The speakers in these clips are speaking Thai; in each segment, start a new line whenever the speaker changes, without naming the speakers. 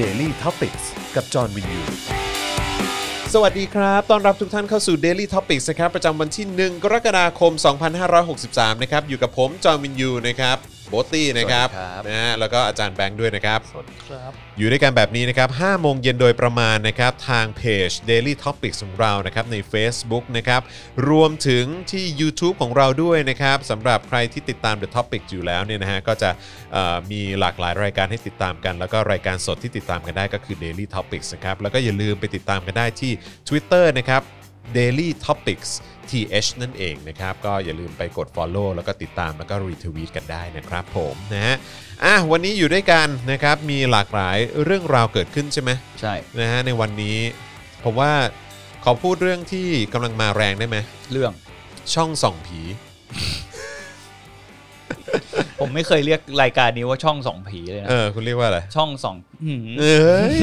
Daily t o p i c กกับจอห์นวินยู สวัสดีครับ ต้อนรับทุกท่านเข้าสู่ Daily Topics นะครับ ประจำวันที่ 1 กรกฎาคม 2563 นะครับ อยู่กับผม จอห์นวินยู นะครับ โบทตี้ นะครับ
สวัสดีครับ
นะฮะแล้วก็อาจารย์แบงค์ด้วยนะครับ
ครับ
อยู่ด้วยกันแบบนี้นะครับ5โมงเย็นโดยประมาณนะครับ ทางเพจ Daily Topics ของเรานะครับ ใน Facebook นะครับ รวมถึงที่ YouTube ของเราด้วยนะครับสำหรับใครที่ติดตาม The Topic อยู่แล้วเนี่ยนะฮะ ก็จะเอ่อมีหลากหลายรายการให้ติดตามกัน แล้วก็รายการสดที่ติดตามกันได้ก็คือ Daily Topics นะครับ แล้วก็อย่าลืมไปติดตามกันได้ที่ Twitter นะครับ Daily Topics TH นั่นเองนะครับ ก็อย่าลืมไปกด Follow แล้วก็ติดตามแล้วก็รีทวีตกันได้นะครับผมนะฮะอ่ะวันนี้อยู่ด้วยกันนะครับ มีหลากหลายเรื่องราวเกิดขึ้นใช่ไหม
ใช่
นะฮะในวันนี้ ผมว่าขอพูดเรื่องที่กำลังมาแรงได้ไหม
เรื่อง
ช่องส่องผี
ผมไม่เคยเรียกรายการนี้ว่าช่องสองผีเลยนะ
เออ คุณเรียกว่าอะไร
ช่องสองหืม
เอ้ย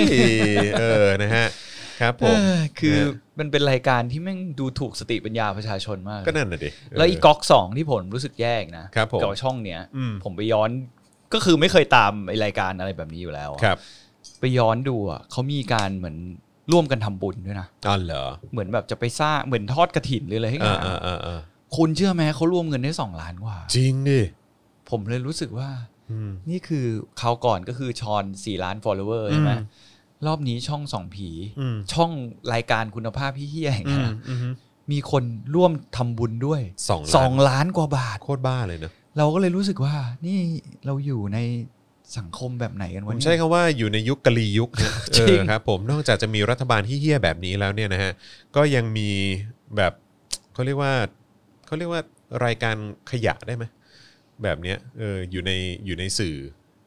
เออ นะฮะ ครับผม
เออคือ
เออ
มันเป็นรายการที่แม่งดูถูกสติปัญญาประชาชนมาก
ก็นั่นน่ะดิเ
แล้วอีก๊อกสองที่ผมรู้สึกแย่อีกนะครับ
ผม
กับช่องเนี้ย
อืม
ผมไปย้อนก็คือไม่เคยตามไอรายการอะไรแบบนี้อยู่แล้วอะ
ครับ
ไปย้อนดูอ่ะเขามีการเหมือนร่วมกันทำบุญด้วยนะ
อ๋อเหรอ
เหมือนแบบจะไปสร้างเหมือนทอดกระถินหรืออะไรให้
เออ
กั
เออเออเออ
คุณเชื่อไหมเขาร่วมเงินได้สองล้านกว่า
จริงดิ
ผมเลยรู้สึกว่า
อืม
นี่คือคราวก่อนก็คือชอน 4 ล้าน follower ใช่ไหม
อืม
รอบนี้ช่องสองผี
อืม
ช่องรายการคุณภาพพี่เฮียอย่าง
อืม
เงี้ย
อืม
มีคนร่วมทำบุญด้วย
สองล้าน
2 ล้านกว่าบาท
โคตรบ้าเลยเนอะ
เราก็เลยรู้สึกว่า นี่เราอยู่ในสังคมแบบไหนกัน
ผ
วะ
ม
เนี่ย
ใช้คำว่าอยู่ในยุคกะลี ยุคนะ
จริง
เออครับผมนอกจากจะมีรัฐบาลที่เฮี้ยแบบนี้แล้วเนี่ยนะฮะก็ยังมีแบบเขาเรียกว่าเขาเรียกว่ารายการขยะได้ไหมแบบเนี้ยเอออยู่ในอยู่ในสื่อ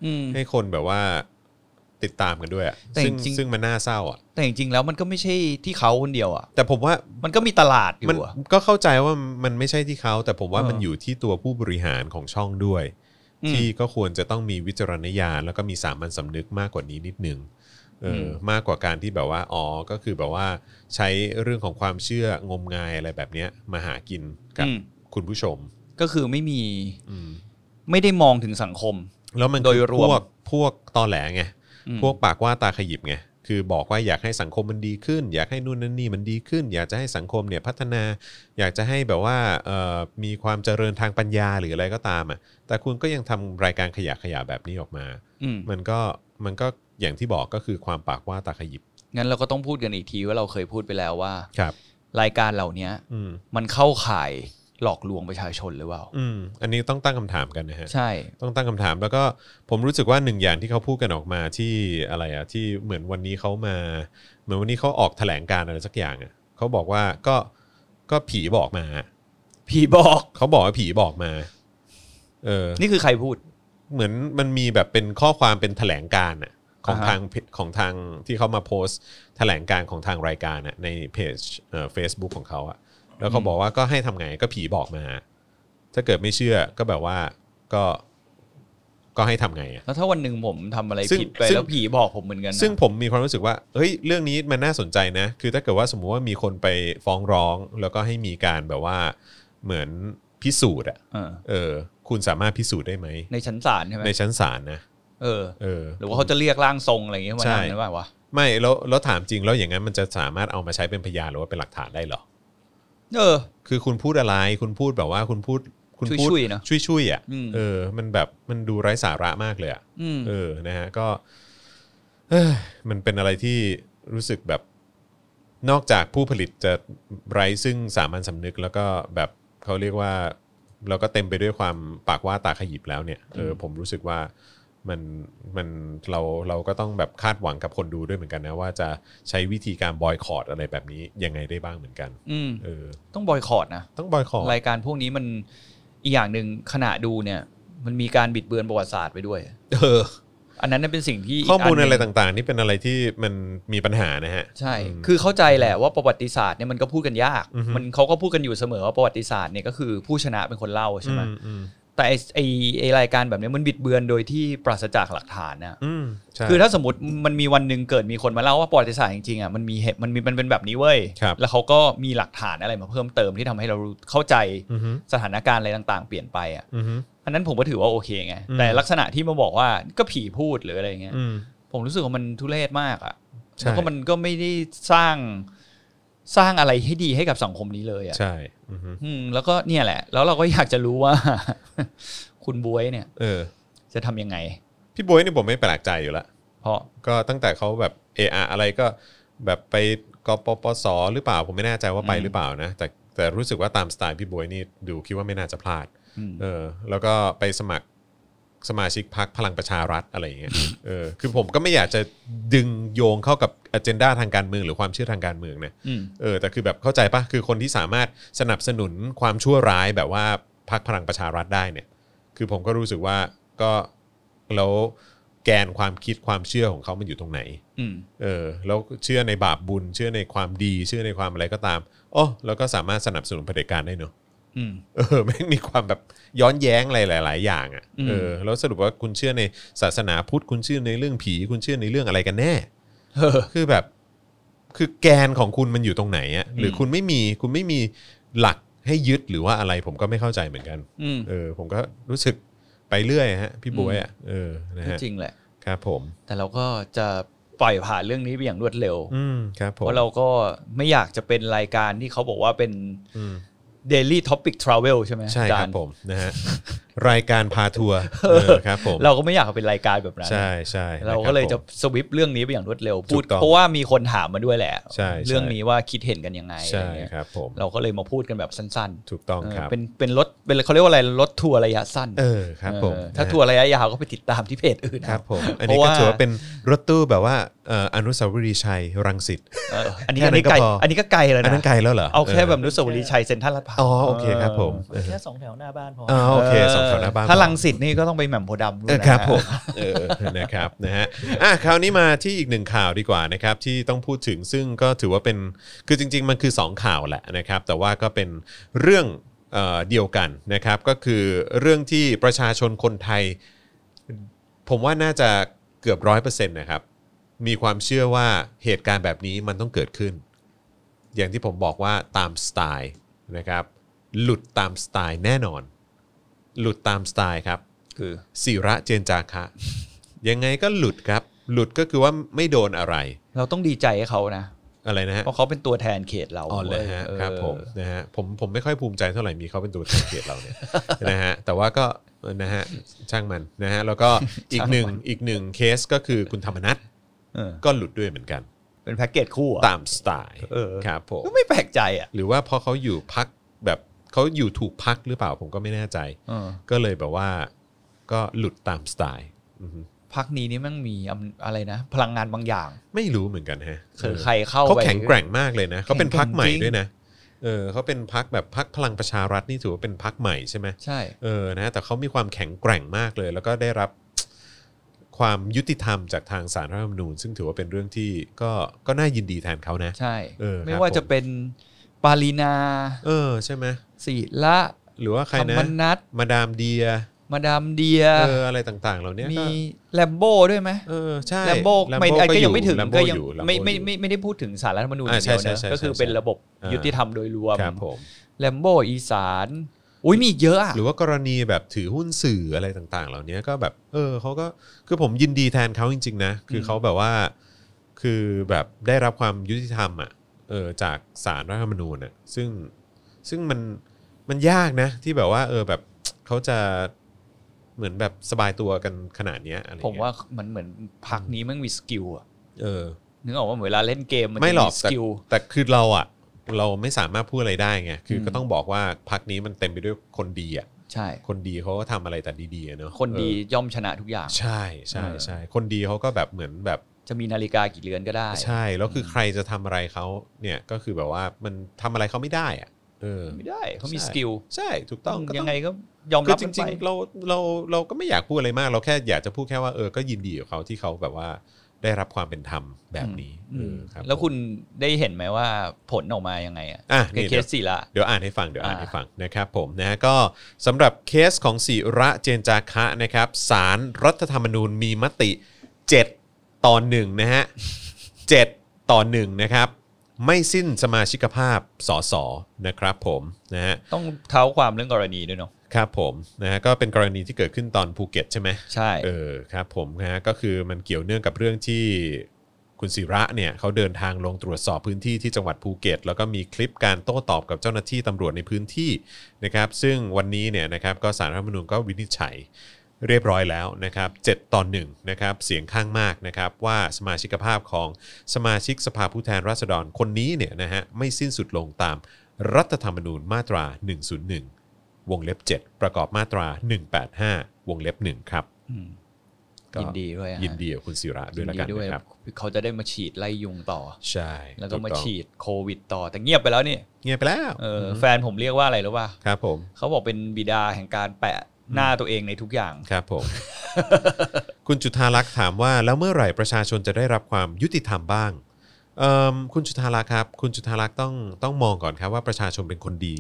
อืม
อให้คนแบบว่าติดตามกันด้วยอะ
แต่
ซึ่ง
จริง
ซึ่งมันน่าเศร้าอ่ะ
แต่จริงๆแล้วมันก็ไม่ใช่ที่เขาคนเดียวอ่ะ
แต่ผมว่า
มันก็มีตลาดอ
มัน
ยู่อะ
ก็เข้าใจว่ามันไม่ใช่ที่เขา แต่ผมว่า
เออ
มันอยู่ที่ตัวผู้บริหารของช่องด้วย
อืม
ที่ก็ควรจะต้องมีวิจารณญาณแล้วก็มีสามัญสำนึกมากกว่านี้นิดนึงเอออ
ม
มากกว่าการที่แบบว่าอ๋อก็คือแบบว่าใช้เรื่องของความเชื่องมงายอะไรแบบเนี้ยมาหากินกับ
อืม
คุณผู้ชม
ก็คือไม่มี
อืม
ไม่ได้มองถึงสังคม
แล้วมัน
โดย
คือ
รวม
พวกพวกตอแหลไง
อืม
พวกปากว่าตาขยิบไง คือบอกว่าอยากให้สังคมมันดีขึ้น อยากให้นู่นนั่นนี่มันดีขึ้น อยากจะให้สังคมเนี่ยพัฒนา อยากจะให้แบบว่าเอ่อมีความเจริญทางปัญญาหรืออะไรก็ตามอ่ะ แต่คุณก็ยังทำรายการขยะขยะแบบนี้ออกมา
อืม
มันก็มันก็อย่างที่บอกก็คือความปากว่าตาขยิบ
งั้นเราก็ต้องพูดกันอีกทีว่าเราเคยพูดไปแล้วว่า
ครับ
รายการเหล่าเนี้ย
อืม
มันเข้าข่ายหลอกลวงประชาชนหรือเปล่า
อืม อันนี้ต้องตั้งคำถามกันนะฮะ
ใช่
ต้องตั้งคำถามแล้วก็ผมรู้สึกว่าหนึ่งอย่างที่เขาพูดกันออกมาที่อะไรอะที่เหมือนวันนี้เขามา เหมือนวันนี้เขาออกแถลงการอะไรสักอย่างอะเขาบอกว่าก็ก็ผีบอกมา
ผีบอก
เขาบอกว่าผีบอกมา เออ
นี่คือใครพูด
เหมือนมันมีแบบเป็นข้อความเป็นแถลงการน่ะของ
อ่าฮะ
ทางเพของทางที่เขามาโพสต์แถลงการของทางรายการน่ะในเพจเอ่อ Facebook ของเขาอะแล้วเขาบอกว่าก็ให้ทำไงก็ผีบอกมา ถ้าเกิดไม่เชื่อก็แบบว่าก็ก็ให้ทำไงอะ
แล้วถ้าวันหนึ่งผมทำอะไร
ซึ่ง
ผิดไป
ซึ่ง
แล้วผีบอกผมเหมือนกันนะ
ซึ่งผมมีความรู้สึกว่าเฮ้ยเรื่องนี้มันน่าสนใจนะ คือถ้าเกิดว่าสมมุติว่ามีคนไปฟ้องร้อง แล้วก็ให้มีการแบบว่าเหมือนพิสูจน์อะ
เออ
เออ คุณสามารถพิสูจน์ได้ไหม
ในชั้นศาลใช่ไหม
ในชั้นศาลนะ
เออ
เออ
หรือว่าเขาจะเรียกร่างทรงอะไรอย่างเงี้ยมา
ใช่
ทำหรือเปล่าวะ
ไม่แล้วแล้วถามจริงแล้วอย่างนั้นมันจะสามารถเอามาใช้เป็นพยานหรือว่าเป็นหลักฐานได้เหรอ
เออ
คือคุณพูดอะไร คุณพูดแบบว่าคุณพูดคุณพูด
ช่วยๆเนอะ
ช่วยช่วยๆอ่ะ
อืม
เออ มันแบบมันดูไร้สาระมากเลยอ่ะ
อืม
เออนะฮะก็เอ้ยมันเป็นอะไรที่รู้สึกแบบนอกจากผู้ผลิตจะไร้ซึ่งสามัญสำนึก แล้วก็แบบเขาเรียกว่าเราก็เต็มไปด้วยความปากว่าตาขยิบแล้วเนี่ยเออผมรู้สึกว่ามันมันเราเราก็ต้องแบบคาดหวังกับคนดูด้วยเหมือนกันนะว่าจะใช้วิธีการบอยคอรดอะไรแบบนี้ยังไงได้บ้างเหมือนกัน
อืม
เออ
ต้องบอยคอตนะ
ต้องบอยคอรด
รายการพวกนี้มันอีกอย่างหนึ่งขณะดูเนี่ย มันมีการบิดเบือนประวัติศาสตร์ไปด้วย
เออ
อันนั้นนะเป็นสิ่งที่ก
ข้อมูล
นหนึ่
อะไรต่างๆ นี่เป็นอะไรที่มันมีปัญหานะฮะ
ใช่ คือเข้าใจแหละว่าประวัติศาสตร์เนี่ยมันก็พูดกันยาก
อือฮึ
มันเขาก็พูดกันอยู่เสมอว่าประวัติศาสตร์เนี่ยก็คือผู้ชนะเป็นคนเล่าใช่ไหม
อือืม
แต่ไอ้ไอ้ไอ้รายการแบบเนี้ยมันบิดเบือนโดยที่ปราศจากหลักฐานนะ
อืมใช่
คือถ้าสมมติมันมีวันหนึ่งเกิดมีคนมาเล่าว่าประวัติศาสตร์จริงๆอ่ะมันมีเหตุมันมีมันเป็นแบบนี้เว้ย
ครับ
แล้วเขาก็มีหลักฐานอะไรมาเพิ่มเติมที่ทำให้เรารู้เข้าใจ
อือฮึ
สถานการณ์อะไรต่างๆ เปลี่ยนไปอ่ะ
อือฮึ
อันนั้นผมก็ถือว่าโอเคไง
อืม
แต่ลักษณะที่มาบอกว่าก็ผีพูดหรืออะไรเงี้ย
อืม
ผมรู้สึกว่ามันทุเรศมากอะ่ะ
ใช่
แล้วก็มันก็ไม่ได้สร้างสร้างอะไรให้ดีให้กับสังคมนี้เลยอะ่ะ
ใช่อือฮึ
อืม แล้วก็เนี่ยแหละ แล้วเราก็อยากจะรู้ว่า คุณบวยเนี่ย
เออ
จะทำยังไง
พี่บวยนี่ผมไม่แปลกใจอยู่ละ
เพราะ
ก็ตั้งแต่เขาแบบเอออะไรก็แบบไปกปปสหรือเปล่าผมไม่แน่ใจว่าไป
อืม
หรือเปล่านะ แต่แต่รู้สึกว่าตามสไตล์พี่บวยนี่ดูคิดว่าไม่น่าจะพลาด
อืม
เออแล้วก็ไปสมัครสมาชิกพักพลังประชารัฐอะไรอย่างเงี้ย เออคือผมก็ไม่อยากจะดึงโยงเข้ากับอ g e n d a ทางการเมืองหรือความเชื่อทางการเมืองนะ
อืม
เออแต่คือแบบเข้าใจปะคือคนที่สามารถสนับสนุนความชั่วร้ายแบบว่าพักพลังประชารัฐได้เนี่ย คือผมก็รู้สึกว่าก็แล้วแกนความคิดความเชื่อของเขามันอยู่ตรงไหน
อืม
เออแล้วเชื่อในบาปบุญ เชื่อในความดี เชื่อในความอะไรก็ตามอ๋อแล้วก็สามารถสนับสนุนเผด็จการได้เนอะ
อืม
เออ แม่งมีความแบบย้อนแย้งอะไรหลาย ๆ อย่างอ่ะ
อืม
เออแล้วสรุปว่าคุณเชื่อในศาสนาพุทธคุณเชื่อในเรื่องผี คุณเชื่อในเรื่องอะไรกันแน่
เออ
คือแบบ คือแกนของคุณมันอยู่ตรงไหนอ่ะหรืออ
ม
คุณไม่มีคุณไม่มีหลักให้ยึดหรือว่าอะไร ผมก็ไม่เข้าใจเหมือนกัน
อืม
เออผมก็รู้สึกไปเรื่อยฮะ พี่บวยอ่ะเออนะ
ก็
ฮะ
จริงแหละ
ครับผม
แต่เราก็จะปล่อยผ่านเรื่องนี้ไปอย่างรวดเร็ว
อืมครับผ
เพ
ม
ราะเราก็ไม่อยากจะเป็นรายการที่เขาบอกว่าเป็น
อืม
Daily Topic Travel ใช่ไหม
ใช่
อา
ค
จาย์
รับผมนะ ฮะรายการพาทัวร์เออครับผม
เราก็ไม่อยากเป็นรายการแบบนั้น
ใช่ใช่
เรา
นค
ก็
บ
เลยจะ
ผม
สวิปเรื่องนี้ไปอย่างรวดเร็ว
ถู
พูด
กต้อง
เพราะว่ามีคนถามมาด้วยแหละ
ใช่ใช่
เรื่องนี้ว่าคิดเห็นกันยังไงอะ
ใช่
ไรเงี้ย
ครับผม
เราก็เลยมาพูดกันแบบสั้น
ถูกต้อ
ๆ
ง
เออ
ครับ
เป็นเป็นรถเป็นเขาเรียกว่าอะไรรถทัวร์ระยะสั้น
เออครับผม
เออถ้า
นะฮะ
ทัวร์ระยะยาวก็ไปติดตามที่เพจอื่น
ครับผม อัน
เพ
นี้
ราะ
ก็
ว่า
ถือว่าเป็นรถตู้แบบว่าเอ่ออนุสาวรีย์ชัยรังสิต
เอออันนี้
แค่
อัน
นั้น
นี้
ก็พออั
ไกลอันนี้ก็ไกลแล้ว
อันนั้น
นะ
ไกลแล้วเหรอ
เอาแค่แบบอ
เออ
นุสาวรีย์ชัยเซ็นทรัลลาดพร้าว
อ๋อโอเคครับผมเออ
แค่สองแถวหน้าบ้านพอ
อ๋อโอเคสองแถวหน้าบ้าน
ถ้าลังสิตนี่ก็ต้องไปแหม่มโพธิ์ดำด้วย
เออ
นะ
ครับผมเออนะครับนะฮะอ่ะคราวนี้มาที่อีกหนึ่งข่าวดีกว่านะครับที่ต้องพูดถึงซึ่งก็ถือว่าเป็นคือจริง ๆ มันคือ 2 ข่าวแหละนะครับแต่ว่าก็เป็นเรื่องเอ่อเดียวกันนะครับก็คือเรื่องที่ประชาชนคนไทย ผมว่าน่าจะเกือบร้อยเปอร์เซ็นต์นะครับ มีความเชื่อว่าเหตุการณ์แบบนี้มันต้องเกิดขึ้น อย่างที่ผมบอกว่าตามสไตล์นะครับ หลุดตามสไตล์แน่นอน หลุดตามสไตล์ครับ
คือ
ศิระเจนจาคะ ยังไงก็หลุดครับ หลุดก็คือว่าไม่โดนอะไร
เราต้องดีใจให้เขานะ
อะไรนะฮะ
เพราะเขาเป็นตัวแทนเขตเรา
อ๋อเลยฮะ
ออ
ครับผมนะฮะผมผมไม่ค่อยภูมิใจเท่าไหร่มีเขาเป็นตัวแทนเกียรติเราเนี่ย นะฮะแต่ว่าก็นะฮะช่างมันนะฮะ แล้วก็อีกหนึ่งอีกหนึ่งเคสก็คือคุณธรรมนัท
เออ
ก็หลุดด้วยเหมือนกัน
เป็นแพ็กเกจคู่อ่ะ
ตามสไตล์
เออ
ครับผม
ก็ไม่แปลกใจอ่ะ
หรือว่าเพอเขาอยู่พักแบบเขาอยู่ถูกพักหรือเปล่าผมก็ไม่แน่ใจ
เออ
ก็เลยแบบว่าก็หลุดตามสไตล์อือฮึ
พักนี้นี่มันมีอำอะไรนะ พลังงานบางอย่าง
ไม่รู้เหมือนกันฮะ
เผื่อใครเข้า
เขา
ไป
แข็งแกร่งมากเลยนะเขาเป็นพักใหม่
แข็งแกร่งจริง
ด้วยนะเออเขาเป็นพักแบบพักพลังประชารัฐนี่ถือว่าเป็นพักใหม่ใช่ไหม
ใช่
เออนะแต่เขามีความแข็งแกร่งมากเลย แล้วก็ได้รับ ความยุติธรรมจากทางสารรัฐธรรมนูญ ซึ่งถือว่าเป็นเรื่องที่ก็ก็น่ายินดีแทนเขานะ
ใช่
เออครับ
ไม่ว่าจะเป็นปาลีนา
เออใช่ไหม
ศิละ
หรือว่าใคร
ธรร
นะ
มนัท
มาดามเดีย
มาดามเดีย
เอออะไรต่างๆ เหล่านี้
มี
ก็
แลมโบ้ด้วยไหม
เออใช่
แลมโบ้ไม่อั
Lambo
นก็ยังไม่ถึง
Lambo
ก็ยัง
อ Lambo
ไม่ไม่
อยู่
ไม่ไม่ได้พูดถึงสารรัฐธรรมนูญอ
อ่า
ย่างเดียว
ใช่
นะ
ใช่ใช่
ก็คือ
ใช่
เป็นระบบ
อ่ายุ
ยุติธรรมโดยรวม
ครับผม
แลมโบ้อีสานอุ้ยมีอีกเยอะอะ
หรือว่ากรณีแบบถือหุ้นสื่ออะไรต่าง ๆ เหล่านี้ก็แบบ เออเขาก็คือผมยินดีแทนเขาจริง ๆ นะ คือเขาแบบว่า คือแบบได้รับความยุติธรรมอ่ะเออจากสารรัฐธรรมนูญอ่ะซึ่งซึ่งมันมันยากนะ ที่แบบว่า เออแบบเขาจะเหมือนแบบสบายตัวกันขนาดเนี้ยอะไรอย่
ผ
ง
ม
เงี้ย
ว่ามันเหมือนพักนี้มันมีสกิลอะ
เออ
นึกออกว่าเหมือนเวลาเล่นเกมมัน
ไม่หรอก
จะส
แต่
กิล
แต่คือเราอ่ะ เราไม่สามารถพูดอะไรได้ไงคืออ
ม
ก็ต้องบอกว่าพักนี้มันเต็มไปด้วยคนดีอ่ะ
ใช่
คนดีเขาก็ทำอะไรแต่ดีๆอะเนอะ
คนดี
เออ
ย่อมชนะทุกอย่าง
ใช่ใช่
เออ
ใช่คนดีเขาก็แบบเหมือนแบบ
จะมีนาฬิกากี่เรือนก็ได้
ใช่แล้วคือใครจะทำอะไรเขาเนี่ยก็คือแบบว่ามันทำอะไรเขาไม่ได้อะเออ
ไม่ได้เขามีสกิล
ใช่ถูกต้องก็ต้อ
ยังไงก็ยอม
คื
รั
อบ จ
มัน
ริ
ไป
งๆเราเราเราก็ไม่อยากพูดอะไรมาก เราแค่อยากจะพูดแค่ว่าเออก็ยินดีกับเขาที่เขาแบบว่าได้รับความเป็นธรรมแบบนี้
อืม
เออครับ
แล้วคุณ
ผม
ได้เห็นไหมว่าผลออกมายังไงอ่ะ
อ่ะ
คือ
นี่
เคสสี่ละ
เดี๋ยวอ่านให้ฟังเดี๋ยวอ่าน
อ่า
ให้ฟังนะครับผมนะก็สำหรับเคสของศิระเจนจาคะนะครับสารรัฐธรรมนูญมีมติ 7 ต่อ1นะฮะ 7 ต่อ1นะครับ ไม่สิ้นสมาชิกภาพสสนะครับผมนะฮะ
ต้องเท้าความเรื่องกรณีด้วยเนาะ
ครับผมนะฮะก็เป็นกรณีที่เกิดขึ้นตอนภูเก็ตใช่ไหม
ใช่
เออครับผมนะฮะก็คือมันเกี่ยวเนื่องกับเรื่องที่คุณศิระเนี่ยเขาเดินทางลงตรวจสอบพื้นที่ที่จังหวัดภูเก็ต แล้วก็มีคลิปการโต้ตอบกับเจ้าหน้าที่ตำรวจในพื้นที่นะครับซึ่งวันนี้เนี่ยนะครับก็สารรัฐธรรมนูญก็วินิจฉัยเรียบร้อยแล้วนะครับ7ต่อ1นะครับเสียงข้างมากนะครับว่าสมาชิกภาพของสมาชิกสภาผู้แทนราษฎรคนนี้เนี่ยนะฮะไม่สิ้นสุดลงตามรัฐธรรมนูญมาตรา 101 วงเล็บ 7 ประกอบมาตรา 185 วงเล็บ 1 ครับ
อืม
ก็
ยินดีด้วยฮะ
ยินดีกับคุณศิระด้วย
ยิ
ละ
น
กัน
ดีด้วย
นะครับ
เขาจะได้มาฉีดไล่ยุงต่อ
ใช่
แล้วก็มา
ถูต้อง
ฉีดโควิดต่อแต่เงียบไปแล้วนี่
เงียบไปแล้ว
เอออ
ม
แฟนผมเรียกว่าอะไรรู้ป่ะ
ครับผม
เขาบอกเป็นบิดาแห่งการแปะหน้าตัวเองในทุกอย่าง
ครับ ผม คุณจุธาลักษ์ถามว่า แล้วเมื่อไหร่ประชาชนจะได้รับความยุติธรรมบ้างเอิ่มคุณจุธาลักษ์ครับ คุณจุธาลักษ์ต้องต้องมองก่อนครับว่าประชาชนเป็นคนดี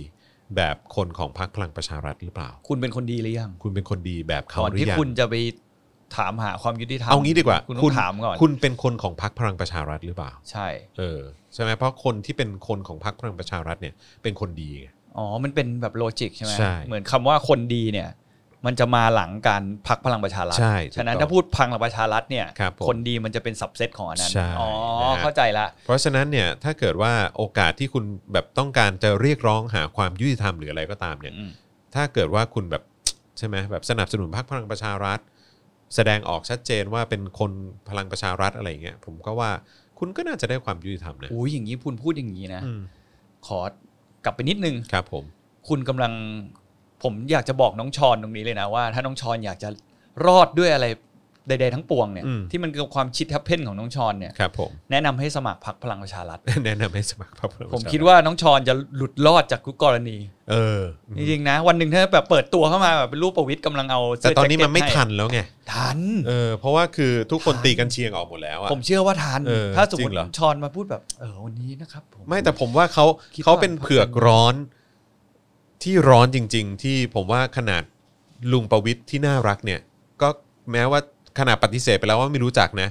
แบบคนของพรรคพลังประชารัฐหรือเปล่า
คุณเป็นคนดีหรือยัง
คุณเป็นคนดีแบบเขา
ก่อ
ห
น
รื
ที่
อยัง
คุณจะไปถามหาความยุติธรรม
เอางี้ดีกว่า
คุณต้องถามก่อน
คุณเป็นคนของพรรคพลังประชารัฐหรือเปล่า
ใช่
เออใช่ไหมเพราะคนที่เป็นคนของพรรคพลังประชารัฐเนี่ยเป็นคนดีไง
อ๋อมันเป็นแบบโลจิกใช่ไหม
ใช่
เหมือนคำว่าคนดีเนี่ย มันจะมาหลังการพักพลังประชารัฐ
ใช่
ฉะนั้น
ถูกต้อง
ถ้าพูดพังประชารัฐเนี่ย
ครับผม
คนดีมันจะเป็นสับเซตของอันนั้น
ใช่
อ๋อ
นะฮะ
เข้าใจละ
เพราะฉะนั้นเนี่ยถ้าเกิดว่าโอกาสที่คุณแบบต้องการจะเรียกร้องหาความยุติธรรมหรืออะไรก็ตามเนี่ย
อืม
ถ้าเกิดว่าคุณแบบ ใช่ไหมแบบสนับสนุนพรรคพลังประชารัฐ แสดงออกชัดเจนว่าเป็นคนพลังประชารัฐอะไรอย่างเงี้ยผมก็ว่าคุณก็น่าจะได้ความยุติธรรมนะ
โอ้ยอย่างนี้คุณพูดอย่างนี้นะ
อืม
ขอกลับไปนิดนึง
ครับผม
คุณกำลังผมอยากจะบอกน้องชอนตรงนี้เลยนะว่า ถ้าน้องชอนอยากจะรอดด้วยอะไรใดๆทั้งปวงเนี่ย
อืม
ที่มันเกี่ยวกับความชิดแทบเพนของน้องชอนเนี่ย
ครับผม
แนะนำให้สมัครพรรคพลังประชารัฐ
แนะนำให้สมัครพรรคพลังป
ผ
ระ
ม
ชารัฐ
คิดว่าน้องชอนจะหลุดรอดจากทุกกรณี
เอออืม
จริงๆนะ วันหนึ่งถ้าแบบเปิดตัวเข้ามาแบบเป็นรูปประวิตยกำลังเอา
แต่
เสื้อ
ตอนนี้
แจ็คเก็
มันไม่
ให้
ทันแล้วไง
ทัน
เออเพราะว่าคือทุกคนตีกันเชียงออกหมดแล้วอะ
ผมเชื่อว่าทัน
เออ
ถ้าสมม
จริ
ติ
งเหรอ
ชอนมาพูดแบบเออวันนี้นะครับผม
ไม่แต่ผมว่าเขา
คิดว่า
เขาเป็นเผือกร้อนที่ร้อนจริง ๆ ที่ผมว่าขนาดลุงประวิทย์ที่น่ารักเนี่ย ก็แม้ว่าขนาดปฏิเสธไปแล้วว่าไม่รู้จักนะ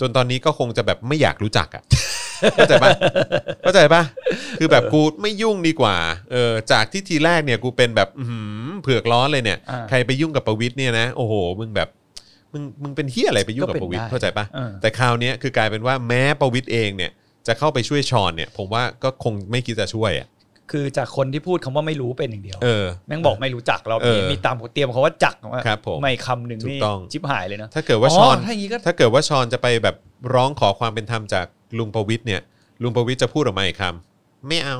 จนตอนนี้ก็คงจะแบบไม่อยากรู้จักอะ่ะ เข้าใจปะเข้าใจปะคือแบบกูไม่ยุ่งดีกว่าเออจากที่ทีแรกเนี่ยกูเป็นแบบอื้อหือเผือกร้อนเลยเนี่ย
อ่า
ใครไปยุ่งกับประวิทย์เนี่ยนะโอ้โหมึงแบบมึงมึงเป็นเฮียอะไรไปยุ่งกับประวิทย์
ก็เป็นได้
เข้าใจปะ
เออ
แต่คราวเนี้ยคือกลายเป็นว่าแม้ประวิทย์เองเนี่ยจะเข้าไปช่วยชอนเนี่ย ผมว่าก็คงไม่คิดจะช่วยอ่ะ
คือจากคนที่พูดคำว่าไม่รู้เป็นอย่างเดียว
เออ
แม่งบอกไม่รู้จักเรา
เออ
มีตามเตรียมเขาว่าจักว่า
ครับผม
ไม่คำหนึ่ง
ถูก
นี่
ต้อง
ชิบหายเลยเนอะ
ถ้าเกิดว่าชอน
ถ้าอย่างนี้ก็
ถ้าเกิดว่าชอนจะไปแบบร้องขอความเป็นธรรมจากลุงประวิทย์เนี่ย ลุงประวิทย์จะพูดออกมาอีกคำไม่เอา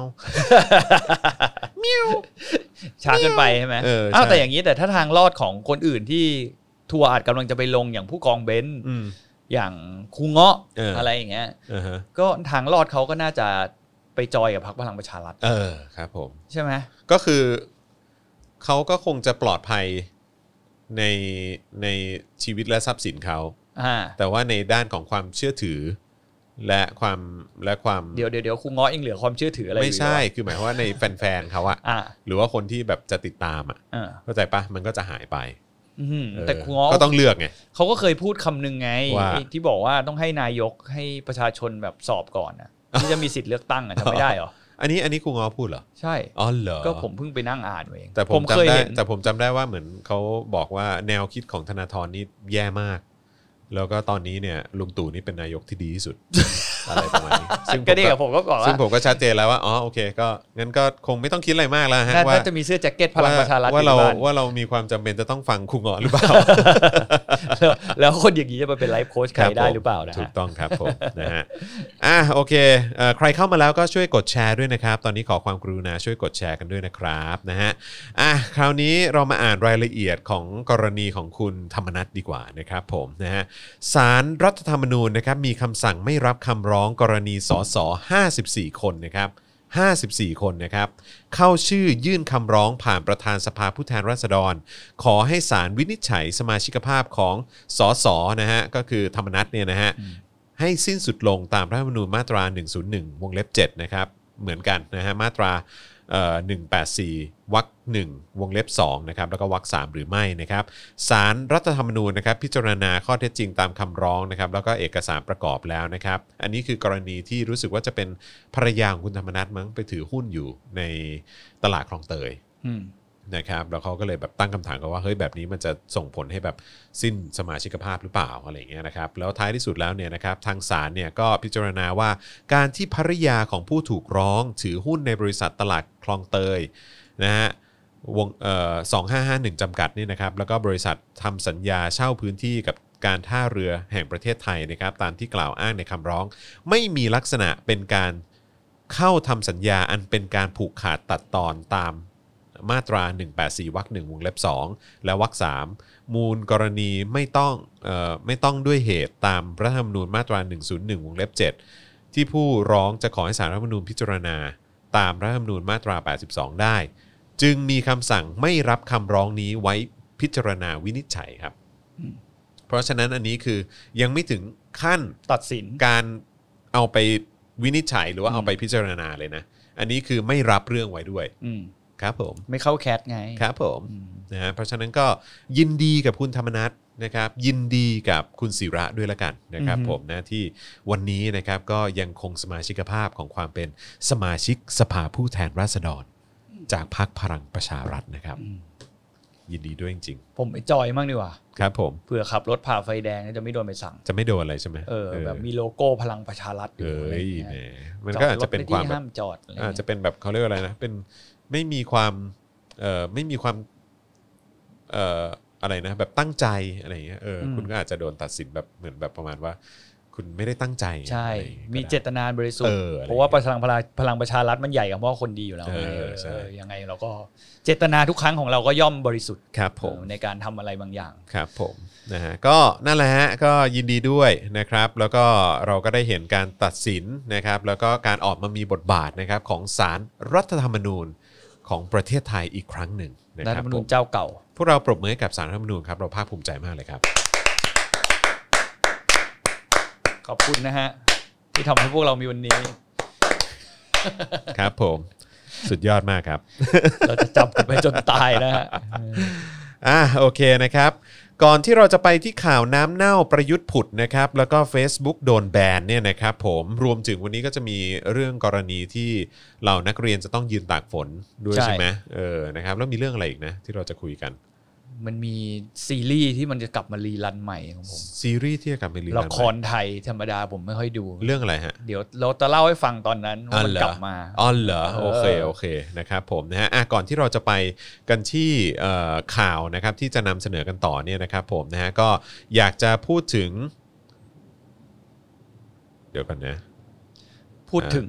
ช้าเกินไปใช่ไหม
เออใช่
วแต่อย่างนี้แต่ถ้าทางรอดของคนอื่นที่ทัวร์อาจกำลังจะไปลงอย่างผู้กองเบนซ์
อืม
อย่างครูเงาะ
เอออ
อะไรอย่างเงี้ย
อ่าฮะ
ก็ทางรอดเขาก็น่าจะไปจอยกับพรรคพลังประชารัฐ
เออครับผม
ใช่ไหม
ก็คือเขาก็คงจะปลอดภัยในในชีวิตและทรัพย์สินเขา
อ่า
แต่ว่าในด้านของความเชื่อถือ และความและความ
เดี๋ยวเดี๋ยวเดี๋ยวครูเงาะยังเหลือความเชื่อถืออะไรอยู่
ไม่ใช่คือหมายความว่าใน แฟนๆเขาอะ
อ่า
หรือว่าคนที่แบบจะติดตามอ่ะ
อ่า
เข้าใจปะมันก็จะหายไป
อื้อหือ
เออ
แต่ครูเงาะ
ก็ต้องเลือกไง
เขาก็เคยพูดคำนึงไง
ว่า
ที่บอกว่าต้องให้นายกให้ประชาชนแบบสอบก่อนนะที่จะมีสิทธิ์เลือกตั้งอ่ะจะไม่ได้เหรอ
อันนี้อันนี้ครูงอพูดเหรอ
ใช่
อ๋อเหรอ
ก็ผมเพิ่งไปนั่งอ่านมาเอง
แต่ผมจำ
ย
ได้
เห็น
แต่ผมจำได้ว่าเหมือนเขาบอกว่าแนวคิดของธนาธรนี่แย่มาก แล้วก็ตอนนี้เนี่ยลุงตู่นี่เป็นนายกที่ดีที่สุด อะไรประมาณนี้ซึ่งผ
ก็
ม
ดีกับผมก็บอก
ซึ่ง
ว่า
ผมก็ชัดเจนแล้วว่าอ๋อโอเค ก็งั้นก็คงไม่ต้องคิดอะไรมากแล้วฮะ
น่า
ว่า
น่าจะมีเสื้อแจ็คเก็ตพลังประชารัฐ
ว่าเรา
อยู่ที่บ้น
ว่าเรามีความจำเป็นจะต้องฟังครูงอหรือเปล่า
แล้ว แล้วคนอย่างนี้จะมาเป็นไลฟ์โค้ชใคร
บ
ได้
ผม
หรือเปล่านะ
ถูก
ฮะ
ต้องครับผม นะฮะอ่ะโอเคเอ่อใครเข้ามาแล้วก็ช่วยกดแชร์ด้วยนะครับ ตอนนี้ขอความกรุณาช่วยกดแชร์กันด้วยนะครับนะฮะอ่ะคราวนี้เรามาอ่านรายละเอียดของกรณีของคุณธรรมนัฐดีกว่านะครับผมนะฮะสารรัฐธรรมนูญนะครับมีคำสั่งไม่รับคำร้องกรณีสส54 คนนะครับ 54 คนนะครับ เข้าชื่อยื่นคำร้องผ่านประธานสภาผู้แทนราษฎร ขอให้ศาลวินิจฉัยสมาชิกภาพของสสนะฮะก็คือธรรมนัตเนี่ยนะฮะให้สิ้นสุดลงตามรัฐธรรมนูญมาตรา 101 วงเล็บ 7 นะครับ เหมือนกันนะฮะมาตราเอ่อ184วรรค1วงเล็บ2นะครับแล้วก็วรรค3หรือไม่นะครับศาลรัฐธรรมนูญนะครับพิจารณาข้อเท็จจริงตามคำร้องนะครับแล้วก็เอกสารประกอบแล้วนะครับ อันนี้คือกรณีที่รู้สึกว่าจะเป็นภรรยาของคุณธรรมนัฐมั้งไปถือหุ้นอยู่ในตลาดคลองเตย นะครับแล้วเขาก็เลยแบบตั้งคำถามกันว่าเฮ้ยแบบนี้มันจะส่งผลให้แบบสิ้นสมาชิกภาพหรือเปล่าอะไรอย่างเงี้ยนะครับแล้วท้ายที่สุดแล้วเนี่ยนะครับทางศาลเนี่ยก็พิจารณาว่าการที่ภริยาของผู้ถูกร้อง ถือหุ้นในบริษัทตลาดคลองเตยนะฮะวงเอ่อ2551จำกัดนี่นะครับแล้วก็บริษัททำสัญญาเช่าพื้นที่กับการท่าเรือแห่งประเทศไทยนะครับตามที่กล่าวอ้างในคำร้อง ไม่มีลักษณะเป็นการ เข้าทำสัญญาอันเป็นการผูกขาดตัดตอนตามมาตรา 184วรรคหนึ่งวงเล็บ 2 และวรรค3มูลกรณีไม่ต้องเออไม่ต้องด้วยเหตุตามรัฐธรรมนูญมาตรา 101วงเล็บ 7 ที่ผู้ร้องจะขอให้สารรัฐธรรมนูญพิจารณา ตามรัฐธรรมนูญมาตรา 82 ได้ จึงมีคำสั่งไม่รับคำร้องนี้ไว้พิจารณาวินิจฉัยครับ เพราะฉะนั้นอันนี้คือยังไม่ถึงขั้น
ตัดสิน
การเอาไปวินิจฉัยหรือว่า
อืม
เอาไปพิจารณาเลยนะ อันนี้คือไม่รับเรื่องไว้ด้วย
อืม
ครับผม
ไม่เข้าแคทไง
ครับผม
อืม
นะฮะเพราะฉะนั้นก็ยินดีกับคุณธรรมนัทนะครับ ยินดีกับคุณศิระด้วยละกันนะครับผมนะที่วันนี้นะครับก็ยังคงสมาชิกภาพของความเป็นสมาชิกสภาผู้แทนราษฎร จากพรรคพลังประชารัฐนะครับ ยินดีด้วยจริง
ผมไปจอยมั่งดีกว่า
ๆครับผม
เผื่อขับรถผ่าไฟแดงเนี่ยจะไม่โดนไปสั่ง
จะไม่โดนอะไรใช่ไหม
เออแบบมีโลโก้พลังประชารัฐอยู่
เอ้
อะไรอย ย่าง
แหม
เงี้ย
มันก็อาจจะเป็นความ
จ
แบบ
อดรถได้ที่ห้ามจอดอะไร
อาจ
เงี้ย
จะเป็นแบบเขาเรียกว่าอะไรนะเป็นไม่มีความเอ่อไม่มีความเอ่ออะไรนะ แบบตั้งใจอะไรอย่างเงี้ยเออคุณก็อาจจะโดนตัดสินแบบเหมือนแบบประมาณว่า คุณไม่ได้ตั้งใจ
ใช่
อะไรอย่างงี้ยก็ได้
มีเจตนาบริสุทธิ์
เอออะไร
เพราะว่าประชาพลังพลังประชารัฐมันใหญ่กับว่าคนดีอยู่แล้ว
เออ
เออ
ใช่
ยังไงเราก็เจตนาทุกครั้งของเราก็ย่อมบริสุทธิ์
ครับผม
ในการทำอะไรบางอย่าง
ครับผมนะฮะก็นั่นแหละฮะก็ยินดีด้วยนะครับ แล้วก็เราก็ได้เห็นการตัดสินนะครับ แล้วก็การออกมามีบทบาทนะครับของสารรัฐธรรมนูญของประเทศไทยอีกครั้งหนึ่งนะ
รัฐ
ค
ธ
รั
ร
บ
รมนู
ผ
ญ
ม
เจ้าเก่า
พวกเราปรบมือให้กับสารรัฐธรรมนูญครับเราภาคภูมิใจมากเลยครับ
ขอบคุณนะฮะ ที่ทำให้พวกเรามีวัน นี้
ครับผมสุดยอดมากครับ
เราจะจำกันไปจนตายนะฮะ
อ่ะโอเคนะครับ ก่อนที่เราจะไปที่ข่าวน้ำเน่าประยุทธ์ผุดนะครับ แล้วก็ Facebook โดนแบนเนี่ยนะครับผมรวมถึงวันนี้ก็จะมีเรื่องกรณีที่เหล่านักเรียนจะต้องยืนตากฝนด้วยใช่ไหมเออนะครับแล้วมีเรื่องอะไรอีกนะ ที่เราจะคุยกัน
มันมีซีรีส์ที่มันจะกลับมารีรันใหม่ของผม
ซีรีส์ที่จะกลับไปรี
ละ
รัน
ครไทยธรรมดาผมไม่ค่อยดู
เรื่องอะไรฮะ
เดี๋ยวเราจะเล่าให้ฟังตอนนั้นว่ามัน
อ๋อเหรอ
กลับมา
อ๋อเหรอ
เออ
โอเคโอเคนะครับผมนะฮะอ่ะก่อนที่เราจะไปกันที่เอ่อข่าวนะครับที่จะนำเสนอกันต่อเนี่ยนะครับผมนะฮะก็อยากจะพูดถึง เดี๋ยวกันนะ
พูดถึง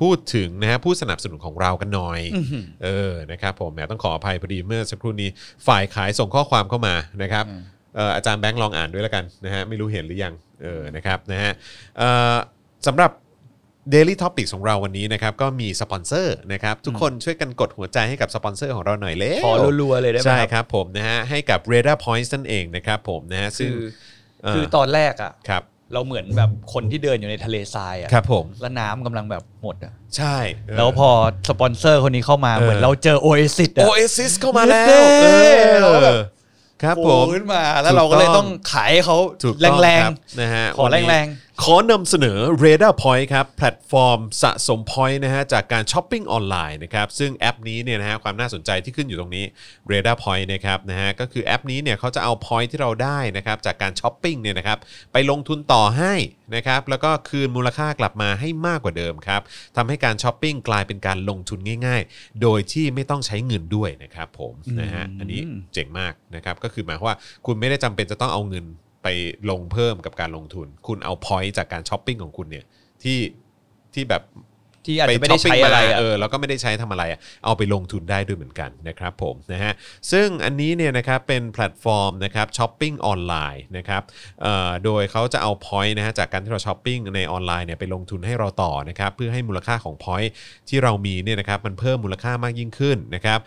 พูดถึงนะฮะผู้สนับสนุนของเรากันหน่อย
อื้อหือ
เออนะครับผมแหมต้องขออภัยพอดีเมื่อสักครู่นี้ฝ่ายขายส่งข้อความเข้ามานะครับ
อืม
เอ่ออาจารย์แบงค์ลองอ่านด้วยแล้วกันนะฮะไม่รู้เห็นหรือยังเออนะครับนะฮะเอ่อสำหรับ Daily t o p i c ของเราวันนี้นะครับก็มีสปอนเซอร์นะครับทุกคนช่วยกันกดหัวใจให้กับสปอนเซอร์ของเราหน่อยเล้ว
ขอรัวๆเลยได้ไหม
ใช่
ค
ครับ รับผมนะฮะให้กับ r a d a r Points นั่นเองนะครับผมนะฮะ
คื
ซึ่ง
อ
เอ่อ
คือตอนแรกอ่ะ
ครับ
เราเหมือนแบบคนที่เดินอยู่ในทะเลทรายอ่ะ
ครับผม
แล้วน้ำกำลังแบบหมดอ่ะ
ใช่เ
แล้วพอสปอนเซอร์คนนี้เข้ามา
เออ
เหมือนเราเจอโอเอซิสอ่ะ
โอเอซิสเข้ามาแล้ว
เย้
เอ
เราก็
อ
แบบ
ครับผ
โผม ล่ขึ้นมาแล้วเราก็เลย
ถูกต้
ต้
อ
อง งขายให้เขา
ถูก
แร
ต้อง
งๆ
ครับนะฮะ
ขอ
วันนี้
แรง
ขอนำเสนอ r a d a r Point ครับ แพลตฟอร์มสะสม point นะฮะจากการช้อปปิ้งออนไลน์นะครับ ซึ่งแอปนี้เนี่ยนะฮะความน่าสนใจที่ขึ้นอยู่ตรงนี้ r a d a r Point นะครับนะฮะก็คือแอปนี้เนี่ยเขาจะเอา point ที่เราได้นะครับจากการช้อปปิ้งเนี่ยนะครับไปลงทุนต่อให้นะครับแล้วก็คืนมูลค่ากลับมาให้มากกว่าเดิมครับทำให้การช้อปปิ้งกลายเป็นการลงทุนง่าย ๆ โดยที่ไม่ต้องใช้เงินด้วยนะครับผมนะฮะอันนี้ เจ๋งมากนะครับก็คือหมายความว่าคุณไม่ได้จำเป็นจะต้องเอาเงินไปลงเพิ่มกับการลงทุน คุณเอา point จากการช้อปปิ้งของคุณเนี่ยที่ที่แบบ
ที่อาจจะไม่ได้ใช้อะไร
ปช้ปปิ้ง
อ่ะ
มาเออแล้วก็ไม่ได้ใช้ทำอะไรอะเอาไปลงทุนได้ด้วยเหมือนกันนะครับผมนะฮะซึ่งอันนี้เนี่ยนะครับเป็นแพลตฟอร์มนะครับช้อปปิ้งออนไลน์นะครับเอ่อโดยเขาจะเอา point นะฮะจากการที่เราช้อปปิ้งในออนไลน์เนี่ยไปลงทุนให้เราต่อนะครับเพื่อให้มูลค่าของ point ที่เรามีเนี่ยนะครับมันเพิ่มมูลค่ามากยิ่งขึ้นนะครับ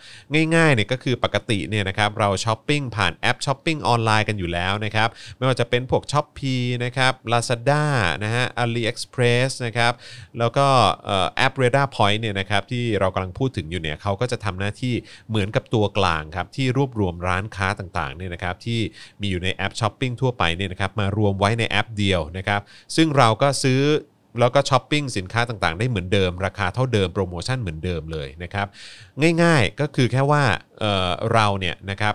ง่ายๆเนี่ยก็คือปกติเนี่ยนะครับเราช้อปปิ้งผ่านแอปช้อปปิ้งออนไลน์กันอยู่แล้วนะครับไม่ว่าจะเป็นพวกช้อปปีนะครับ Lazada นะฮะ AliExpress นะครับแล้วก็เอ่อแอป r a d a r Point เนี่ยนะครับที่เรากำลังพูดถึงอยู่เนี่ยเขาก็จะทำหน้าที่เหมือนกับตัวกลางครับที่รวบรวมร้านค้าต่างๆเนี่ยนะครับที่มีอยู่ในแอปช้อปปิ้งทั่วไปเนี่ยนะครับมารวมไว้ในแอปเดียวนะครับซึ่งเราก็ซื้อ แล้วก็ช้อปปิ้งสินค้าต่างๆ ได้เหมือนเดิม ราคาเท่าเดิมโปรโมชั่นเหมือนเดิมเลยนะครับง่ายๆก็คือแค่ว่าเอ่อเราเนี่ยนะครับ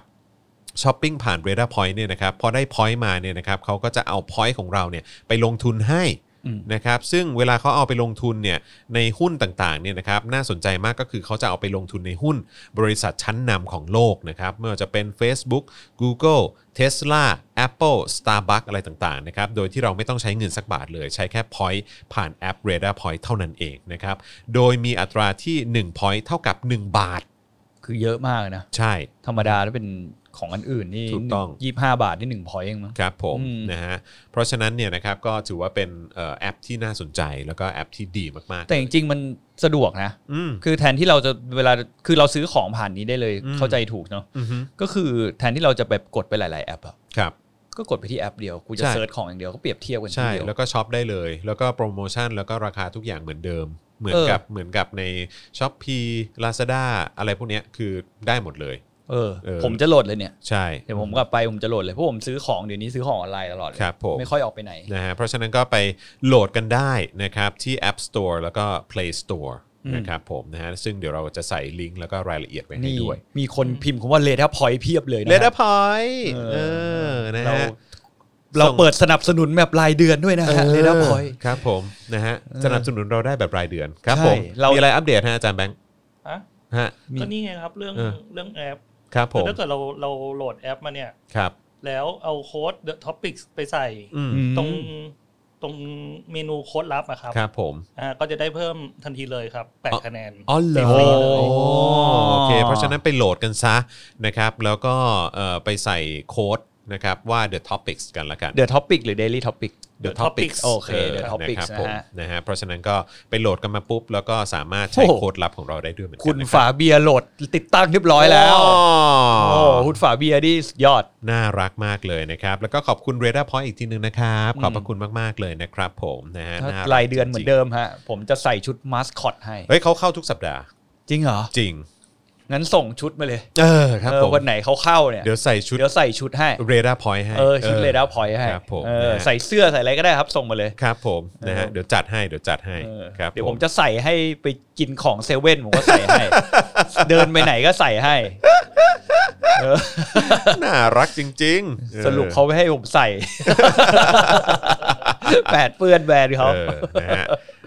ช้อปปิ้งผ่าน r a d a r Point เนี่ยนะครับพอได้ Point มาเนี่ยนะครับเขาก็จะเอา Point ของเราเนี่ยไปลงทุนให้
อืม
นะครับซึ่งเวลาเขาเอาไปลงทุนเนี่ยในหุ้นต่างๆเนี่ยนะครับน่าสนใจมากก็คือเขาจะเอาไปลงทุนในหุ้นบริษัทชั้นนำของโลกนะครับไม่ว่าจะเป็น Facebook Google Tesla Apple Starbucks อะไรต่างๆนะครับโดยที่เราไม่ต้องใช้เงินสักบาทเลย ใช้แค่ point ผ่านแอป r a d a r point เท่านั้นเองนะครับโดยมีอัตราที่ 1 point เท่ากับ 1 บาท
คือเยอะมากเลยนะ
ใช่
ธรรมดาแล้วเป็นของอันอื่นนี่
ถูกต้อง
ยี่ห้าบาทนี่หนึ่งพอยเองมั้ง
ครับผม
อืม
นะฮะเพราะฉะนั้นเนี่ยนะครับก็ถือว่าเป็นเอ่อแอปที่น่าสนใจแล้วก็แอปที่ดีมาก
แต่จริงๆมันสะดวกนะ
ๆอืม
คือแทนที่เราจะเวลาคือเราซื้อของผ่านนี้ได้เลย
อืม
เข้าใจถูกเนาะ
อือฮึ
ก็คือแทนที่เราจะแบบกดไปหลาย ๆ แอปอะ
ครับ
ก็กดไปที่แอปเดียวกูจะ
ใช่
เซิร์ชของอย่างเดียวก็เปรียบเทียบกันที
ใช่
เดียว
แล้วก็ช็อปได้เลย แล้วก็โปรโมชั่น แล้วก็ราคาทุกอย่างเหมือนเดิม เหมือน
เออ
กับเหมือนกับใน s h อ p e Lazada อะไรพวกเนี้ยคือได้หมดเลย
เออ
เออ
ผมจะโหลดเลยเนี่ย
ใช่
เดี๋ยวผมกลับไปผมจะโหลดเลยเพราะผมซื้อของเดี๋ยวนี้ซื้อของออนไลน์ตลอดเลย
ครับผม
ไม่ค่อยออกไปไหน
นะฮะเพราะฉะนั้นก็ไปโหลดกันได้นะครับที่ App Store แล้วก็ Play Store
อืม
นะครับผมนะฮะซึ่งเดี๋ยวเราจะใส่ลิงก์แล้วก็รายละเอียดไว้ให้
นี่
ด้วย
มีคนพิมพ์คำว่าเลด้าพอยเพียบเลยนะ
เลด
ครับ
พอยต์
เออ
เออนะ
เรา
ฮะ
เรา
ส่ง
เปิดสนับสนุนแบบรายเดือนด้วยนะฮะเลด้าพอย
ครับผมนะฮะสนับสนุนเราได้แบบรายเดือนครับ
ใช่
ผม
เรา
มีอะไรอัปเดตฮะอาจารย์แบงค์
ฮะ
ฮะ
มี
ก็นี่ไงครับเรื่อง
เออ
เรื่องแอป
ครับผ
คือ
ม
ถ้าเกิดเราเราโหลดแอปมาเนี่ย
ครับ
แล้วเอาโค้ด The Topics ไปใส่
อืม
ตรงตรงเมนูโค้ดลับอะครับ
ครับผม
อ่าก็จะได้เพิ่มทันทีเลยครับแปดคะแนน
อ๋อเหรอ
ฟรีๆเลย
โอ้โอเค เพราะฉะนั้นไปโหลดกันซะนะครับ แล้วก็เอ่อไปใส่โค้ดนะครับว่า the topics กันละกัน
เดอะท็อปิกหรือเดลี่ท็อปิก
The
The
topics
Topics
โอเค The
น
topics
ครับผม
นะฮะ
นะฮะ เพราะฉะนั้นก็ไปโหลดกันมาปุ๊บ แล้วก็สามารถใช้โค้ดลับของเราได้ด้วยเหมือนกัน
คุณ
นะ
ฝาเบียร์โหลดติดตั้งเรียบร้อยแล้ว
อ๋อ
โอ้คุณฝาเบียร์นี่สุดยอด
น่ารักมากเลยนะครับ แล้วก็ขอบคุณ r a d a r Point อีกทีหนึงนะครับ
อืม
ขอบพระคุณมาก ๆ เลยนะครับผมนะฮะน่
รายเดือนเหมือนเดิมฮะ ผมจะใส่ชุดมาสคอตให้
เฮ้ยเขาเข้าทุกสัปดาห์
จริงเหรอ
จริง
งั้นส่งชุดมาเลย
เออครับ
เอ
ผ
อ
ม
วันไหนเขาเข้าเนี่ย
เดี๋ยวใส่ชุด
เดี๋ยวใส่ชุดให้
r a d a r Point ให้
เออชุดเลด้าพอยต์ให้
ครับผม
เออ
นะฮะ
ใส่เสื้อใส่อะไรก็ได้ครับ ส่งมาเลย
ครับผมนะฮะ
เออ
เดี๋ยวจัดให้เดี๋ยวจัดให้
เออ
ครับ
เดี๋ยวผมจะใส่ให้ไปกินของเซเว่นผมก็ใส่ ให้ เดินไปไหนก็ใส่ให้
น่ารักจริงๆออ
สรุปเขาไม่ให้ผมใส่ แปดเปื้อนแบรนด์เขา
เออนะฮะ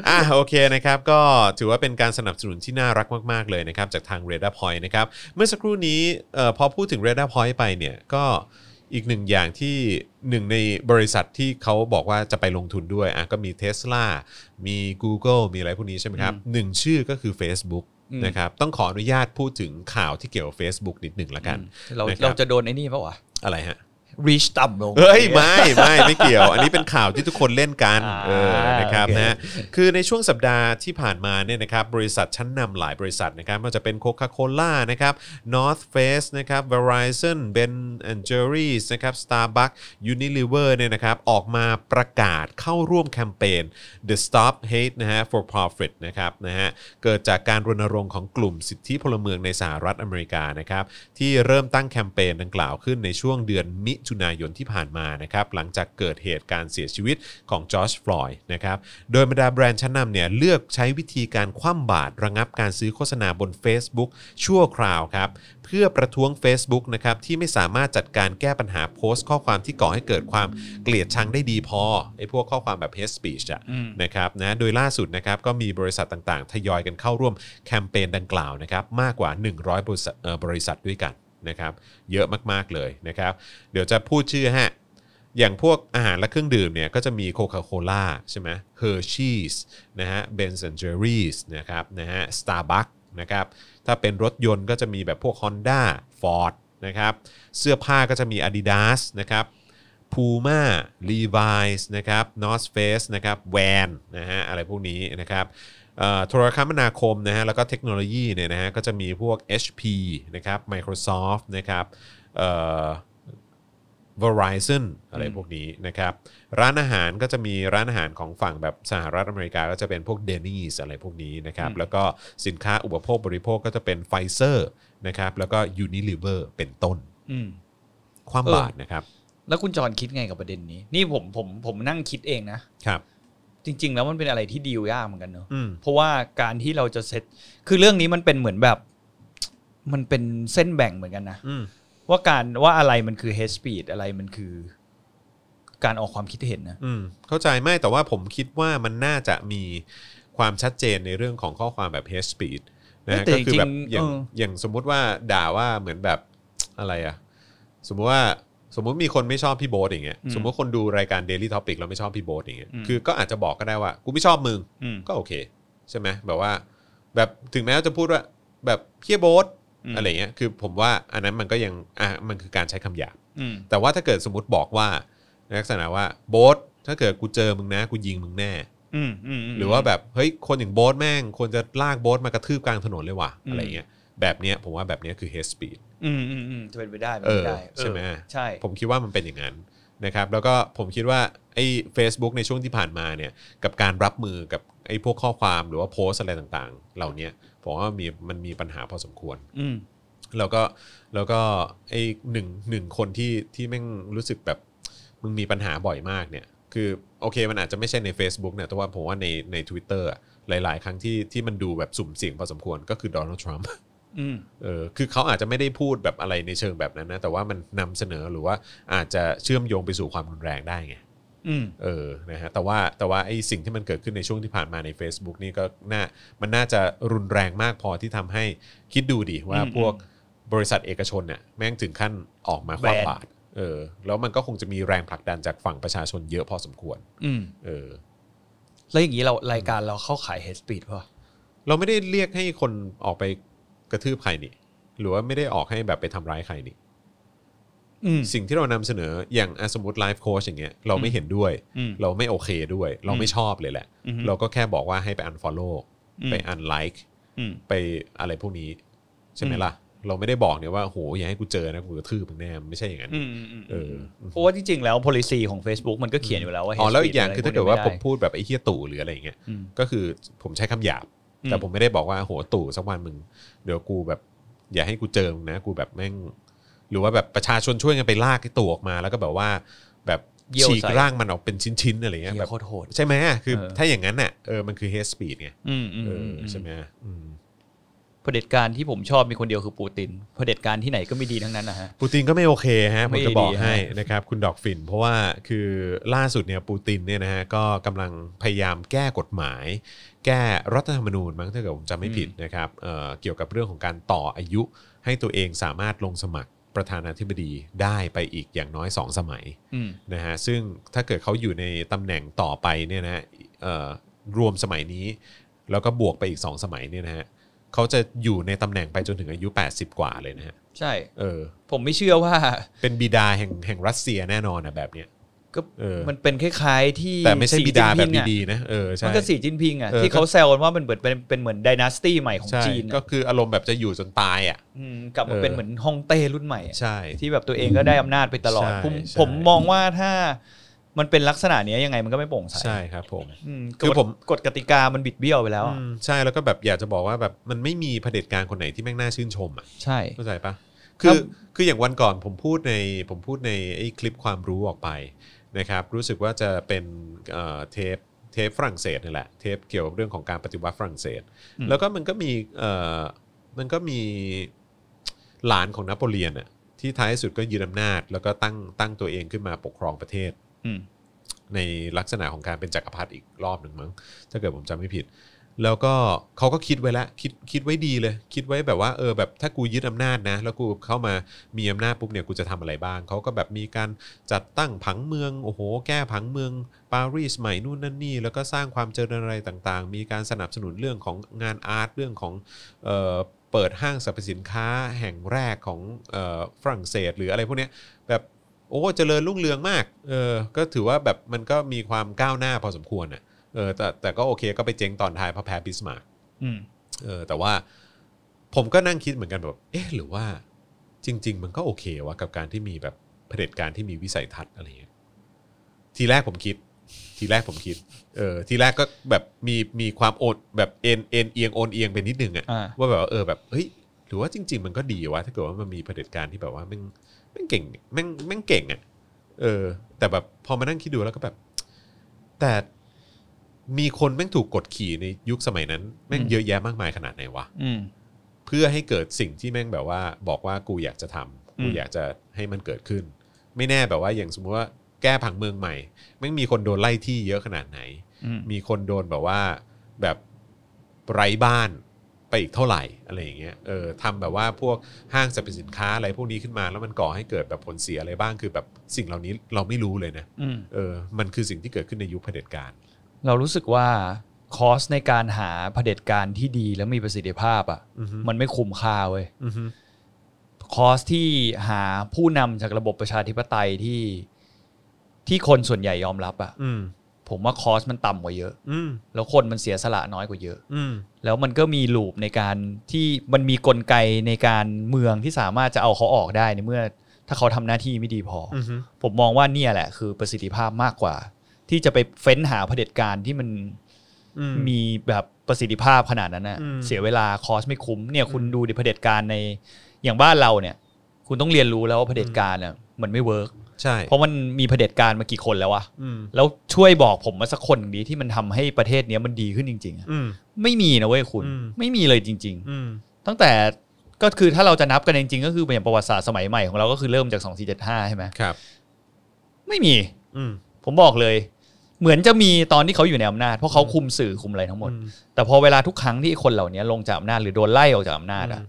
อ่ะโอเคนะครับ ก็ถือว่าเป็นการสนับสนุนที่น่ารักมากๆเลยนะครับ จากทาง r a d a r Point นะครับ เมื่อสักครู่นี้เอ่อพอพูดถึง r a d a r Point ไปเนี่ยก็อีกหนึ่งอย่างที่หนึ่งในบริษัทที่เขาบอกว่าจะไปลงทุนด้วยอ่ะก็มี Tesla มี Google มีอะไรพวกนี้ใช่ไหมครับหนึ่งชื่อก็คือ Facebook
อืม
นะครับต้องขออนุญาตพูดถึงข่าวที่เกี่ยวกับ Facebook นิดหนึ่งละกัน
เรา
นคบ
เราจะโดนไอ้นี่ปะวะ
อะไรฮะ
reach ต่ำลง
เฮ้ยไม่ไม่ไม่เกี่ยว อันนี้เป็นข่าวที่ทุกคนเล่นกัน
อ่า
เออนะครับ
โอเค
นะคือในช่วงสัปดาห์ที่ผ่านมาเนี่ยนะครับบริษัทชั้นนำหลายบริษัทนะครับไม่ว่าจะเป็นโคคาโคล่านะครับ North Face นะครับ Verizon Ben Jerry's นะครับ Starbucks Unilever เนี่ยนะครับออกมาประกาศเข้าร่วมแคมเปญ The Stop Hate นะฮะ for Profit นะครับนะฮะเกิดจากการรณรงค์ของกลุ่มสิทธิพลเมืองในสหรัฐอเมริกานะครับที่เริ่มตั้งแคมเปญดังกล่าวขึ้นในช่วงเดือนมิถุนายนที่ผ่านมานะครับหลังจากเกิดเหตุการณ์เสียชีวิตของจอร์จฟลอยด์นะครับโดยบรรดาแบรนด์ชั้นนำเนี่ยเลือกใช้วิธีการคว่ำบาตรระงับการซื้อโฆษณาบน Facebook ชั่วคราวครับเพื่อประท้วง Facebook นะครับที่ไม่สามารถจัดการแก้ปัญหาโพสต์ข้อความที่ก่อให้เกิดความเกลียดชังได้ดีพอไอ้พวกข้อความแบบ hate speech อะ
อืม
นะครับนะโดยล่าสุดนะครับก็มีบริษัทต่างๆ ทยอยกันเข้าร่วมแคมเปญดังกล่าวนะครับมากกว่า 100 บริษัทเอ่อบริษัทด้วยกันนะครับเยอะมากๆเลยนะครับเดี๋ยวจะพูดชื่อฮะอย่างพวกอาหารและเครื่องดื่มเนี่ยก็จะมีโคคาโคล่าใช่ไหมเฮอร์ชีสนะฮะเบนซ์แอนด์เจอรีสนะครับนะฮะสตาร์บัคนะครับถ้าเป็นรถยนต์ก็จะมีแบบพวก Honda Ford นะครับเสื้อผ้าก็จะมี Adidas นะครับ พูม่าลีว i ส์นะครับนอสเฟสนะครับแวนนะฮะอะไรพวกนี้นะครับเอ่อโทรคมนาคมนะฮะแล้วก็เทคโนโลยีเนี่ยนะฮะก็จะมีพวก HP นะครับ Microsoft นะครับเอ่อ Verizon อะไรพวกนี้นะครับร้านอาหารก็จะมีร้านอาหารของฝั่งแบบสหรัฐอเมริกาก็จะเป็นพวกเดน n ีสอะไรพวกนี้นะครับแล้วก็สินค้าอุปโภคบริโภคก็จะเป็นไฟเซอร์นะครับแล้วก็ Unilever เป็นต้น
อืม
ความ
เออ
บาทนะครับ
แล้วคุณจรคิดไงกับประเด็นนี้ นี่ผมผมผมนั่งคิดเองนะ
ครับ
จริง ๆ แล้วมันเป็นอะไรที่ดีลยากเหมือนกันเนอะ
อืม
เพราะว่าการที่เราจะเซตคือเรื่องนี้มันเป็นเหมือนแบบ มันเป็นเส้นแบ่งเหมือนกันนะ
อืม
ว่าการว่าอะไรมันคือ hate speech อะไรมันคือ การออกความคิดเห็นนะ
อืมเข้าใจไม่แต่ว่าผมคิดว่ามันน่าจะมีความชัดเจนในเรื่องของข้อความแบบ hate speech นะฮะ
แต่
ก็คือแบบอ
จริงๆ
ย่าง
เออ
อย่างสมมุติว่าด่าว่าเหมือนแบบอะไรอะสมมุติว่าสมมุติมีคนไม่ชอบพี่โบ๊ทอย่างเงี้ย
อืม
สมมุติคนดูรายการ Daily Topic แล้วไม่ชอบพี่โบ๊ทอย่างเงี้ย
อืม
คือก็อาจจะบอกก็ได้ว่ากูไม่ชอบมึง
อืม
ก็โอเค ใช่ไหมแบบว่า แบบถึงแม้ว่าจะพูดว่า แบบเพี้ยโบ๊ท
อืม
อะไรเงี้ยคือผมว่าอันนั้นมันก็ยังอ่ะมันคือการใช้คำหยาบ
อืม
แต่ว่าถ้าเกิดสมมติบอกว่าในลักษณะว่าโบ๊ทถ้าเกิดกูเจอมึงนะกูยิงมึงแน่
อืมอืมม
หรือว่าแบบเฮ้ยคนอย่างโบ๊ทแม่งควรจะลากโบ๊ทมากระทืบกลางถนนเลยว่ะ
อืม
อะไรเงี้ยแบบเนี้ยผมว่าแบบเนี้ยคือ hate speech
อืมอืมอืมจะเป็นไปได้เป็น
เออ
ไปได้
ใช่ไหม
เออใช่
ผมคิดว่ามันเป็นอย่างนั้นนะครับ แล้วก็ผมคิดว่าไอ้ Facebook ในช่วงที่ผ่านมาเนี่ยกับการรับมือกับไอ้พวกข้อความหรือว่าโพสต์อะไรต่างๆ เหล่าเนี้ยผมว่ามีมันมีปัญหาพอสมควร
อืม
แล้วก็แล้วก็ไอ้หนึ่งหนึ่งคนที่ที่แม่งรู้สึกแบบมึงมีปัญหาบ่อยมากเนี่ยคือโอเคมันอาจจะไม่ใช่ใน Facebook เนี่ยแต่ว่าผมว่าในใน t w i t t e r หลาย ๆ ครั้งที่ที่มันดูแบบสุ่มเสี่ยงพอสมควรก็คือโดนัลด์ทรัมป์
อืม
เออคือเขาอาจจะไม่ได้พูดแบบอะไรในเชิงแบบนั้นนะ แต่ว่ามันนำเสนอหรือว่าอาจจะเชื่อมโยงไปสู่ความรุนแรงได้ไง
อืม
เออ นะฮะ แต่ว่าแต่ว่าไอ้สิ่งที่มันเกิดขึ้นในช่วงที่ผ่านมาใน Facebook นี่ก็น่า มันน่าจะรุนแรงมากพอที่ทำให้คิดดูดิว่า
อืม
พวกบริษัทเอกชนเนี่ยแม่งถึงขั้นออกมาค
แบน
ว้าบาดเออ แล้วมันก็คงจะมีแรงผลักดันจากฝั่งประชาชนเยอะพอสมควร
อืม
เออ
แล้วอย่างนี้เรารายการเราเข้าขาย hate speech ป่ะ
เราไม่ได้เรียกให้คนออกไปกระทืบใครนี่ หรือว่าไม่ได้ออกให้แบบไปทำร้ายใครนี่
อืม
สิ่งที่เรานำเสนออย่างอ่ะสมมติไลฟ์โค้ชอย่างเงี้ยเราไม่เห็นด้วย
อืม
เราไม่โอเคด้วย เราไม่ชอบเลยแหละ
อือฮึ
เราก็แค่บอกว่าให้ไป unfollow
อืม
ไป unlike
อืม
ไปอะไรพวกนี้ ใช่ไหม
อืม
ล่ะ เราไม่ได้บอกเนี่ยว่าโหอย่าให้กูเจอนะกูกระทืบมึงแน่มันไม่ใช่อย่างนั้น
อืมอืมอืม
เออ
เพราะว่าจริงๆแล้ว policy ของ Facebook มันก็เขียนอยู่แล้วว่า hate
อ๋อแล้วอีกอย่าง
speech ะไร
คือถ้าเกิดว่า
พ
ผ
นี้
ม
ไได้
พูดแบบไอ้เฮียตู่หรืออะไรอย่างเงี้ย
อืม
ก็คือผมใช้คำหยาบ
อืม
แต่ผมไม่ได้บอกว่าโหตู่สักวันมึงเดี๋ยวกูแบบ อย่าให้กูเจอมึงนะกูแบบแม่ง หรือว่าแบบประชาชนช่วยกันไปลากไอ้ตู่ออกมา แล้วก็แบบว่า แบบ
เยี่ยว
ฉีก
ใส่
ร่างมันออกเป็นชิ้นๆอะไรเงี้ย
เหี้
แบ
ย
บ
โคตรโหด
ใช่ไหมอ่ะคือ
เออ
ถ้าอย่างนั้นน่ะเออมันคือ hate speech ไง
อืมอืม
เอ
อื
อ
ม
ใช่ไหมอ่ะอืม
เผด็จการที่ผมชอบมีคนเดียวคือปูตินเผด็จการที่ไหนก็ไม่ดีทั้งนั้นนะฮะ
ปูตินก็ไม่โอเคฮะผ
ไม่
ม
ดี
จะบอกให้
ฮะ
นะครับคุณดอกฟิน เพราะว่าคือล่าสุดเนี่ยปูตินเนี่ยนะฮะก็กำลังพยายามแก้กฎหมาย แก้รัฐธรรมนูญมั้งถ้าเกิดผมจำไม่ผิดนะครับเอ่อเกี่ยวกับเรื่องของการต่ออายุ ให้ตัวเองสามารถลงสมัครประธานาธิบดีได้ไปอีกอย่างน้อย 2 สมัย
อืม
นะฮะซึ่งถ้าเกิดเขาอยู่ในตำแหน่งต่อไปเนี่ยนะฮะเอ่อรวมสมัยนี้ แล้วก็บวกไปอีก 2 สมัยเนี่ยนะฮะเขาจะอยู่ในตำแหน่งไปจนถึงอายุ 80 กว่าเลยนะฮะ
ใช่
เออ
ผมไม่เชื่อว่า
เป็นบิดาแห่งแห่งรัสเซียแน่นอนนะแบบเนี้ย
ก็
เออ
มันเป็นคล้ายๆที่
แต่ไม่ใช่
สี
บิดาแบบ
จิ้นผิงอะ
ดีๆนะเออ
มั
ใช่
นก็สีจิ้นพิงอ่ะ
เออ
ที่เขาแซวกันว่ามันเหมือนเป็นเป็นเหมือนดนาสตี้ใหม่ของ
ใช่
จีนอะ
ก็คืออารมณ์แบบจะอยู่จนตายอ่ะ
อืมกลับมา
เออ
เป็นเหมือนฮ่องเต้รุ่นใหม่อะ
ใช่
ที่แบบตัวเองก็ได้อำนาจไปตลอด
ใช่
ผม
ใช่
ผมมองว่าถ้ามันเป็นลักษณะเนี้ยยังไงมันก็ไม่โปร่งใส
ใช่ครับผม
อืม
คือก
ฎ
ผม
กฎกติกามันบิดเบี้ยวไปแล้วอะ
อืมใช่แล้วก็แบบอยากจะบอกว่าแบบมันไม่มีเผด็จการคนไหนที่แม่งน่าชื่นชมอ่ะ
ใช่
เข้าใจปะ
ค
คื
รับ
อ คืออย่างวันก่อนผมพูดใน ผมพูดในไอ้คลิปความรู้ออกไปนะครับ รู้สึกว่าจะเป็นเอ่อเทป เทปฝรั่งเศสนี่แหละ เทปเกี่ยวกับเรื่องของการปฏิวัติฝรั่งเศส แล้วก็มันก็มีเอ่อมันก็มีหลานของนโปเลียนอ่ะ ที่ท้ายสุดก็ยึดอำนาจ แล้วก็ตั้ง ตั้งตัวเองขึ้นมาปกครองประเทศ
อืม
ในลักษณะของการเป็นจักรพรรดิอีกรอบหนึ่งมั้งถ้าเกิดผมจำไม่ผิด แล้วก็เขาก็คิดไว้แล้วคิดคิดไว้ดีเลย คิดไว้แบบว่าเออแบบถ้ากูยึดอำนาจนะ แล้วกูเข้ามามีอำนาจปุ๊บเนี่ยกูจะทำอะไรบ้าง เขาก็แบบมีการจัดตั้งผังเมืองโอ้โห แก้ผังเมืองปารีสใหม่นู่นนั่นนี่ แล้วก็สร้างความเจริญอะไรต่างๆ มีการสนับสนุนเรื่องของงานอาร์ตเรื่องของเออเปิดห้างสรรพสินค้าแห่งแรกของเออฝรั่งเศส หรืออะไรพวกเนี้ยแบบ โอ้เจริญรุ่งเรืองมาก เออ ก็ถือว่าแบบมันก็มีความก้าวหน้าพอสมควรอ่ะ เออ แต่แต่ก็โอเคก็ไปเจ๊งตอนท้ายเพราะแพ้บิสมาร์ก
อืม
เออ แต่ว่าผมก็นั่งคิดเหมือนกันแบบ เอ๊ะ หรือว่า จริง ๆ มันก็โอเควะกับการที่มีแบบเผด็จการที่มีวิสัยทัศน์อะไรอย่างเงี้ย ทีแรกผมคิด ทีแรกผมคิด เออ ทีแรกก็แบบมีมีความโอดแบบเอ็นเอ็นเอียงโอนเอียงไปนิดนึงอ่ะ
อ่า
ว่าแบบว่าเออแบบเฮ้ยหรือว่าจริง ๆ มันก็ดีวะถ้าเกิดว่ามันมีเผด็จการที่แบบว่าแม่งแม่งเก่งแม่งแม่งเก่งอะ่ะเออ แต่แบบพอมานั่งคิดดูแล้วก็แบบ แต่ มีคนแม่งถูกกดขี่ในยุคสมัยนั้นแม่งเยอะแยะมากมายขนาดไหนวะ
อืม
เพื่อให้เกิดสิ่งที่แม่งแบบว่า บอกว่ากูอยากจะทำกู
อืม
อยากจะให้มันเกิดขึ้น ไม่แน่แบบว่าอย่างสมมติว่าแก้ผังเมืองใหม่แม่งมีคนโดนไล่ที่เยอะขนาดไหน
อืม
มีคนโดนแบบว่าแบบไร้บ้านไปอีกเท่าไหร่อะไรอย่างเงี้ยเออทำแบบว่าพวกห้างสรรพสินค้าอะไรพวกนี้ขึ้นมาแล้วมันก่อให้เกิดแบบผลเสียอะไรบ้างคือแบบสิ่งเหล่านี้เราไม่รู้เลยนะ
อืม
เออมันคือสิ่งที่เกิดขึ้นในยุคเผด็จการ
เรารู้สึกว่าคอสในการหาเผด็จการที่ดีและมีประสิทธิภาพอ่ะ
อือฮึ
มันไม่คุ้มค่าเว้ย
อือฮึ
คอสที่หาผู้นำจากระบบประชาธิปไตยที่ที่คนส่วนใหญ่ยอมรับอ่ะ
อืม
ผมว่าคอสมันต่ำกว่าเยอะ
อืม
แล้วคนมันเสียสละน้อยกว่าเยอะ
อืม
แล้วมันก็มีลูปในการที่มันมีกลไกในการเมืองที่สามารถจะเอาเขาออกได้ในเมื่อ ถ้าเขาทำหน้าที่ไม่ดีพออ
อือฮึ
ผมมองว่าเนี่ยแหละคือประสิทธิภาพมากกว่า ที่จะไปเฟ้นหาเผด็จการที่มัน
อืม
มีแบบประสิทธิภาพขนาดนั้นนะ
อืม
เสียเวลาคอสไม่คุ้มเนี่ยคุณ
อืม
ดูดิเผด็จการในอย่างบ้านเราเนี่ย คุณต้องเรียนรู้แล้วว่าเผด็จการน่ะมันไม่เวิร์ก
ใช่
เพราะมันมีเผด็จการมากี่คนแล้ววะ
อืม
แล้วช่วยบอกผมมาสักคนดีที่มันทำให้ประเทศเนี้ยมันดีขึ้นจริงๆอะ
อืม
ไม่มีนะเว้ยคุณ
อืม
ไม่มีเลยจริง
อืม
ๆ ตั้งแต่ก็คือถ้าเราจะนับกันจริงๆ ก็คืออย่างประวัติศาสตร์สมัยใหม่ของเราก็คือเริ่มจาก2475ใช่ไหม
ครับ
ไม่มี
อืม
ผมบอกเลย เหมือนจะมีตอนที่เขาอยู่ในอำนาจเพราะเขาคุมสื่อคุมอะไรทั้งหมด
อืม
แต่พอเวลาทุกครั้งที่คนเหล่านี้ลงจากอำนาจหรือโดนไล่ออกจากอำนาจอะ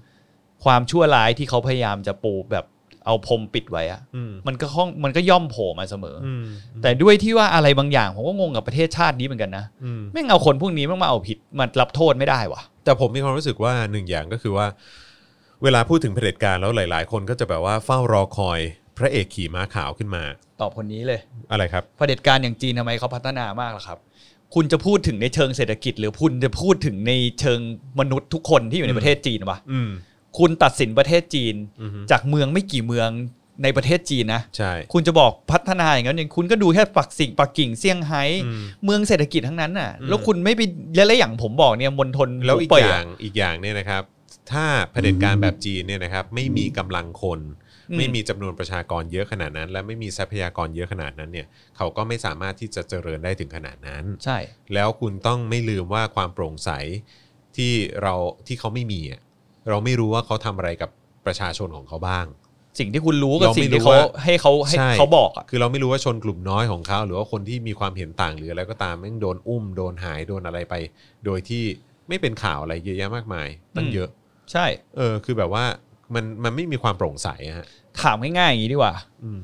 ความชั่วร้ายที่เขาพยายามจะปูแบบเอาพรมปิดไว้อะ
อืม
มันก็ค่องมันก็ย่อมโผล่มาเสมออ
อืม
แต่ด้วยที่ว่าอะไรบางอย่างผมก็งงกับประเทศชาตินี้เหมือนกันนะ
อืม
แม่งเอาคนพวกนี้แม่งมาเอาผิดมารับโทษไม่ได้วะ
แต่ผมมีความรู้สึกว่าหนึ่งอย่างก็คือว่า เวลาพูดถึงเผด็จการแล้วหลาย ๆ คนก็จะแบบว่าเฝ้ารอคอยพระเอกขี่ม้าขาวขึ้นมา
ตอบคนนี้เลย
อะไรครับ
เผด็จการอย่างจีนทำไมเขาพัฒนามากล่ะครับ คุณจะพูดถึงในเชิงเศรษฐกิจ หรือคุณจะพูดถึงในเชิงมนุษย์ทุกคนที่อยู่ในประเทศจีนวะ
อืม
คุณตัดสินประเทศจีน
อือฮึ
จากเมืองไม่กี่เมืองในประเทศจีนนะ
ใช่
คุณจะบอกพัฒนาอย่างนั้นอย่างคุณก็ดูแค่ปักสิ่งปักกิ่งเซี่ยงไฮ้
อืม
เมืองเศรษฐกิจทั้งนั้นน่ะ
อืม
แล้วคุณไม่ไปและและอย่างผมบอกเนี่ยมณฑล
แล้วอีก
หู
อย
เป่ะ
ย่างอีกอย่างเนี่ยนะครับ ถ้าเผด็จการแบบจีนเนี่ยนะครับ ไม่มีกำลังคน
อืม
ไม่มีจำนวนประชากรเยอะขนาดนั้น และไม่มีทรัพยากรเยอะขนาดนั้นเนี่ย เขาก็ไม่สามารถที่จะเจริญได้ถึงขนาดนั้น
ใช่
แล้วคุณต้องไม่ลืมว่าความโปร่งใสที่เราที่เขาไม่มีอะเราไม่รู้ว่าเขาทำอะไรกับประชาชนของเขาบ้าง
สิ่งที่คุณรู้กับ
เราไม่
สิ่งที่
รู้
เขา
ว่า
ให้เขาให้
ใช่
เขาบอกอะ
คือเราไม่รู้ว่าชนกลุ่มน้อยของเขา หรือว่าคนที่มีความเห็นต่างหรืออะไรก็ตามแม่งโดนอุ้มโดนหายโดนอะไรไป โดยที่ไม่เป็นข่าวอะไรเยอะแยะมากมายตั้งเยอะ
ใช่
เออ คือแบบว่ามันมันไม่มีความโปร่งใสอะฮะ
ถามง่ายๆอย่างนี้ดีกว่า
อืม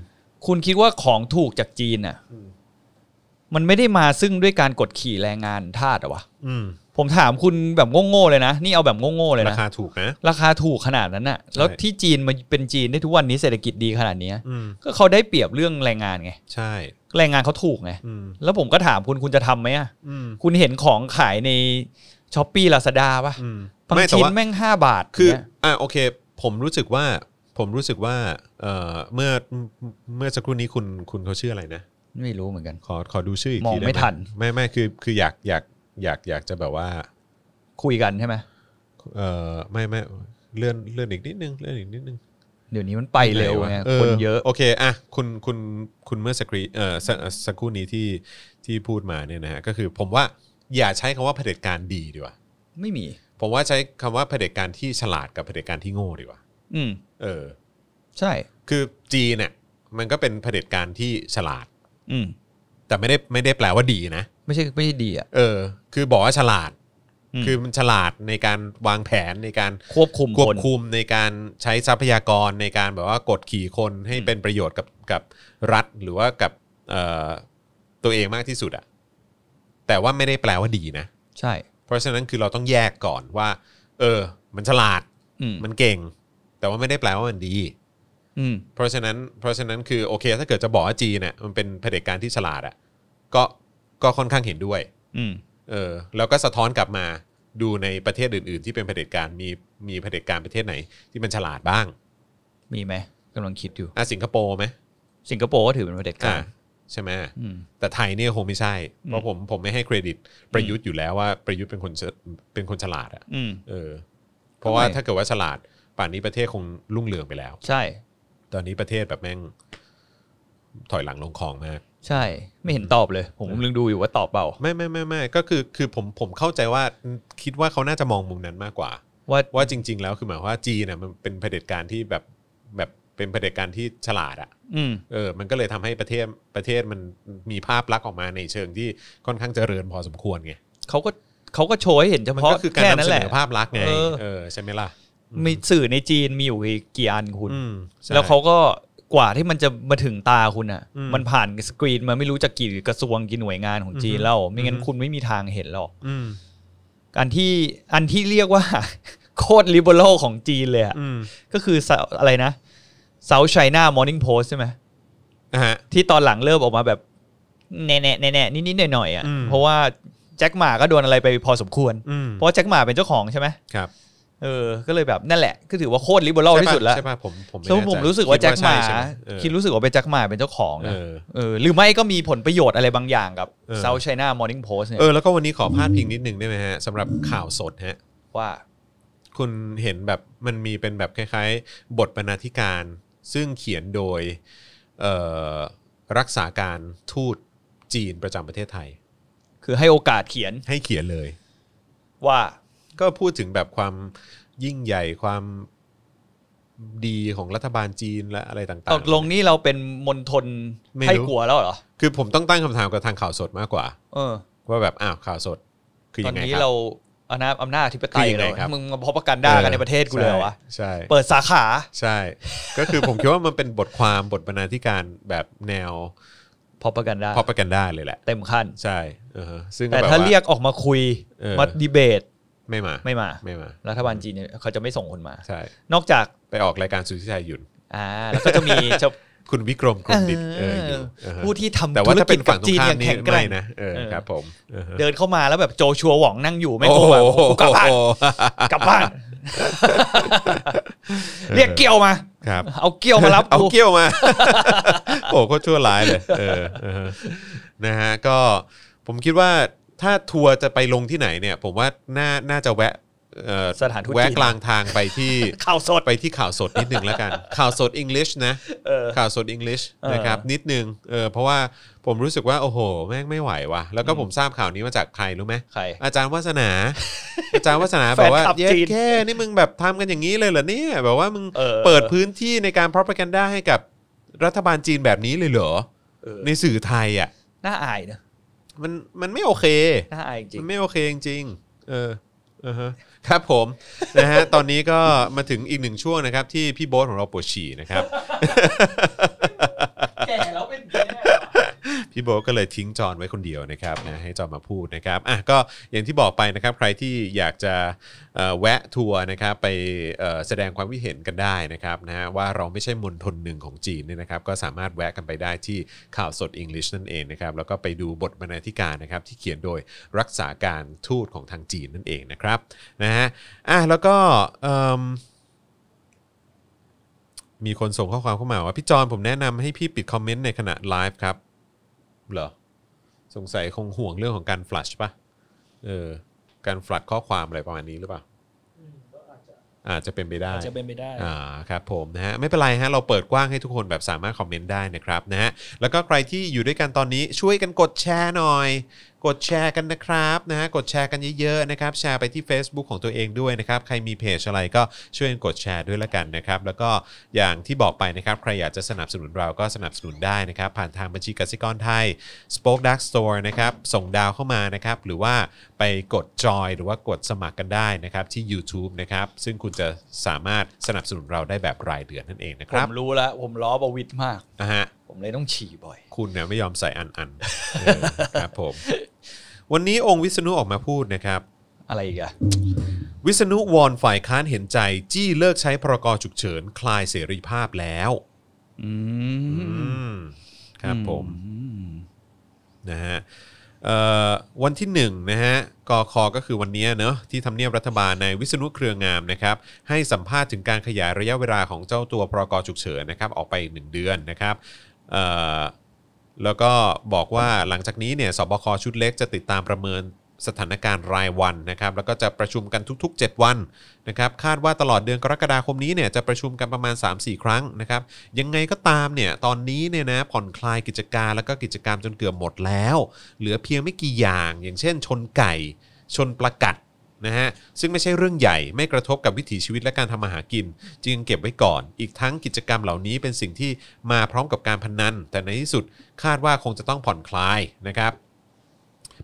คุณคิดว่าของถูกจากจีนน่ะ
อืม
มันไม่ได้มาซึ่งด้วยการกดขี่แรงงานทาสเหรอวะ
อืม
ผมถามคุณแบบโง่ๆเลยนะ นี่เอาแบบโง่ๆเลย
รา
นะ
คาถูกนะ
ราคาถูกขนาดนั้นน่ะ แล้ว
ใช่
ที่จีนมาเป็นจีนได้ทุกวันนี้เศรษฐกิจดีขนาดเนี้ย
อืม
ก็เขาได้เปรียบเรื่องแรงงานไง
ใช่
แรงงานเขาถูกไง
อืม
แล้วผมก็ถามคุณคุณจะทำไหมอ่ะ
อืม
คุณเห็นของขายในช้อปปี้ลาซาด้าป่ะ
อืม
บาง
ไม่แต่
ชิ้น
ว่า
แม่งห้าบาท
คือ
ย่างเงี้ย
อ่ะโอเค ผมรู้สึกว่า ผมรู้สึกว่า เอ่อ เมื่อ เมื่อสักครู่นี้คุณ คุณเขาชื่ออะไรนะ
ไม่รู้เหมือนกัน
ขอ ขอดูชื่ออีกที
มอง
ด้ห
ไม่ทัน
ไม่ไม่คือ คืออยาก อยาก อยาก อยากจะแบบว่า
คุยกันใช่ไหม
เอ่อ ไม่ไม่เลื่อน เลื่อนอีกนิดนึง เลื่อนอีกนิดนึง
เดี๋ยวนี้มันไปเร็วไง
หะ
คนเยอะ
โอเค อ่ะ คุณ คุณ คุณเมื่อสักครีเอ่อสักสักครู่นี้ที่ ที่พูดมาเนี่ยนะฮะ ก็คือผมว่า อย่าใช้คำว่าเผด็จการดีดีกว่า
ไม่มี
ผมว่าใช้คำว่าเผด็จการที่ฉลาดกับเผด็จการที่โง่ดีกว่า
อืม
เออ
ใช่
คือจีนเนี่ยมันก็เป็นเผด็จการที่ฉลาด
อืม
แต่ไม่ได้ไม่ได้แปลว่าดีนะ
ไม่ใช่ไม่ใช่ดีอ่ะ
เออ คือบอกว่าฉลาด
อืม
คือมันฉลาดในการวางแผนในการ
ควบคุม
คว
ค
บ
น
คุมในการใช้ทรัพยากรในการแบบว่ากดขี่คนให้เป็นประโยชน์กับกับรัฐหรือว่ากับเอ่อตัวเองมากที่สุดอะแต่ว่าไม่ได้แปลว่าดีนะ
ใช่
เพราะฉะนั้นคือเราต้องแยกก่อนว่า เออ มันฉลาด
อืม
มันเก่ง แต่ว่าไม่ได้แปลว่ามันดี
อืม
เพราะฉะนั้นเพราะฉะนั้นคือโอเค ถ้าเกิดจะบอกว่าจีนเนี่ยมันเป็นเผด็จการที่ฉลาดอะ่ะก็ก็ค่อนข้างเห็นด้วย
อืม
เออแล้วก็สะท้อนกลับมาดูในประเทศอื่น ๆ ที่เป็นเผด็จการมีมีเผด็จการประเทศไหน ที่มันฉลาดบ้าง
มีไหมกำลังคิดอยู่
อ่ะสิงคโปร์ไหม
สิงคโปร์ก็ถือเป็นประเด็จกา
อ่าร ใช่ไหม
อืม
แต่ไทยเนี่ยคงไม่ใช่
อืม
เพราะผมผมไม่ให้เครดิตประยุทธ์อยู่แล้วว่าประยุทธ์เป็นคนฉเป็นคนฉลาดอะ่ะ
อืม
เออเพราะว่า
ทำไม
ถ้าเกิดว่าฉลาดป่านนี้ประเทศคงรุ่งเรืองไปแล้ว
ใช่
ตอนนี้ประเทศแบบแม่ง ถอยหลังลงคลองมาก
ใช่ ไม่เห็นตอบเลย ผมกำลังดูอยู่ว่าตอบเปล่า
ไม่ไม่ไม่ไม่ก็คือคือผมผมเข้าใจว่าคิดว่าเขาน่าจะมองมุมนั้นมากกว่า
ว่า
ว่าจริง ๆ แล้วคือหมายความว่าจีนน่ะมันเป็นเผด็จการที่แบบแบบเป็นเผด็จการที่ฉลาดอะ
อืม
เออ มันก็เลยทำให้ประเทศประเทศมันมีภาพลักษณ์ออกมาในเชิงที่ค่อนข้างเจริญพอสมควรไง
เขาก็เขาก็โชว์ให้เห็นเฉ
มัน
พาะ
ก็คือการ
แค่
นำ
นั้น
เส
แห
นอ
ละ
ภาพลักษณ์ไง
เออ
เออ ใช่ไหมล่ะ
มีสื่อในจีนมีอยู่กี่อันคุณ
อืมใช่
แล้วเขาก็กว่าที่มันจะมาถึงตาคุณอ่ะ
อืม
มันผ่านสกรีนมาไม่รู้จากกี่กระทรวงกี่หน่วยงานของจีน
อือฮึ
แล้วไม่งั้
อื
น
อฮึ
คุณไม่มีทางเห็นหรอก
อืม
อันที่อันที่เรียกว่า โคตรลิเบอรัลของจีนเลยอะ
อืม
ก็คือ South- อะไรนะ South China Morning Post ใช่ไหม
นะฮะ
ที่ตอนหลังเริ่มออกมาแบบ แน่ๆแน่ๆนิดๆหน่อยๆอ่ะ
อืม
เพราะว่าแจ็คหมาก็โดนอะไรไปพอสมควร
อืม
เพราะแจ็คหมาเป็นเจ้าของใช่ไหม
ครับ
เออก็เลยแบบนั่นแหละก็ถือว่าโคตรลิเบอรัลที่สุดแล้ว
ใช่ป่ะผมผม
ซึ่ง
ไแน่ใจ
ผมรู้สึกว่าแจ็คหมา
ดว่ใช่ใช่ไเออ
คิดรู้สึกว่าเป็นแจ็คหมาเป็นเจ้าของ
เอ
นะ
อ
เออหรือไม่ก็มีผลประโยชน์อะไรบางอย่างกับ
เออ
South China Morning Post เนี่ย
เออ แล้วก็วันนี้ขอพาดพิงนิดนึงได้ไหมฮะสำหรับข่าวสดฮะ
ว่า
คุณเห็นแบบมันมีเป็นแบบคล้ายๆ บทบรรณาธิการ ซึ่งเขียนโดยเอ่อรักษาการทูตจีนประจำประเทศไทย
คือให้โอกาสเขียน
ให้เขียนเลย
ว่า
ก็พูดถึงแบบความยิ่งใหญ่ความดีของรัฐบาลจีนและอะไรต่างๆ
ตกลงนี่เราเป็นมนทน
ไม่รู้
ให้กลัวแล้วเหรอ
คือผมต้องตั้งคำถามกับทางข่าวสดมากกว่า
เออ
ว่าแบบอ้าวข่าวสด คือ
ตอ
ยัง
น
ไง
นี้
ครั
เรา
บ
อำนาจอำนาจอธิปไต
คื
ย
อยังไง
เหรอ
ครับ
มึงมาพบประกันด้ากันในประเทศกูเลยเหรอวะ
ใช่
เปิดสาขา
ใช่ ก็คือผมคิดว่ามันเป็นบทความบทบรรณาธิการแบบแนว
พบประกันด้า
พอประกันได้เลยแหละ
เต็มขั้น
ใช่อือฮะซึ่ง
แต่
บบ
ถ้า
ว่
เรียกออกมาคุย
เออ
มาดีเบต
ไม่มา
ไม่มา
ไม่มา
รัฐบาลจีนเนี่ยเขาจะไม่ส่งคนมา
ใช่
นอกจาก
ไปออกรายการสุทธิชัยหยุ่น
อ่าแล้วก็จะ มีเจ้า
คุณวิกรมกรมดิตเอออยู่อือฮะ
ผู้ที่ทำ
แต่
ธุ
ว่ารถ้า
กิ
เป็
จ
น
กั
ฝั่
บ
งตร
จี
ง
น
ข้าม
อย่าง
นี่
แข็งแกร่
ไม่
ง
นะเออ
เออ
ครับผมอือฮะ
เดินเข้ามาแล้วแบบโจชัวหว่องนั่งอยู่ไม่โอ้แบบโอ้โหกลับบ้าน
โอ้โห
กลับ บ้าน เรียกเกี่ยวมา
ครับ
เอาเกี่ยวมารับ
เอา
กู
เกี้ยว มา โอ้โหโคตรชั่วร้ายเลยเออเออนะฮะก็ผมคิดว่าถ้าทัวร์จะไปลงที่ไหนเนี่ย ผมว่าน่าน่าจะแวะเอ่อ
สถานทูต
แวะ
จีน
กลางทางไปที่
ข่าวสด
ไปที่ข่าวสดนิดนึงแล้วกัน ข่าวสดอังกฤษนะ
เออ
ข่าวสดอังกฤษ
เออ
นะครับนิดนึงเออเพราะว่าผมรู้สึกว่าโอ้โห แม่งไม่ไหวว่ะแล้วก็ผมทราบข่าวนี้มาจากใครรู้ไหม
ใคร
อาจารย์วาส นา อาจารย์วาสนาแบบว่า
แฟนคลับ
เย็ด
จีน
แค่นี่มึงแบบทำกันอย่างนี้เลยเหรอเนี่ยแบบว่ามึง
เออ
เปิดพื้นที่ในการ propaganda ให้กับรัฐบาลจีนแบบนี้เลยเหรอ
เออ
ในสื่อไทยอ่ะ
น่าอายนะ
มันมันไม่โอเค
น่าอายจริง
มันไม่โอเคจริงๆเอออือฮะครับผม นะฮะ ตอนนี้ก็มาถึงอีกหนึ่งช่วงนะครับ ที่พี่โบ๊ทของเราปวดฉี่นะครับ
แก่แล้วเป็น
พี่โบทก็เลยทิ้งจอนไว้คนเดียวนะครับนะให้จอนมาพูดนะครับอ่ะก็อย่างที่บอกไปนะครับใครที่อยากจะเอ่อแวะทัวร์นะครับไปเอ่อแสดงความคิดเห็นกันได้นะครับนะฮะว่าเราไม่ใช่มณฑลหนึ่งของจีนเนี่ยนะครับก็สามารถแวะกันไปได้ที่ข่าวสดอังกฤษนั่นเองนะครับแล้วก็ไปดูบทบรรณาธิการนะครับที่เขียนโดยรักษาการทูตของทางจีนนั่นเองนะครับนะฮะอ่ะแล้วก็เอิ่ม มีคนส่งข้อความเข้ามาว่าพี่จอนผมแนะนำให้พี่ปิดคอมเมนต์ในขณะไลฟ์ครับ เหรอ สงสัยคงห่วงเรื่องของการฟลัชปะเออ การฟลัชข้อความอะไรประมาณนี้หรือเปล่าอาจจะเป็นไปได้
อาจจะเป็นไปได้
อ่าครับผมนะฮะไม่เป็นไรฮะเราเปิดกว้างให้ทุกคนแบบสามารถคอมเมนต์ได้นะครับนะฮะแล้วก็ใครที่อยู่ด้วยกันตอนนี้ช่วยกันกดแชร์หน่อย กดแชร์กันนะครับนะฮะกดแชร์กันเยอะๆนะครับแชร์ไปที่ Facebook ของตัวเองด้วยนะครับใครมีเพจอะไรก็ช่วยกันกดแชร์ด้วยละกันนะครับแล้วก็อย่างที่บอกไปนะครับใครอยากจะสนับสนุนเราก็สนับสนุนได้นะครับผ่านทางบัญชีกสิกรไทย Spoke Dark Store นะครับส่งดาวเข้ามานะครับหรือว่าไปกดจอยหรือว่ากดสมัครกันได้นะครับที่ YouTube นะครับซึ่งคุณจะสามารถสนับสนุนเราได้แบบรายเดือนนั่นเองนะค
ผ
รับ
มรู้แล้วผมล้อประวิตมาก
นะฮะ
ผมเลยต้องฉี่บ่อย
คุณเนี่ยไม่ยอมใส่อันอันเออครับ ผม วันนี้องค์วิษณุออกมาพูดนะครับ
อะไรอีกอะ
วิษณุวอนฝ่ายค้านเห็นใจ จี้เลิกใช้พรกฉุกเฉิน คลายเสรีภาพแล้ว
อื
อืม
ม
ครับผม
อืม
นะฮะเอ่อวันที่1นะฮะกคก็คือวันเนี้ยเนอะที่ทำเนียบรัฐบาลในายวิษณุเครืองามนะครับให้สัมภาษณ์ถึงการขยายระยะเวลาของเจ้าตัวพรกฉุกเฉินนะครับออกไปอีกหนึ่งเดือนนะครับเอ่อแล้วก็บอกว่าหลังจากนี้เนี่ยสบคชุดเล็กจะติดตามประเมิน สถานการณ์รายวันนะครับแล้วก็จะประชุมกันทุก ๆ 7 วันนะครับคาดว่าตลอดเดือนกรกฎาคมนี้เนี่ยจะประชุมกันประมาณ 3-4 ครั้งนะครับยังไงก็ตามเนี่ยตอนนี้เนี่ยนะผ่อนคลายกิจการแล้วก็กิจกรรมจนเกือบหมดแล้ว เหลือเพียงไม่กี่อย่าง อย่างเช่น ชนไก่ ชนประกัดนะฮะซึ่งไม่ใช่เรื่องใหญ่ไม่กระทบกับวิถีชีวิตและการทำมาหากิน จึงเก็บไว้ก่อน อีกทั้งกิจกรรมเหล่านี้เป็นสิ่งที่มาพร้อมกับการพนัน แต่ในที่สุดคาดว่าคงจะต้องผ่อนคลายนะครับ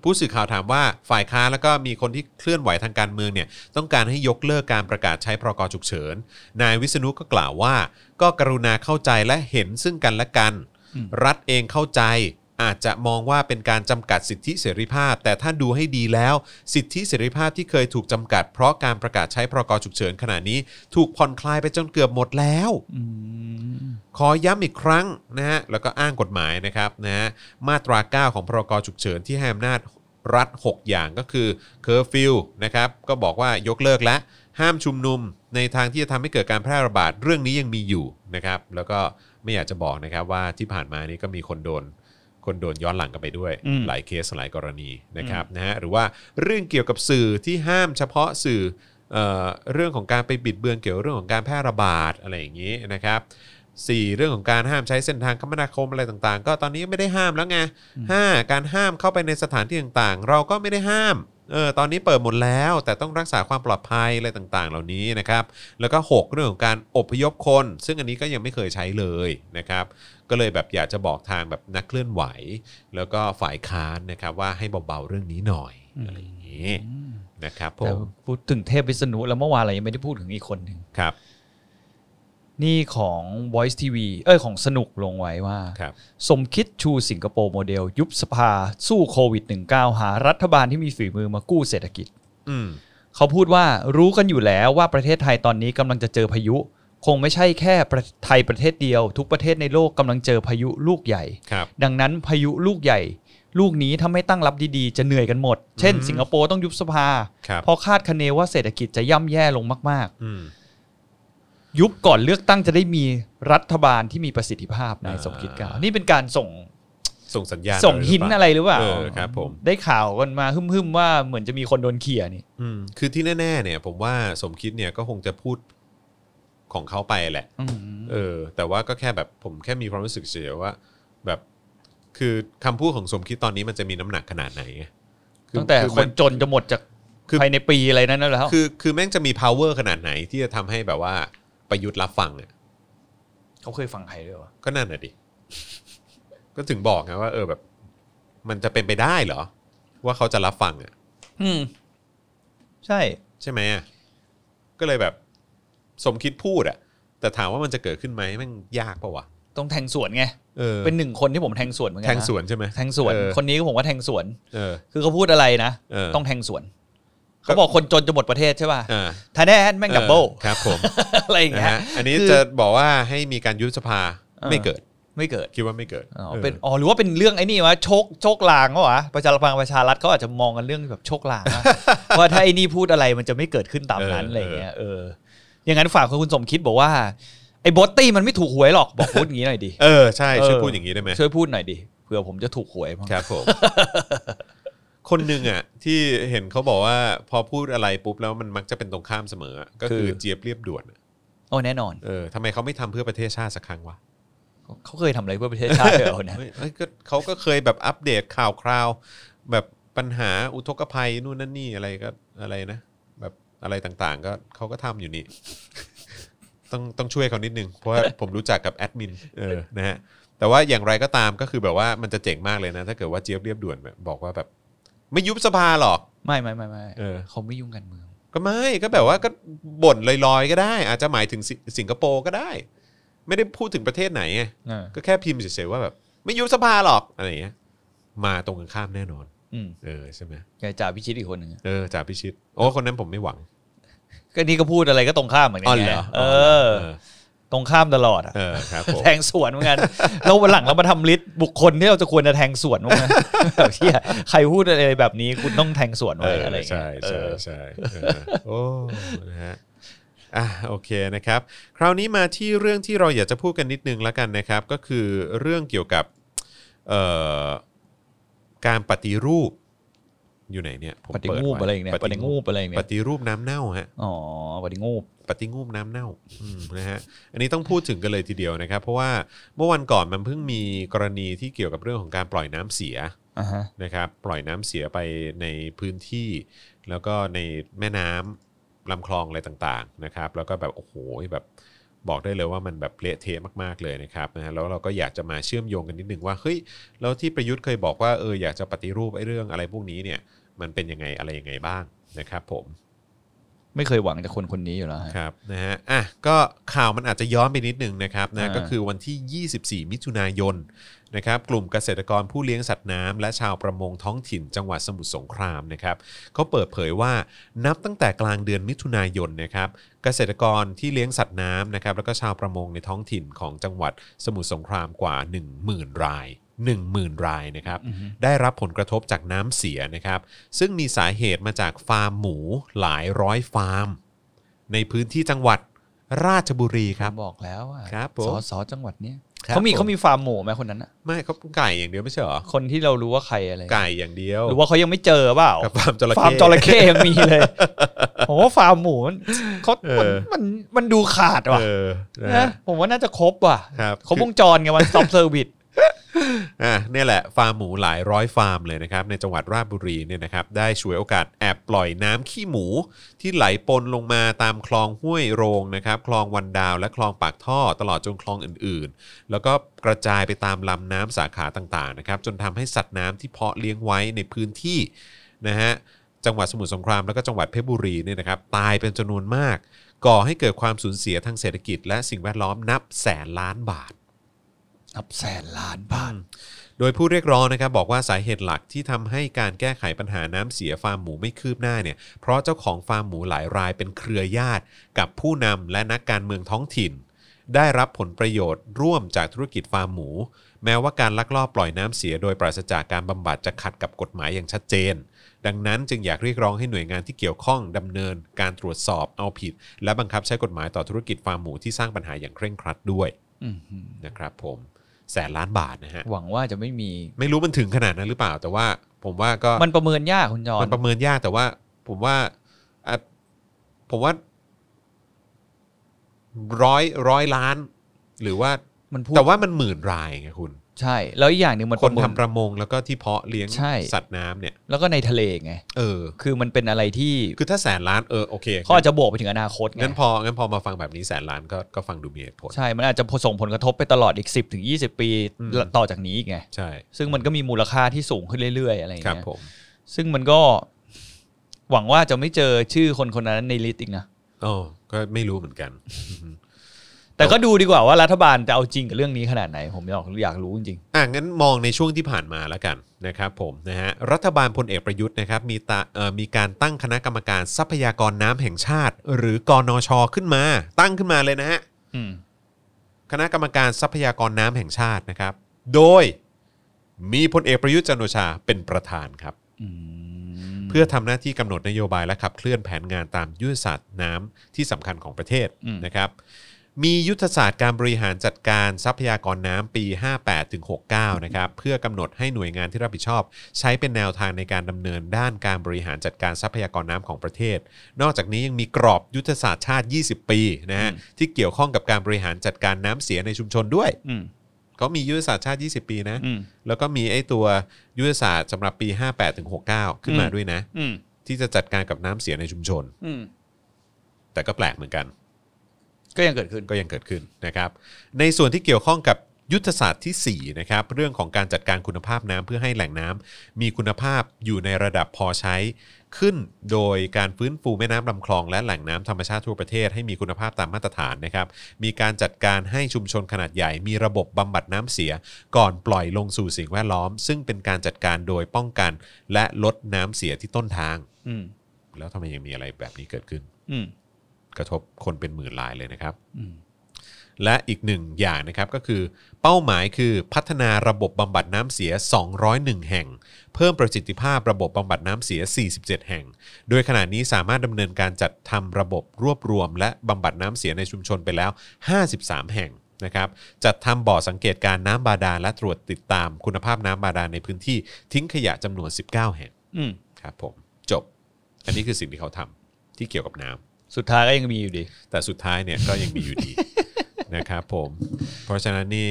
ผู้สื่อข่าวถามว่าฝ่ายค้านแล้วก็มีคนที่เคลื่อนไหวทางการเมืองเนี่ยต้องการให้ยกเลิกการประกาศใช้พรกฉุกเฉิน นายวิษณุก็กล่าวว่า ก็กรุณาเข้าใจและเห็นซึ่งกันและกัน
อืม
รัฐเองเข้าใจ อาจจะมองว่าเป็นการจำกัดสิทธิเสรีภาพ แต่ถ้าดูให้ดีแล้ว สิทธิเสรีภาพที่เคยถูกจำกัด เพราะการประกาศใช้พรกฉุกเฉินขณะนี้ ถูกผ่อนคลายไปจนเกือบหมดแล้ว
อืม
ขอย้ำอีกครั้งนะฮะแล้วก็อ้างกฎหมายนะครับนะฮะมาตรา 9 ของพรกฉุกเฉินที่ให้อำนาจรัฐ 6 อย่างก็คือเคอร์ฟิวนะครับก็บอกว่ายกเลิกและห้ามชุมนุมในทางที่จะทำให้เกิดการแพร่ระบาดเรื่องนี้ยังมีอยู่นะครับแล้วก็ไม่อยากจะบอกนะครับว่าที่ผ่านมานี้ก็มีคนโดน คนโดนย้อนหลังกันไปด้วย
อืม
หลายเคสหลายกรณีนะครับนะฮะหรือว่าเรื่องเกี่ยวกับสื่อที่ห้ามเฉพาะสื่อเอ่อเรื่องของการไปบิดเบือนเกี่ยวกับเรื่องของการแพร่ระบาดอะไรอย่างนี้นะครับสี่เรื่องของการห้ามใช้เส้นทางคมนาคมอะไรต่างๆ ก็ตอนนี้ไม่ได้ห้ามแล้วไงห้าการห้ามเข้าไปในสถานที่ต่างๆ เราก็ไม่ได้ห้ามเออตอนนี้เปิดหมดแล้ว แต่ต้องรักษาความปลอดภัยอะไรต่างๆ เหล่านี้นะครับ แล้วก็หกเรื่องของการอพยพคน ซึ่งอันนี้ก็ยังไม่เคยใช้เลยนะครับ ก็เลยแบบอยากจะบอกทางแบบนักเคลื่อนไหว แล้วก็ฝ่ายค้านนะครับว่าให้เบาๆเรื่องนี้หน่อย
อืม
อะไรอย่างนี้นะครับผ
แต่
ม
พูดถึงเทพวิษณุแล้วเมื่อวานเรายังไม่ได้พูดถึงอีกคนหนึ่ง
ครับ
นี่ของ Voice TV เอ้ยของสนุกลงไว้ว่า
ครับ
สมคิดชูสิงคโปร์โมเดล ยุบสภา สู้โควิด -19 หารัฐบาลที่มีฝีมือมากู้เศรษฐกิจ
อืม
เขาพูดว่ารู้กันอยู่แล้วว่าประเทศไทยตอนนี้กำลังจะเจอพายุ คงไม่ใช่แค่ประไทยประเทศเดียว ทุกประเทศในโลกกำลังเจอพายุลูกใหญ่
ครับ
ดังนั้นพายุลูกใหญ่ ลูกนี้ถ้าไม่ตั้งรับดีๆ จะเหนื่อยกันหมด เช่น สิงคโปร์ต้องยุบสภา
ครับ
เพราะคาดคะเนว่าเศรษฐกิจจะย่ำแย่ลงมาก
อืม
ๆ ยุบก่อนเลือกตั้งจะได้มีรัฐบาลที่มีประสิทธิภาพนายสมคิดกล่าวนี่เป็นการส่ง
ส่งสัญญาณ
ส่งหิน
เปล่า
อะไรหรือเปล่า
เออครับผม
ได้ข่าวกันมาฮึ่มๆว่าเหมือนจะมีคนโดนเขี่ยนี่
อืมคือที่แน่ๆเนี่ยผมว่าสมคิดเนี่ยก็คงจะพูดของเขาไปแหละ เออแต่ว่าก็แค่แบบผมแค่มีความรู้สึกเฉยๆว่า แบบคือคำพูดของสมคิดตอนนี้มันจะมีน้ำหนักขนาดไหนไงคือ
ตั้งแต่
อ
ค
มัน น
จนจะหมดจาก
คือ
ภายในปีอะไรนั้นแล้ว
คือคือแม่งจะมี power ขนาดไหนที่จะทำให้แบบว่าประยุทธ์รับฟังอ่ะ
เขาเคยฟังใครด้วยวะ
ก็นั่นน่ะดิ ก็ถึงบอกไงว่า เออแบบ มันจะเป็นไปได้เหรอ ว่าเขาจะรับฟังอ่ะ
อืม ใช่
ใช่ไหมอะก็เลยแบบ สมคิดพูดอ่ะ แต่ถามว่ามันจะเกิดขึ้นไหมแมันยากปะวะ
ต้องแทงสวนไง
เออ
เป็นหนึ่งคนที่ผมแทงสวนเหมือนกั
แท
นะ
งสวนใช่ไหม
แทงสวน
เออ
คนนี้ก็ผมว่าแทงสวน
เออ
คือเขาพูดอะไรนะ
เออ
ต้องแทงสวน เขาบอกคนจนจะหมดประเทศใช่ป่ะ
อ่า
ทาแน่แม่งดับเบิล
อ อครับผม
อะไรอย่าง
นะ
เงี้ย
ฮะอันนี้
คือ
จะบอกว่าให้มีการยุบสภาไม่เกิด
ไม่เกิด
คิดว่าไม่เกิด
อ๋อ
เออ
เป็นอ๋อหรือว่าเป็นเรื่องไอ้นี่วะโชคโชคลางก็วะประชารัฐประชารัฐเขาอาจจะมองกันเรื่องแบบโชคลาง วะ ว่าถ้าไอ้นี่พูดอะไรมันจะไม่เกิดขึ้นตามนั้นอะไรอย่างเงี้ยเอออย่างนั้นฝากคุณสมคิดบอกว่าไอ้บอตตี้มันไม่ถูกหวยหรอกบอกพูดอย่างนี้หน่อยดิ
เออใช่ช่วย
เออ
พูดอย่างนี้ได้ไหม
ช่วยพูดหน่อยดิเผื่อผมจะถูกหวยมั้ง
ครับผม คนหนึ่งอ่ะ ที่เห็นเขาบอกว่าพอพูดอะไรปุ๊บแล้วมันมักจะเป็นตรงข้ามเสมอ ก็คือเจี๊ยบเรียบด่วนอะ
โอ้แน่นอน
เออทำไมเขาไม่ทำเพื่อประเทศชาติสักครั้งวะ
เขาเคยทำอะไรเพื่อประเทศชาติเลยเหรอเนี่ย
เฮ้ยเอ้ยก็เขาก็เคยแบบอัปเดตข่าวคราว แบบปัญหาอุทกภัยนู่นนั่นนี่อะไรก็อะไรนะ แบบอะไรต่างๆ ก็เขาก็ทำอยู่ นี่ ต้องต้องช่วยเขานิดนึง เพราะว่าผมรู้จักกับแอดมินเออนะฮะแต่ว่าอย่างไรก็ตามก็คือแบบว่ามันจะเจ๋งมากเลยนะ ถ้าเกิดว่าเจี๊ยบเรียบด่วนแบบบอกว่าแบบ ไม่ยุบสภาหรอก
ไม่ไม่ไม่ไม่
เออ
เขาไม่ยุ่งกันเมือง
ก็ไม่ก็แบบว่าก็บ่นลอยๆก็ได้ อาจจะหมายถึงสิสิงคโปร์ก็ได้ ไม่ได้พูดถึงประเทศไหนไง
เออ
ก็แค่พิมพ์เฉยๆว่าแบบ ไม่ยุบสภาหรอกอะไรอย่างเงี้ยมาตรงกันข้ามแน่นอน
อืม
เออใช่ไหม
อยากจ่าพิชิตอีกคนหนึ่งอะ
เออจ่าพิชิต โอ้คนนั้นผมไม่หวัง
ก็นี่ก็พูดอะไรก็ตรงข้ามเหมือนกั
อ๋อน เหร
ไง
อ
เออ
เออ
ตรงข้ามตลอดอะ
เออครับผม
แทงสวนเหมือนกัน แล้ววันหลังเรามาทำลิสต์บุคคลที่เราจะควรจะแทงสวน บ้างนะแบบเชี่ยใครพูดอะไรแบบนี้คุณต้องแทงสวน
เอ
ไว้
อ
อะไรอย่าง
ใช่
เงี้ยเอ
ใช่
อ
ใช่เออโอ้นะฮะอ่ะโอเคนะครับ คราวนี้มาที่เรื่องที่เราอยากจะพูดกันนิดนึงแล้วกันนะครับ ก็คือเรื่องเกี่ยวกับเอ่อการปฏิรูป อยู่ไหนเนี่ยผม
ปฏิ
เด
งูป
ว้
อะไรอีกเนี่ยปฏิงูปอะไรอีกเนี่
ป
ย
ฏิรูปน้ำเน่าฮะ
อ๋อปฏิงูป
ปฏิงูปน้ำเน่าอืมนะฮะอันนี้ต้องพูดถึงกันเลยทีเดียวนะครับ เพราะว่าเมื่อวันก่อนมันเพิ่งมีกรณีที่เกี่ยวกับเรื่องของการปล่อยน้ำเสีย
อ่าฮะ
นะครับ ปล่อยน้ำเสียไปในพื้นที่ แล้วก็ในแม่น้ำลำคลองอะไรต่างๆนะครับ แล้วก็แบบโอ้โหแบบบอกได้เลยว่ามันแบบเละเทะมากๆเลยนะครับนะฮะแล้วเราก็อยากจะมาเชื่อมโยงกันนิดนึงว่าเฮ้ยแล้วที่ประยุทธ์เคยบอกว่าเอออยากจะปฏิรูปไอ้เรื่องอะไรพวกนี้เนี่ยมันเป็นยังไงอะไรยังไงบ้างนะครับผม
ไม่เคยหวังจากคนคนนี้อยู่แล้วฮะ
ครับนะฮะอ่ะก็ข่าวมันอาจจะย้อนไปนิดหนึ่งนะครับนะ
อ่า
ก็คือวันที่ 24 มิถุนายนนะครับกลุ่มเกษตรกรผู้เลี้ยงสัตว์น้ำและชาวประมงท้องถิ่นจังหวัดสมุทรสงครามนะครับเขาเปิดเผยว่านับตั้งแต่กลางเดือนมิถุนายนนะครับเกษตรกรที่เลี้ยงสัตว์น้ำนะครับแล้วก็ชาวประมงในท้องถิ่นของจังหวัดสมุทรสงครามกว่า 10,000 ราย 10,000 รายนะครับ
อือฮึ
ได้รับผลกระทบจากน้ำเสียนะครับ ซึ่งมีสาเหตุมาจากฟาร์มหมูหลายร้อยฟาร์ม ในพื้นที่จังหวัดราชบุรีครับ
บอกแล้วอ่ะ
ครับผม
สอสอจังหวัดเนี้ย
ครับ
เขามี
ผม
เขามีฟาร์มหมูไหมคนนั้นอ่ะ
ไม่เขาไก่อย่างเดียวไม่ใช่เหรอ
คนที่เรารู้ว่าใครอะไร
ไก่อย่างเดียว
หรือว่าเขายังไม่เจอเปล่า
กับฟาร์มจระเข้
ฟาร์มจระเข้ยังมี เลย ผมว่าฟาร์มหมูมันเขา
เอ
มั
อ
นมันมันดูขาดว่ะ
เออนะ
นะ
ฮะ
ผมว่าน่าจะครบว่ะ
ครับ
ครบ
คือ
วงจรไงวันซอมเซอร์วิ ส
อ่ะเนี่ยแหละฟาร์มหมูหลายร้อยฟาร์มเลยนะครับในจังหวัดราชบุรีเนี่ยนะครับได้ฉวยโอกาสแอบปล่อยน้ำขี้หมู ที่ไหลปนลงมาตามคลองห้วยโรงนะครับคลองวันดาวและคลองปากท่อตลอดจนคลองอื่นๆ แล้วก็กระจายไปตามลำน้ำสาขาต่างๆนะครับจนทำให้สัตว์น้ำที่เพาะเลี้ยงไว้ในพื้นที่นะฮะจังหวัดสมุทรสงครามแล้วก็จังหวัดเพชรบุรีเนี่ยนะครับตายเป็นจำนวนมาก ก่อให้เกิดความสูญเสียทางเศรษฐกิจ และสิ่งแวดล้อมนับแสนล้านบาท
นับแสนล้านบาท
โดยผู้เรียกร้องนะครับบอกว่าสาเหตุหลักที่ทำให้การแก้ไขปัญหาน้ำเสียฟาร์มหมูไม่คืบหน้าเนี่ยเพราะเจ้าของฟาร์มหมูหลายรายเป็นเครือญาติ กับผู้นำและนักการเมืองท้องถิ่น ได้รับผลประโยชน์ร่วมจากธุรกิจฟาร์มหมู แม้ว่าการลักลอบปล่อยน้ำเสียโดยปราศจากการบำบัดจะขัดกับกฎหมายอย่างชัดเจน ดังนั้นจึงอยากเรียกร้องให้หน่วยงานที่เกี่ยวข้องดำเนิน การตรวจสอบเอาผิด และบังคับใช้กฎหมายต่อธุรกิจฟาร์มหมูที่สร้างปัญหาอย่างเคร่งครัดด้วย
อื้อหือ
นะครับผมแสนล้านบาทนะฮะ
หวังว่าจะไม่มี
ไม่รู้มันถึงขนาดนั้นหรือเปล่า แต่ว่าผมว่าก็
มันประเมินยากคุณจอ
มัน นประเมินยากแต่ว่า ผมว่าอ่ะผมว่าร้อยร้อยล้าน หรือว่า
มันพูด
แต่ว่ามันหมื่นรายไงคุณ
ใช่ แล้วอีกอย่างหนึ่งมัน
คน
ป
ทำ
ระ
ป
เมิน
ระมงแล้วก็ที่เพาะเลี้ยง
ใช่
สัตว์น้ำเนี่ย
แล้วก็ในทะเลไง
เออ
คือมันเป็นอะไรที่
คือถ้าแสนล้านเออโอเค
เขาอาจจะบวกไปถึงอนาคตไง
งั้นพองั้นพอมาฟังแบบนี้แสนล้านก็ก็ฟังดูมีเหตุผล
ใช่มันอาจจะส่งผลกระทบไปตลอดอีก 10ถึง20 ปี
อืม
ต่อจากนี้อีกไง
ใช่
ซึ่งมันก็มีมูลค่าที่สูงขึ้นเรื่อยๆ อะไรอย่าง
ครับ
เงี้ย
ผม
ซึ่งมันก็หวังว่าจะไม่เจอชื่อคนคนนั้นในลิสต์อีกนะ
อ๋อ ก็ไม่รู้เหมือนกันอือฮึ
แต่ก็ดูดีกว่าว่ารัฐบาลจะเอาจริงกับเรื่องนี้ขนาดไหน ผมอยากอยากรู้จริง
อ่ะงั้นมองในช่วงที่ผ่านมาแล้วกันนะครับผมนะฮะรัฐบาลพลเอกประยุทธ์นะครับมีตาเอ่อมีการตั้งคณะกรรมการทรัพยากรน้ำแห่งชาติ หรือกอนชขึ้นมา ตั้งขึ้นมาเลยนะฮะ
ๆ อืม
คณะกรรมการทรัพยากรน้ำแห่งชาตินะครับ โดยมีพลเอกประยุทธ์จันทร์โอชาเป็นประธานครับ
อืม
เพื่อทำหน้าที่กำหนดนโยบายและขับเคลื่อนแผนงานตามยุทธศาสตร์น้ำที่สำคัญของประเทศนะครับ มียุทธศาสตร์การบริหารจัดการทรัพยากรน้ำปี 58ถึง69 นะครับ เพื่อกำหนดให้หน่วยงานที่รับผิดชอบ ใช้เป็นแนวทางในการดำเนินด้านการบริหารจัดการทรัพยากรน้ำของประเทศ นอกจากนี้ยังมีกรอบยุทธศาสตร์ชาติ 20 ปีนะฮะที่เกี่ยวข้องกับการบริหารจัดการน้ำเสียในชุมชนด้วย
อืม
เขามียุทธศาสตร์ชาติ 20 ปีนะ
อืม
แล้วก็มีไอ้ตัวยุทธศาสตร์สำหรับปี 58ถึง69 ขึ้นมา
อืม
ด้วยนะ
อืม
ที่จะจัดการกับน้ำเสียในชุมชน
อืม
แต่ก็แปลกเหมือนกัน
ก็ยังเกิดขึ้น
ก็ยังเกิดขึ้นนะครับ ในส่วนที่เกี่ยวข้องกับยุทธศาสตร์ที่ 4 นะครับ เรื่องของการจัดการคุณภาพน้ำเพื่อให้แหล่งน้ำมีคุณภาพอยู่ในระดับพอใช้ ขึ้นโดยการฟื้นฟูแม่น้ำลำคลอง และแหล่งน้ำธรรมชาติทั่วประเทศให้มีคุณภาพตามมาตรฐานนะครับ มีการจัดการให้ชุมชนขนาดใหญ่ มีระบบบำบัดน้ำเสีย ก่อนปล่อยลงสู่สิ่งแวดล้อม ซึ่งเป็นการจัดการโดยป้องกัน และลดน้ำเสียที่ต้นทาง
อืม
แล้วทำไมยังมีอะไรแบบนี้เกิดขึ้น
อืม
กระทบคนเป็นหมื่นรายเลยนะครับ
อืม
และอีกหนึ่งอย่างนะครับก็คือ เป้าหมายคือพัฒนาระบบบำบัดน้ำเสีย 201 แห่ง เพิ่มประสิทธิภาพระบบบำบัดน้ำเสีย 47 แห่ง โดยขณะนี้สามารถดำเนินการจัดทำระบบรวบรวม และบำบัดน้ำเสียในชุมชนไปแล้ว 53 แห่งนะครับจัดทำบ่อสังเกตการณ์น้ำบาดาลและตรวจติดตามคุณภาพน้ำบาดาลในพื้นที่ทิ้งขยะจำนวน 19 แห่ง
อืม
ครับผมจบ อันนี้คือสิ่งที่เขาทำที่เกี่ยวกับน้ำ
สุดท้ายก็ยังมีอยู่ดี
แต่สุดท้ายเนี่ยก็ยังมีอยู่ดี นะครับผมเพราะฉะนั้นนี่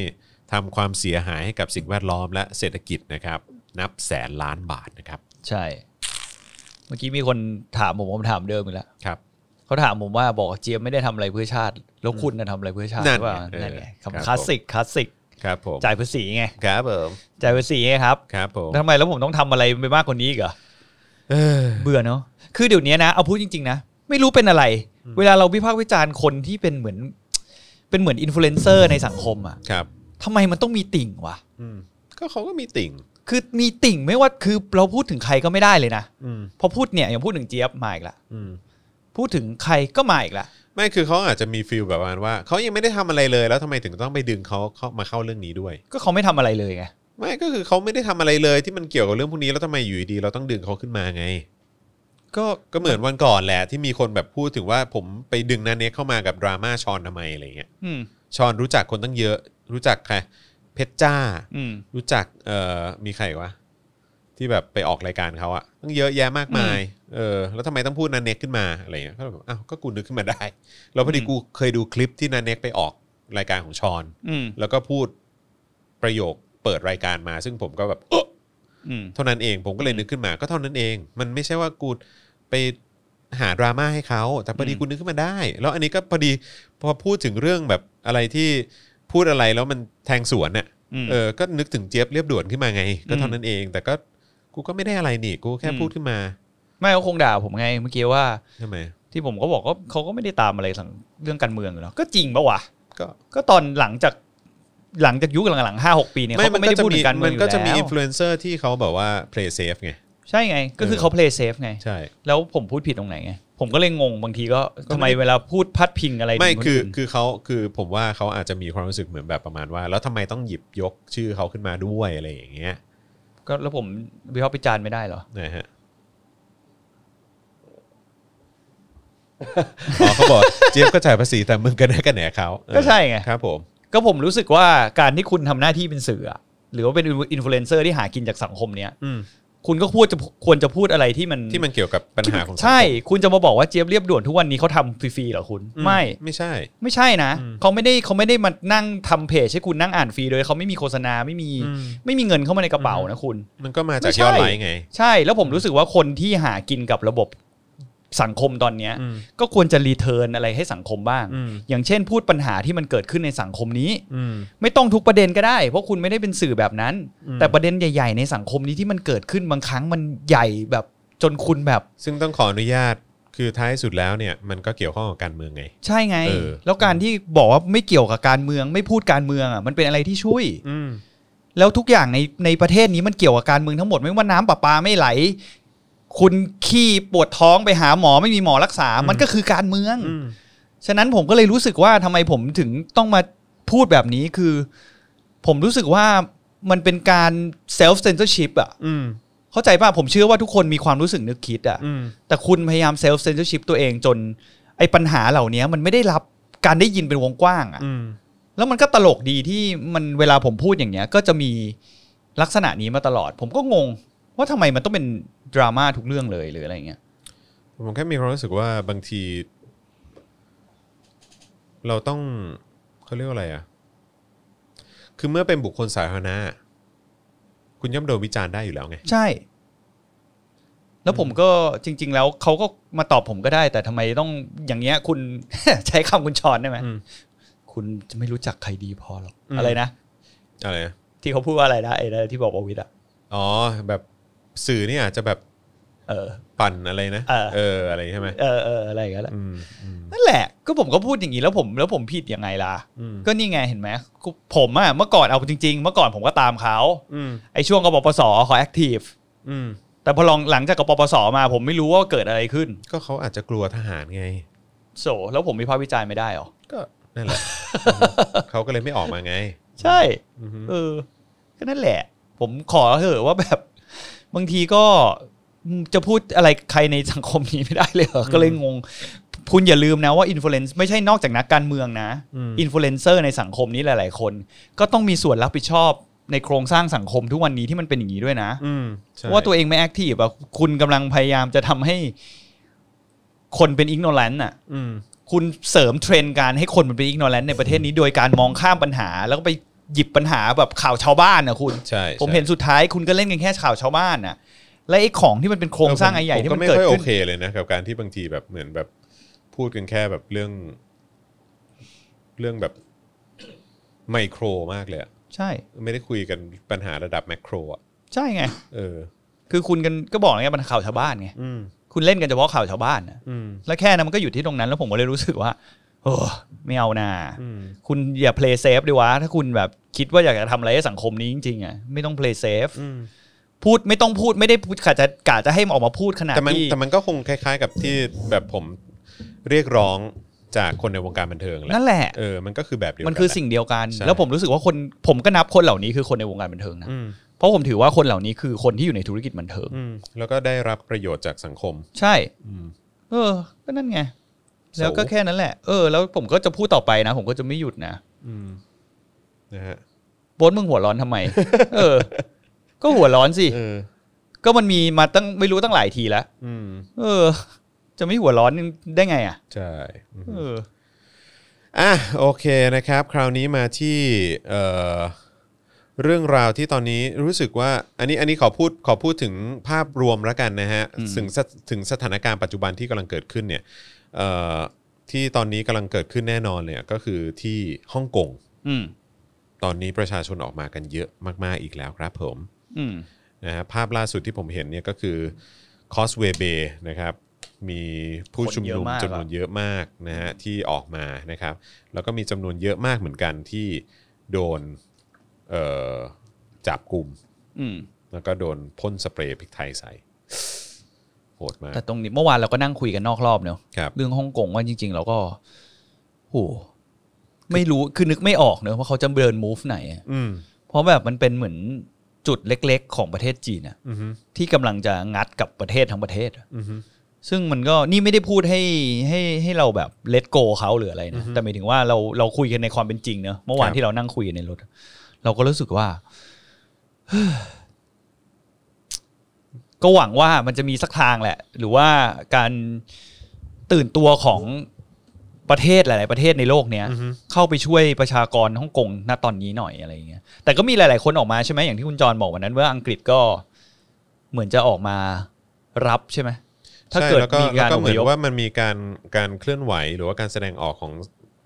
ทำความเสียหายให้กับสิ่งแวดล้อมและเศรษฐกิจนะครับ นับแสนล้านบาทนะครับ
ใช่ เมื่อกี้มีคนถามผมผมถามเดิมอีกแล้ว
ครับ
เขาถามผมว่าบอกว่าเจี๊ยบไม่ได้ทำอะไรเพื่อชาติ แล้วคุณนะทำอะไรเพื่อชาติ
นั่
ห
น
รือเปล่า
ไงเออ
นั่นไง
ครับผม
คำคลาสสิกคลาสสิก
ครับผม
จ่ายภาษีไง
ครับผม
จ่ายภาษีไงครับ
ครับผม
แล้วทำไมแล้วผมต้องทำอะไรไปมากกว่านี้อีกเหรอ
เออ
เบื่อเนาะ คือเดี๋ยวนี้นะ เอาพูดจริง ๆ นะ ไม่รู้เป็นอะไร
อืม
เวลาเราวิพากษ์วิจารณ์คนที่เป็นเหมือน เป็นเหมือนอินฟลูเอนเซอร์ในสังคมอะ
ครับ
ทำไมมันต้องมีติ่งวะ
อืมก็เขาก็มีติ่ง
คือมีติ่งไม่ว่า คือเราพูดถึงใครก็ไม่ได้เลยนะ
อืม
พอพูดเนี่ยอย่างพูดถึงเจี๊ยบมาอีกละ
อืม
พูดถึงใครก็มาอีกละ
ไม่คือเขาอาจจะมีฟิลแบบประมาณว่าเขายังไม่ได้ทำอะไรเลยแล้วทำไมถึงต้องไปดึงเขาเข้ามาเข้าเรื่องนี้ด้วย
ก็เขาไม่ทำอะไรเลยไง
ไม่ก็คือเขาไม่ได้ทำอะไรเลยที่มันเกี่ยวกับเรื่องพวกนี้แล้วทำไมอยู่ดีๆเราต้องดึงเขาขึ้นมาไง ก็ก็เหมือนวันก่อนแหละที่มีคนแบบพูดถึงว่าผมไปดึงนันเน็กเข้ามากับดราม่าชอนทำไมอะไรเงี้ย
อืม
ชอนรู้จักคนตั้งเยอะ รู้จักใครเพชรจ้า
อืม
รู้จักเอ่อมีใครอีกวะที่แบบไปออกรายการเขาอะตั้งเยอะแยะมากมายเออแล้วทำไมต้องพูดนันเน็กขึ้นมาอะไรเงี้ยก็แบบอ้าวก็กูนึกขึ้นมาได้ แล้วพอดี
อืม
กูเคยดูคลิปที่นันเน็กไปออกรายการของชอน
อืม
แล้วก็พูดประโยคเปิดรายการมา ซึ่งผมก็แบบเอ้อ
อืม
เท่านั้นเองผมก็เลยนึกขึ้นมา ก็เท่านั้นเอง มันไม่ใช่ว่ากูไปหาดราม่าให้เขา แต่พอดี
อืม
กูนึกขึ้นมาได้ แล้วอันนี้ก็พอดีพอพูดถึงเรื่องแบบอะไรที่พูดอะไรแล้วมันแทงสวนน่ะ
อืม
เออ ก็นึกถึงเจี๊ยบเรียบด่วนขึ้นมาไง ก็
อืม
เท่านั้นเอง แต่ก็กูก็ไม่ได้อะไรนี่ กูแค่
อืม
พูดขึ้นมา
ไม่เขาคงด่าผมไงเมื่อกี้ว่า
ทำไม
ที่ผมก็บอกว่าเขาก็ไม่ได้ตามอะไรสังเรื่องการเมืองอยู่แล้วก็จริงปะวะ
ก็
ก็ตอนหลังจากหลังจากยุคหลังๆห้าหกปีเนี่ยเขาก็ไม่ได้
จะ
พูดถึงการเมือ
มั
งอยู่
ก็จะมี
แล้ว
อินฟลูเอนเซอร์ที่เขาแบบว่า play safe ไง
ใช่ไง ก็คือเขา play safe ไง
ใช่
แล้วผมพูดผิดตรงไหนไง ผมก็เลยงงบางทีก็
ก็ไม่
ทำไมเวลาพูดพัดพิงอะไร
ไม่
ถึงน
คือ
อื่น
คือเขาคือผมว่าเขาอาจจะมีความรู้สึกเหมือนแบบประมาณว่า แล้วทำไมต้องหยิบยกชื่อเขาขึ้นมาด้วยอะไรอย่างเงี้ย
ก็แล้วผมวิพากษ์วิจารณ์ไม่ได้เหรอ
นะฮะ อ๋อเขาบอกเจี๊ยบก็จ่ายภาษีแต่มึงก็แน่กันแหนเขาเออ
ก็ใช่ไง
ครับผม
ก็ผมรู้สึกว่าการที่คุณทำหน้าที่เป็นสื่ออะหรือว่าเป็นอินฟลูเอนเซอร์ที่หากินจากสังคมเนี่ย
อืม
คุณก็ควรจะควรจะพูดอะไรที่มัน
ที่มันเกี่ยวกับปัญหาของสังคม
ใช่ คุณจะมาบอกว่าเจี๊ยบเรียบด่วนทุกวันนี้เขาทำฟรีๆเหรอคุณ
อื
ไม่
ไม่ใช่
ไม่ใช่นะ
อืม
เขาไม่ได้เขาไม่ได้มานั่งทำเพจให้คุณนั่งอ่านฟรีโดยเขาไม่มีโฆษณาไม่มี
อืม
ไม่มีเงินเข้ามาในกระเป๋านะคุณ
มันก็มาจาก
ไม่ใช่
ยอดไลค์ไง
ใช่แล้วผมรู้สึกว่าคนที่หากินกับระบบสังคมตอนเนี้ย
อืม
ก็ควรจะรีเทิร์นอะไรให้สังคมบ้าง
อืม
อย่างเช่นพูดปัญหาที่มันเกิดขึ้นในสังคมนี้
อืม
ไม่ต้องทุกประเด็นก็ได้ เพราะคุณไม่ได้เป็นสื่อแบบนั้น
อืม
แต่ประเด็นใหญ่ ๆ ในสังคมนี้ที่มันเกิดขึ้นบางครั้งมันใหญ่แบบจนคุณแบบ
ซึ่งต้องขออนุญาตคือท้ายสุดแล้วเนี่ย มันก็เกี่ยวข้องกับการเมืองไง
ใช่ไง
เออ
แล้วการที่บอกว่าไม่เกี่ยวกับการเมือง ไม่พูดการเมืองอ่ะมันเป็นอะไรที่ช่วย
อืม
แล้วทุกอย่างในในประเทศนี้มันเกี่ยวกับการเมืองทั้งหมดไม่ว่าน้ำประปาไม่ไหล คุณขี้ปวดท้องไปหาหมอไม่มีหมอรักษา
อืม
มันก็คือการเมือง
อืม
ฉะนั้นผมก็เลยรู้สึกว่าทำไมผมถึงต้องมาพูดแบบนี้คือ ผมรู้สึกว่ามันเป็นการ self censorship อ่ะ
อืม
เข้าใจป่ะ ผมเชื่อว่าทุกคนมีความรู้สึกนึกคิดอ่ะ
อืม
แต่คุณพยายาม self censorship ตัวเองจน ไอ้ปัญหาเหล่านี้มันไม่ได้รับการได้ยินเป็นวงกว้างอ่ะ
อืม
แล้วมันก็ตลกดีที่มันเวลาผมพูดอย่างเงี้ย ก็จะมีลักษณะนี้มาตลอด ผมก็งง ว่าทำไมมันต้องเป็นดราม่าทุกเรื่องเลยหรืออะไรเงี้ย
ผมแค่มีความรู้สึกว่าบางที เราต้องเขาเรียกว่าอะไรอ่ะ คือเมื่อเป็นบุคคลสาธารณะคุณย่อมโดนวิจารณ์ได้อยู่แล้วไง
ใช่ แล้วผมก็จริง ๆ แล้วเขาก็มาตอบผมก็ได้ แต่ทำไมต้องอย่างเงี้ย คุณ ใช้คำคุณชอนได้ไหม
อืม
คุณจะไม่รู้จักใครดีพอหรอก
อืม
อะไรนะ
อะไรอะ
ที่เขาพูดว่าอะไรนะไอ้นะที่บอกประวิทย์อ่ะ
อ๋อ แบบสื่อเนี่ยอาจจะแบบ
เออ
ปั่นอะไรนะ
เออ
ออะไรใช่ไหม
เออเอออะไรอย่างเงี้ยแหละ
อืมอืม
นั่นแหละ ก็ผมก็พูดอย่างนี้แล้วผมแล้วผมผิดยังไงล่ะ
อืม
ก็นี่ไงเห็นไหมกูผมอะเมื่อก่อนเอาจริง ๆ เมื่อก่อนผมก็ตามเขา
อืม
ไอ้ช่วงกบปสขอแอคทีฟ
อืม
แต่พอลองหลังจากกบปสมา ผมไม่รู้ว่าเกิดอะไรขึ้น
ก็เขาอาจจะกลัวทหารไง
โซแล้วผมวิพากษ์วิจารณ์ไม่ได้หรอ
ก็นั่ นแหละ เขาก็เลยไม่ออกมาไง
ใช่
อือฮึ
เออก็นั่นแหละ ผมขอเถอะว่าแบบ บางทีก็จะพูดอะไรใครในสังคมนี้ไม่ได้เลยเหรอก็เลยงง คุณอย่าลืมนะว่าอินฟลูเอนซ์ไม่ใช่นอกจากนักการเมืองนะ
อืม
อินฟลูเอนเซอร์ในสังคมนี้หลาย ๆ คน ก็ต้องมีส่วนรับผิดชอบ ในโครงสร้างสังคมทุกวันนี้ที่มันเป็นอย่างนี้ด้วยนะ
อืมใช่
ว่าตัวเองไม่แอคทีฟอะคุณกำลังพยายามจะทำให้คนเป็นอิกโนแลนต์อะ
อืม
คุณเสริมเทรนด์การให้คนมันเป็นอิกโนแลนต์ในประเทศนี้โดยการมองข้ามปัญหา แล้วก็ไปหยิบปัญหาแบบข่าวชาวบ้านอะคุณ
ใช่
ผมเห็นสุดท้ายคุณก็เล่นกันแค่ข่าวชาวบ้านอะและไอ้ของที่มันเป็นโครงสร้างอันใหญ่ที่มันเกิด
เกิด
ขึ้
โอน เคเลยนะกับการที่บางทีแบบเหมือนแบบพูดกันแค่แบบเรื่อง เรื่องแบบไมโครมากเลยอะ
ใช่
ไม่ได้คุยกันปัญหาระดับแมกโครอะ
ใช่ไง
เออ
คือคุณกันก็บอกไงมันข่าวชาวบ้านไง
อืม
คุณเล่นกันเฉพาะข่าวชาวบ้านนะ
อืม
แล้วแค่นั้นมันก็อยู่ที่ตรงนั้นแล้วผมก็เลยรู้สึกว่าโอ้ไม่เอานา
อืม
คุณอย่า play safe ดีวะถ้าคุณแบบคิดว่าอยากจะทำอะไรให้สังคมนี้จริงๆอ่ะไม่ต้อง play safe
อืม
พูดไม่ต้องพูดไม่ได้พูดกะจะกะจะให้มันออกมาพูดขนาด
แต่มัน
ที่
แต่มันก็คงคล้ายๆกับที่แบบผมเรียกร้องจากคนในวงการบันเทิงแหละ
นั่นแหละ
เออมันก็คือแบบเดียวกั
มันคือสิ่งเดียวกัน
ใช่
แล้วผมรู้สึกว่าคนผมก็นับคนเหล่านี้คือคนในวงการบันเทิงนะ
อืม
เพราะผมถือว่าคนเหล่านี้คือคนที่อยู่ในธุรกิจบันเทิง
อืมแล้วก็ได้รับประโยชน์จากสังคม
ใช่
อืม
เออ ก็นั่นไง
โส
แล้วก็แค่นั้นแหละ เออ แล้วผมก็จะพูดต่อไปนะ ผมก็จะไม่หยุดนะ
อืมนะฮะ
โบนมึงหัวร้อนทำไม เออ ก็หัวร้อนสิ
เออ
ก็มันมีมาตั้งไม่รู้ตั้งหลายทีแล้ว
อืม
เออ จะไม่หัวร้อนได้ไงอ่ะ
ใช่อืม
เออ
อ่ะโอเคนะครับ คราวนี้มาที่เอ่อเรื่องราวที่ตอนนี้รู้สึกว่า อันนี้อันนี้ขอพูดขอพูดถึงภาพรวมแล้วกันนะฮะ
อืม
ถึงสถถึงสถานการณ์ปัจจุบันที่กำลังเกิดขึ้นเนี่ยเอ่อที่ตอนนี้กำลังเกิดขึ้นแน่นอนเลยอะก็คือที่ฮ่องกง
อืม
ตอนนี้ประชาชนออกมากันเยอะมากๆอีกแล้วครับผม
อืม
นะฮะภาพล่าสุดที่ผมเห็นเนี่ยก็คือคอสเวเบนะครับมีผู้ชุมนุม
คนเยอะมากอะ
จำนวนเยอะมากนะฮะที่ออกมานะครับแล้วก็มีจำนวนเยอะมากเหมือนกันที่โดนเอ่อจับกลุ่ม
อืม
แล้วก็โดนพ่นสเปรย์พริกไทยใส่โหดมาก
แต่ตรงนี้เมื่อวานเราก็นั่งคุยกันนอกรอบเนอะ
ครับ
เรื่องฮ่องกงว่าจริง ๆ เราก็โหไม่รู้ คือนึกไม่ออกเนอะว่าเขาจะเดินมูฟไหนอะ
อืม
เพราะแบบมันเป็นเหมือนจุดเล็ก ๆ ของประเทศจีนอะ
อือฮึ
ที่กำลังจะงัดกับประเทศทั้งประเทศอะ
อือฮึ
ซึ่งมันก็นี่ไม่ได้พูดให้ให้ให้เราแบบเลตโกเขาหรืออะไร
อือ
นะ
ฮึ
แต่หมายถึงว่าเราเราคุยกันในความเป็นจริงเนอะเมื่อวา
คน รับ
ที่เรานั่งคุยกันในรถ เราก็รู้สึกว่า ก็หวังว่ามันจะมีสักทางแหละ หรือว่าการตื่นตัวของประเทศหลาย ๆ ประเทศในโลกเนี้ย
อือฮึ
เข้าไปช่วยประชากรฮ่องกงณตอนนี้หน่อยอะไรอย่างเงี้ย แต่ก็มีหลาย ๆ คนออกมาใช่ไหมอย่างที่คุณจรบอกวันนั้นว่าอังกฤษก็เหมือนจะออกมารับใช่ไหมถ้า
ใช่
เกิด
แล้วก็
มี
แล้
กาว ร
ก็
อ
เห
พ
มือน
ยพ
ว่ามันมีการการเคลื่อนไหวหรือว่าการแสดงออกของ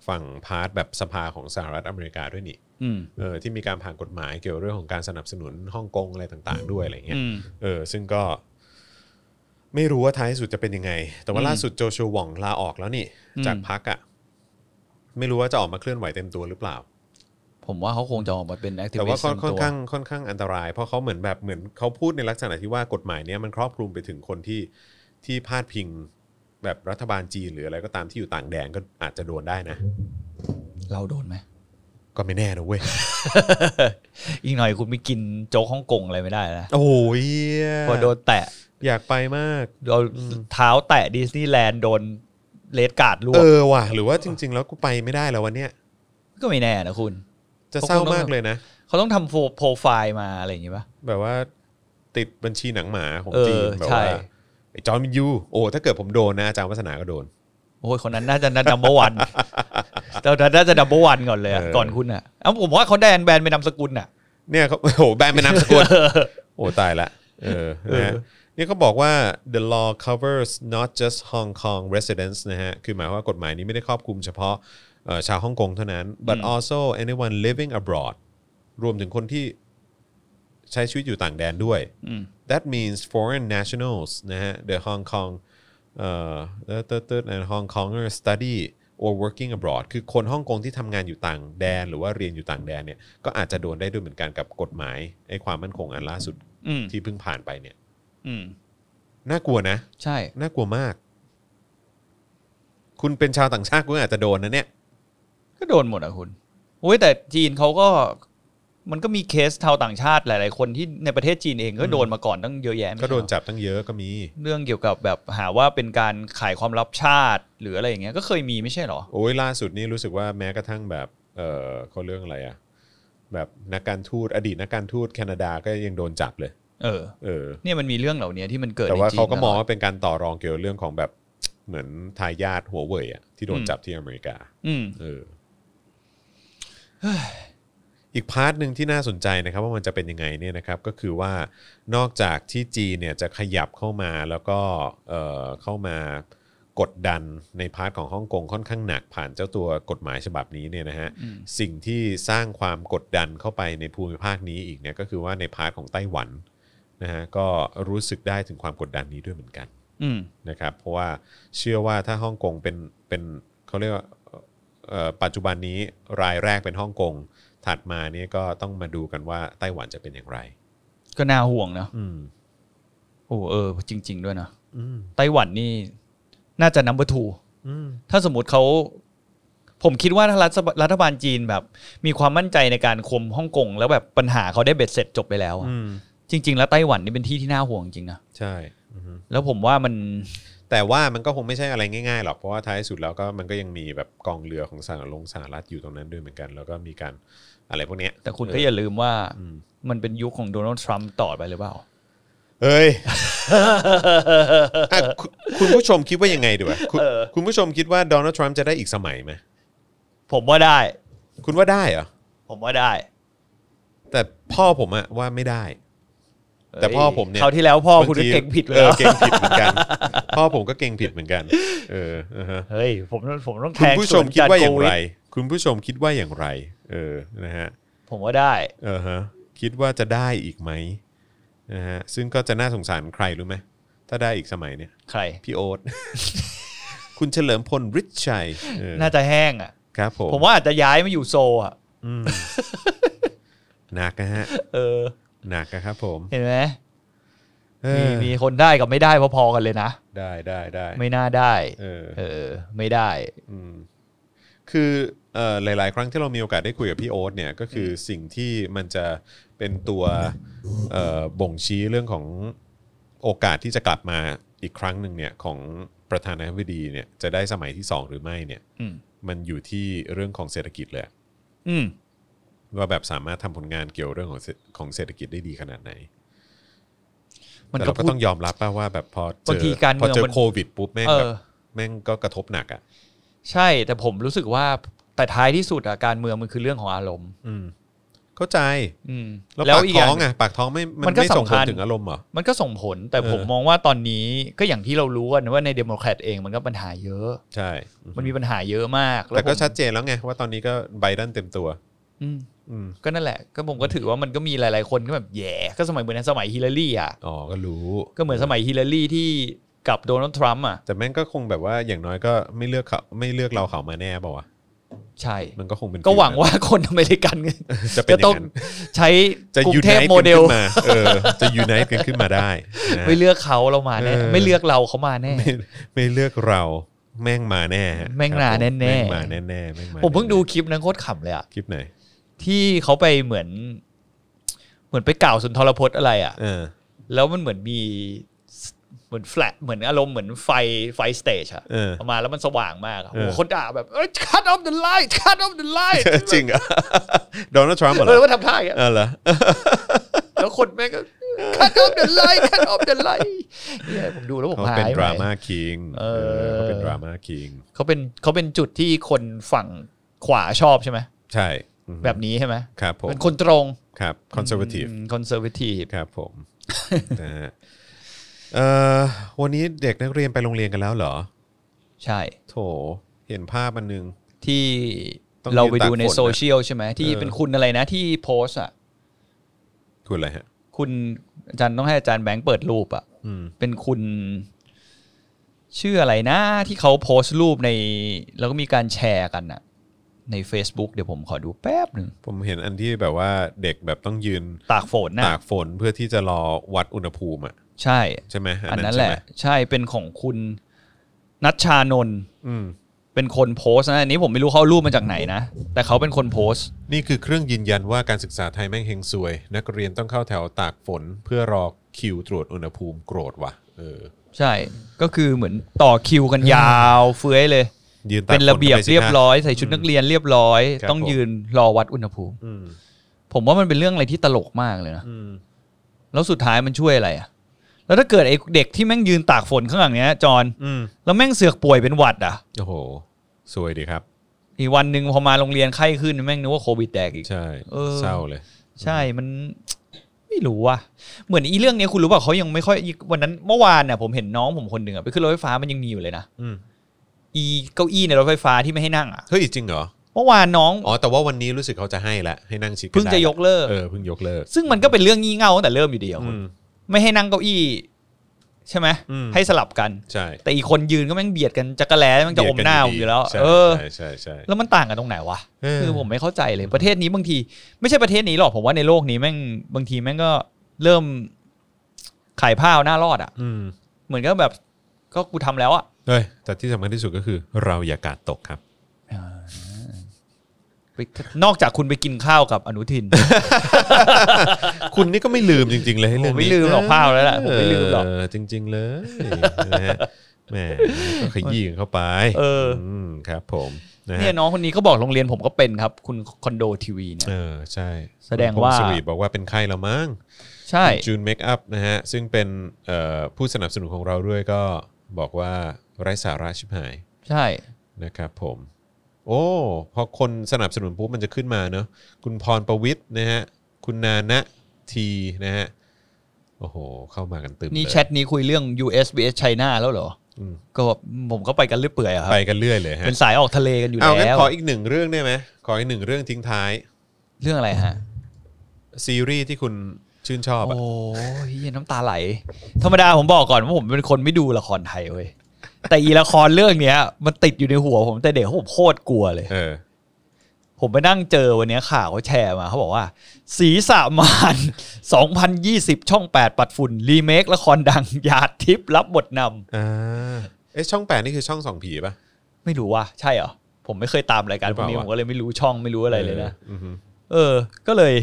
ฝั่งพาร์ทแบบสภาของสหรัฐอเมริกาด้วยนี่
อืม
เออที่มีการผ่านกฎหมายเกี่ยวเรื่องของการสนับสนุนฮ่องกงอะไรต่างๆ ด้วยอะไรเงี้ย
อืม
เออซึ่งก็ ไม่รู้ว่าท้ายสุดจะเป็นยังไง แต่ว่า
อืม
ล่าสุดโจชัวหว่องลาออกแล้วนี่
อืม
จากพักอะ่ะ ไม่รู้ว่าจะออกมาเคลื่อนไหวเต็มตัวหรือเปล่า
ผมว่าเขาคงจะออกมาเป็นแอคทีฟ
แต่
เว
ว่า
ชั่
ค่อน นค่อน
ตัว
ข้างค่อนข้างอันตราย เพราะเขาเหมือนแบบเหมือนเขาพูดในลักษณะที่ว่ากฎหมายเนี้ยมันครอบคลุมไปถึงคนที่ที่พาดพิงแบบรัฐบาลจีนหรืออะไรก็ตามที่อยู่ต่างแดนก็อาจจะโดนได้นะ
เราโดนไหม
ก็ไม่แน่นะเว้ย
อีกหน่อยคุณไปกินโจ๊กฮ่องกงอะไรไม่ได้นะ
โอ้โหเหี้ย
พอโดนแตะ
อยากไปมาก
โดนเท้าแตะดิสนีย์แลนด์โดนเลดการ์ดลวก
เออว่ะหรือว่าจริง ๆ แล้วกูไปไม่ได้แล้ววันเนี้ย
ก็ไม่แน่นะคุณ
จะเศร้ามากเลยนะ
เขาต้องทำโปรไฟล์มาอะไรอย่างงี้ป่ะ
แบบว่าติดบัญชีหนังหมาของ
เออ
จีนแบบ
ใช่
ว่าไอ้จอห์นวินยูโอ้ถ้าเกิดผมโดนนะอาจารย์วัฒนาก็โดน
โอ้ยคนนั้นน่าจะดัมเบิล วัน เราน่าจะดัมเบิลวันก่อนเลยอะ
เออ
ก่อนคุณอ่ะเอ้าผมว่าเขาแดนแบนเป็นนามสกุลอ่ะ
เนี่ยเขา โอ้โหแบนเป็นนามส กุลโอ้ตายละเออนะฮะ
เออ
นี่เขาบอกว่า the law covers not just Hong Kong residents นะฮะคือหมายความว่ากฎหมายนี้ไม่ได้ครอบคลุมเฉพาะเอ่อชาวฮ่องกงเท่านั้น but also anyone living abroad รวมถึงคนที่ใช้ชีวิตอยู่ต่างแดนด้วย
อืม
That means foreign nationals นะฮะ the Hong Kong uh, the the the and Hong Konger study or working abroad คือคนฮ่องกงที่ทำงานอยู่ต่างแดน หรือว่าเรียนอยู่ต่างแดนเนี่ยก็อาจจะโดนได้ด้วยเหมือนกันกับกฎหมายไอ้ความมั่นคงอันล่าสุด
อืม
ที่เพิ่งผ่านไปเนี่ย
อืม
น่ากลัวนะ
ใช่
น่ากลัวมาก คุณเป็นชาวต่างชาติคุณอาจจะโดนนะเนี่ย
ก็โดนหมดอ่ะคุณโอ้ยแต่จีนเขาก็มันก็มีเคสชาวต่างชาติหลาย ๆ คนที่ในประเทศจีนเองก็โดนมาก่อนตั้งเยอะแยะไม่
ก็
ใช่
โดน
เหรอ
จับตั้งเยอะก็มี
เรื่องเกี่ยวกับแบบหาว่าเป็นการขายความลับชาติหรืออะไรอย่างเงี้ยก็เคยมีไม่ใช่เหรอ
โอ้ยล่าสุดนี่รู้สึกว่าแม้กระทั่งแบบ เออเขาเรื่องอะไรอะ แบบนักการทูตอดีตนักการทูตแคนาดาก็ยังโดนจับเลย
เออ
เออ
เนี่ยมันมีเรื่องเหล่านี้ที่มันเกิด
แต่ว่า
ในจีน
เขาก็มอง
ตลด
ว่าเป็นการต่อรองเกี่ยวกับเรื่องของแบบเหมือนทายาทหัวเว่ยอะที่โดนจับที่อเมริกา
อืม
เอออีกพาร์ทหนึ่งที่น่าสนใจนะครับว่ามันจะเป็นยังไงเนี่ยนะครับก็คือว่านอกจากที่จีนเนี่ยจะขยับเข้ามาแล้วก็เอ่อเข้ามากดดันในพาร์ทของฮ่องกงค่อนข้างหนักผ่านเจ้าตัวกฎหมายฉบับนี้เนี่ยนะฮะ
อืม
สิ่งที่สร้างความกดดันเข้าไปในภูมิภาคนี้อีกเนี่ยก็คือว่าในพาร์ทของไต้หวันนะฮะก็รู้สึกได้ถึงความกดดันนี้ด้วยเหมือนกัน
อืม
นะครับเพราะว่าเชื่อว่าถ้าฮ่องกงเป็นเป็นเขาเรียกว่าเอ่อปัจจุบันนี้รายแรกเป็นฮ่องกงถัดมานี้ก็ต้องมาดูกันว่าไต้หวันจะเป็นอย่างไร
ก็น่าห่วงนะ
อืม
โอ้เออ จริง ๆ ด้วยนะ
อืม
ไต้หวันนี่น่าจะนัมเบอร์ทู
อืม
ถ้าสมมติเขาผมคิดว่าถ้ารัฐสภารัฐบาลจีนแบบ มีความมั่นใจในการคุมฮ่องกงแล้วแบบปัญหาเขาได้เบ็ดเสร็จจบไปแล้วอะ
อืม
จริง ๆ แล้วไต้หวันนี่เป็นที่ที่น่าห่วงจริงนะ
ใช่อือฮึ
แล้วผมว่ามัน
แต่ว่ามันก็คงไม่ใช่อะไรง่ายๆหรอกเพราะว่าท้ายสุดแล้วก็มันก็ยังมีแบบกองเรือของสหรัฐลงสหรัฐอยู่ตรงนั้นด้วยเหมือนกัน แล้วก็มีการอะไรพวกเนี้ย
แต่คุณก็อย่าลืมว่า
อืม
มันเป็นยุคของโดนัลด์ทรัมป์ต่อไปหรือเปล่า
เอ้ยอ่ะคุณคุณผู้ชมคิดว่ายังไงดีวะคุณ
เออ
คุณผู้ชมคิดว่าโดนัลด์ทรัมป์จะได้อีกสมัยไหม
ผมว่าได้
คุณว่าได้เหรอ
ผมว่าได้
แต่พ่อผมอะว่าไม่ได้ แต่พ่อผมเนี่ย
คราวที่แล้วพ่อคุณก็
บางที
เก่งผิดไป
เอ
แล้
อ
ว
เก่งผิดเหมือนกัน พ่อผมก็เก่งผิดเหมือนกัน เอออ่าฮะ
เฮ้ยผมผมต้อง
คุณ
แทง
ผู้ช
สว
ม
น
คิด
จัน
ว่า
โก
อย่าง
วิ
ไร
ท
คุณผู้ชมคิดว่าอย่างไร เออนะฮะ
ผมว่าได้
เออฮะคิดว่าจะได้อีกไหมนะฮะซึ่งก็จะน่าสงสารใครรู้ไหมถ้าได้อีกสมัยเนี่ย
ใคร
พี่โอ๊ต คุณเฉลิมพลฤทธิ์ชัยเออ
น่าจะแห้งอ่ะ
ครับผม
ผมว่าอาจจะย้ายมาอยู่โซลอ่ะ
อืม หนักนะฮะ
เออ
หนักนะครับผม
เห็นไหม
เอ
มี
อ
มีคนได้กับไม่ได้พอๆกันเลยนะ
ได้ได้ได้
ไม่น่าได้
เออ
เออ ไม่ได้
อืมคือเอ่อหลาย ๆ ครั้งที่เรามีโอกาสได้คุยกับพี่โอ๊ตเนี่ยก็คือสิ่งที่มันจะเป็นตัวเอ่อบ่งชี้เรื่องของโอกาสที่จะกลับมาอีกครั้งหนึ่งเนี่ยของประธานาธิบดีเนี่ยจะได้สมัยที่ 2 หรือไม่เนี่ย
อืม
มันอยู่ที่เรื่องของเศรษฐกิจเลย
อืม
ว่าแบบสามารถทำผลงานเกี่ยวเรื่องของเศรษของเศรษฐกิจได้ดีขนาดไหน
มัน
แต่
ก็
เราก็
พูด
ต้องยอมรับป่ะว่าแบบพอเจ
บางที
อ
การ
พอเจอ
เมืองมัน
โควิดปุ๊บแม่ง
เอ
แบบ
อ
แม่งก็กระทบหนักอ่ะ
ใช่ แต่ผมรู้สึกว่าแต่ท้ายที่สุดอะการเมืองมันคือเรื่องของอารมณ์
อืมเข้าใจ
อืม
แล้วปากท้องอ่ะปากท้องไม่
มั
มัน
นก็
ไม่ส่งผ
สำคั
ล
ญ
ถึงอารมณ์เหรอ
มันก็ส่งผลแต่
เออ
ผมมองว่าตอนนี้ก็อย่างที่เรารู้กันว่าในเดโมแครตเองมันก็ปัญหาเยอะ
ใช่
มันมีปัญหาเยอะมาก
แต่ก็
ผม
ชัดเจนแล้วไงว่าตอนนี้ก็ไบเดนเต็มตัว
อืม
อืม
ก็นั่นแหละ ก็ผมก็ถือว่ามันก็มีหลาย ๆ คนก็แบบแย่ก็สมัยเหมือนสมัยฮิลลารีอ่ะ
อ๋อก็รู้
ก็เหมือนสมัยฮิลลารีที่กับโดนัลด์ทรัมป์อ่ะ
แต่แม่งก็คงแบบว่าอย่างน้อยก็ไม่เลือกเขาไม่เลือกเราเขามาแน่เปล่าวะ
ใช่
มันก็คงเป็น
ก็หวัง
ฟิล
ว่าคนอเมริกัน
นั้นจะเป็นอ
จะต้อย่าง
งนั้น
ใช้
จะ
กรุ
ยู
งเท
ไน
พ
ต์
โม
กัน
เดล
ขึ้นมาเออจะยูไนต์กันขึ้นมาได้นะ
ไม่เลือกเขาเรามาแน่
เออ
ไม่เลือกเราเขามาแน่
ไม่ไม่เลือกเราแม่งมาแน่ฮะ
แม่งมา
ครับผ
แน่ๆ
แม่งมาแน่แน่ๆแม่งมา
ผมเพิ่งดู
แน่
คลิปนั้นโคตรขำเลยอ่ะ
ๆคลิปไหน
ที่เขาไปเหมือน เหมือนไปกล่าวสุนทรพจน์อะไรอ่ะ
เอ อ
แล้วมันเหมือนมีสเหมือนแฟลชเหมือนอารมณ์เหมือนไฟไฟสเตจอะ
เออ
ออกมาแล้วมันสว่างมากอะ
เอ
โอ้
อ
โหคนด่าแบบเอ้ย cut off the light cut off the light
จริงเหรอ่ะโดนัลด์ทรัมป์ เหร
เออ
อ
ว่าทำท่าอย่างเงี้ย
เออเหรอ
แล้วคนแม่งก็ cut off the light cut off the light เนี่ยผมดูแล้วผม
เขา
หาย
เป็น
ไป
ดราม่าคิง
เออ
เขาเป็นดราม่าคิง
เขาเป็นเขาเป็นจุดที่คนฝั่งขวาชอบใช่ไหม
ใช่อืม
แบบนี้ใช่ไหม
ครับผม
เป็นคนตรง
ครับคอนเซอร์วทีฟ
คอนเซอร์วทีฟ
ครับผม นะฮะเอ่อวันนี้เด็กนักเรียนไปโรงเรียนกันแล้วเหรอ
ใช่
โถ เห็นภาพอันหนึง
ที่
ต้อง
เราไป
ยืนตาก
ดูใน
ฝนนะ
โซเชียลใช่ไหมที่
เออ
เป็นคุณอะไรนะที่โพสต์อะ
คุณอะไรฮะ
คุณอาจารย์ต้องให้อาจารย์แบงค์เปิดรูปอะ
อืม
เป็นคุณ ชื่ออะไรนะ ที่เขาโพสต์รูปใน แล้วก็มีการแชร์กันอะใน Facebook เดี๋ยวผมขอดูแป๊บหนึ่ง
ผมเห็นอันที่แบบว่าเด็กแบบต้องยืน
ตากฝนนะ
ตากฝนเพื่อที่จะรอวัดอุณหภูมิอ่ะ
ใช่
ใช่ไหม
อันนั้น
ใช่
แห
ไม
ละ ใช่เป็นของคุณนัชชานนท์
อืม
เป็นคนโพสต์นะอันนี้ผมไม่รู้เขาเอารูปมาจากไหนนะ แต่เขาเป็นคนโพสต์
นี่คือเครื่องยืนยันว่าการศึกษาไทยแม่งเฮงซวย นักเรียนต้องเข้าแถวตากฝน เพื่อรอคิวตรวจอุณหภูมิโกรธว่ะเออ
ใช่ ก็คือเหมือนต่อคิวกันยาวเฟื้อยเลย
ยืนตาก
เป็นระเบียบ
ฝไสิค
เรียบร้อยใส่ชุดนักเรียนเรียบร้อย
ครับ
ต้อง
ผม
ยืนรอวัดอุณหภูมิ
อืม
ผมว่ามันเป็นเรื่องอะไรที่ตลกมากเลยนะ
อืม
แล้วสุดท้ายมันช่วยอะไรอ่ะ แล้วถ้าเกิดไอ้เด็กที่แม่งยืนตากฝนข้างหลังเนี้ยจอน
อืม
แล้วแม่งเสือกป่วยเป็นหวัดอ่ะ
โอ้โหสวยดีครับ
อีกวันหนึ่งพอมาโรงเรียนไข้ขึ้นแม่งนึกว่าโควิดแดกอีก
ใช่
เออ
เศร้าเลย
ใช่มัน ไม่รู้ว่ะเหมือนอีเรื่องเนี้ยคุณรู้ป่ะเขายังไม่ค่อยวันนั้นเมื่อวานเนี่ยผมเห็นน้องผมคนหนึ่งอะไปขึ้นรถไฟฟ้ามันยังมีอยู่เลยนะ
อืม
อีเก้าอี้ในรถไฟฟ้าที่ไม่ให้นั่งอ่ะ
เฮ้ยจริงเหรอ
เมื่อวานน้อง
อ๋อแต่ว่าวันนี้รู้สึกเขาจะให้ละให้นั่งชิด
เพิ่ง
ได้
จะยกเลิก
เออเพิ่งยกเลิก
ซึ่งมันก็เป็นเรื่องงี่เง่าตั้งแต่เริ่มอยู่เดียว
อืม
ไม่ให้นั่งเก้าอี้ ใช่ไหม
อืม
ให้สลับกัน
ใช่
แต่อีกคนยืนก็แม่งเบียดกันจักระแล้แม่งจะอมหน้าผมอยู่แล้ว
ใช่
เออ
ใช่ใช่ใช่
แล้วมันต่างกันตรงไหนวะ
เออ
คือผมไม่เข้าใจเลยประเทศนี้บางที ไม่ใช่ประเทศนี้หรอกผมว่าในโลกนี้แม่งบางทีแม่งก็เริ่มขายผ้าเอาหน้ารอดอ่ะ
อืม
เหมือนก็แบบก็กูทำแล้วอ่ะ
เฮ้ยแต่ที่สำคัญที่สุดก็คือเราอย่ากาดตกครับ
ไปนอกจากคุณไปกินข้าวกับอนุทิน
คุณนี่ก็ไม่ลืมจริง ๆ เลยเรื่อง
ผม
นี้
ไม่ลืมหรอกภาพแล้วล่ะผมไม่ลืมหรอก
เจริง ๆ เลยนะฮะแหมก็ขยี้กันเข้าไป
เออ
มครับ ผมนะ
เนี่
ฮะ
ยน้องคนนี้ก็บอกโรงเรียนผมก็เป็นครับ คุณคอนโดทีวีเนี่ย
เออใช่
แสดงว่า
คุณพงศรีบอกว่าเป็นไข้แล้วมั้ง
ใช่
จูนเมคอัพนะฮะซึ่งเป็นเอ่อผู้สนับสนุนของเราด้วยก็บอกว่าไร้สาระชิบหาย
ใช่
นะครับผม โอ้พอคนสนับสนุนปุ๊บมันจะขึ้นมาเนอะคุณพรประวิทย์นะฮะคุณนานะทีนะฮะโอ้โห เข้ามากันตึม
นี่
เลย
แชทนี้คุยเรื่อง US vs China แล้วเหรอ
อืม
ก็ผมก็ไปกันเรื่อยเปื่อยอะครับ
ไปกันเรื่อยเลยฮะ
เป็นสายออกทะเลกันอยู่
เอางั้น
แล้ว
ขออีกหนึ่งเรื่องได้ไหมขออีกหนึ่งเรื่องทิ้งท้าย
เรื่องอะไรฮะ
ซีรีส์ที่คุณชื่นชอบอะ
โอ้ยเหี้ยน้ำตาไหล ธรรมดาผมบอกก่อนว่าผมเป็นคนไม่ดูละครไทยเว้ยแต่อีละครเรื่องเนี้ย มันติดอยู่ในหัวผมแต่เด็กผมโคตรกลัวเลย
เออ
ผมไปนั่งเจอวันเนี้ยข่าวเขาแชร์มาเขาบอกว่า สีสามาน 2020 ช่อง 8 ปัดฝุ่น รีเมคละครดังหยาดทิพย์รับบทน
อ่าเอ๊ะช่องแปดนี่คือช่องสองผีป่ะ
ำไม่รู้ว่าใช่เหรอ ผมไม่เคยตามรายการ
หรือ
พ
เปล่า
วกนี้
วะ
ผมก็เลยไม่รู้ช่องไม่รู้อะไรเลยนะ
อออือฮึ
เออ ก็เลย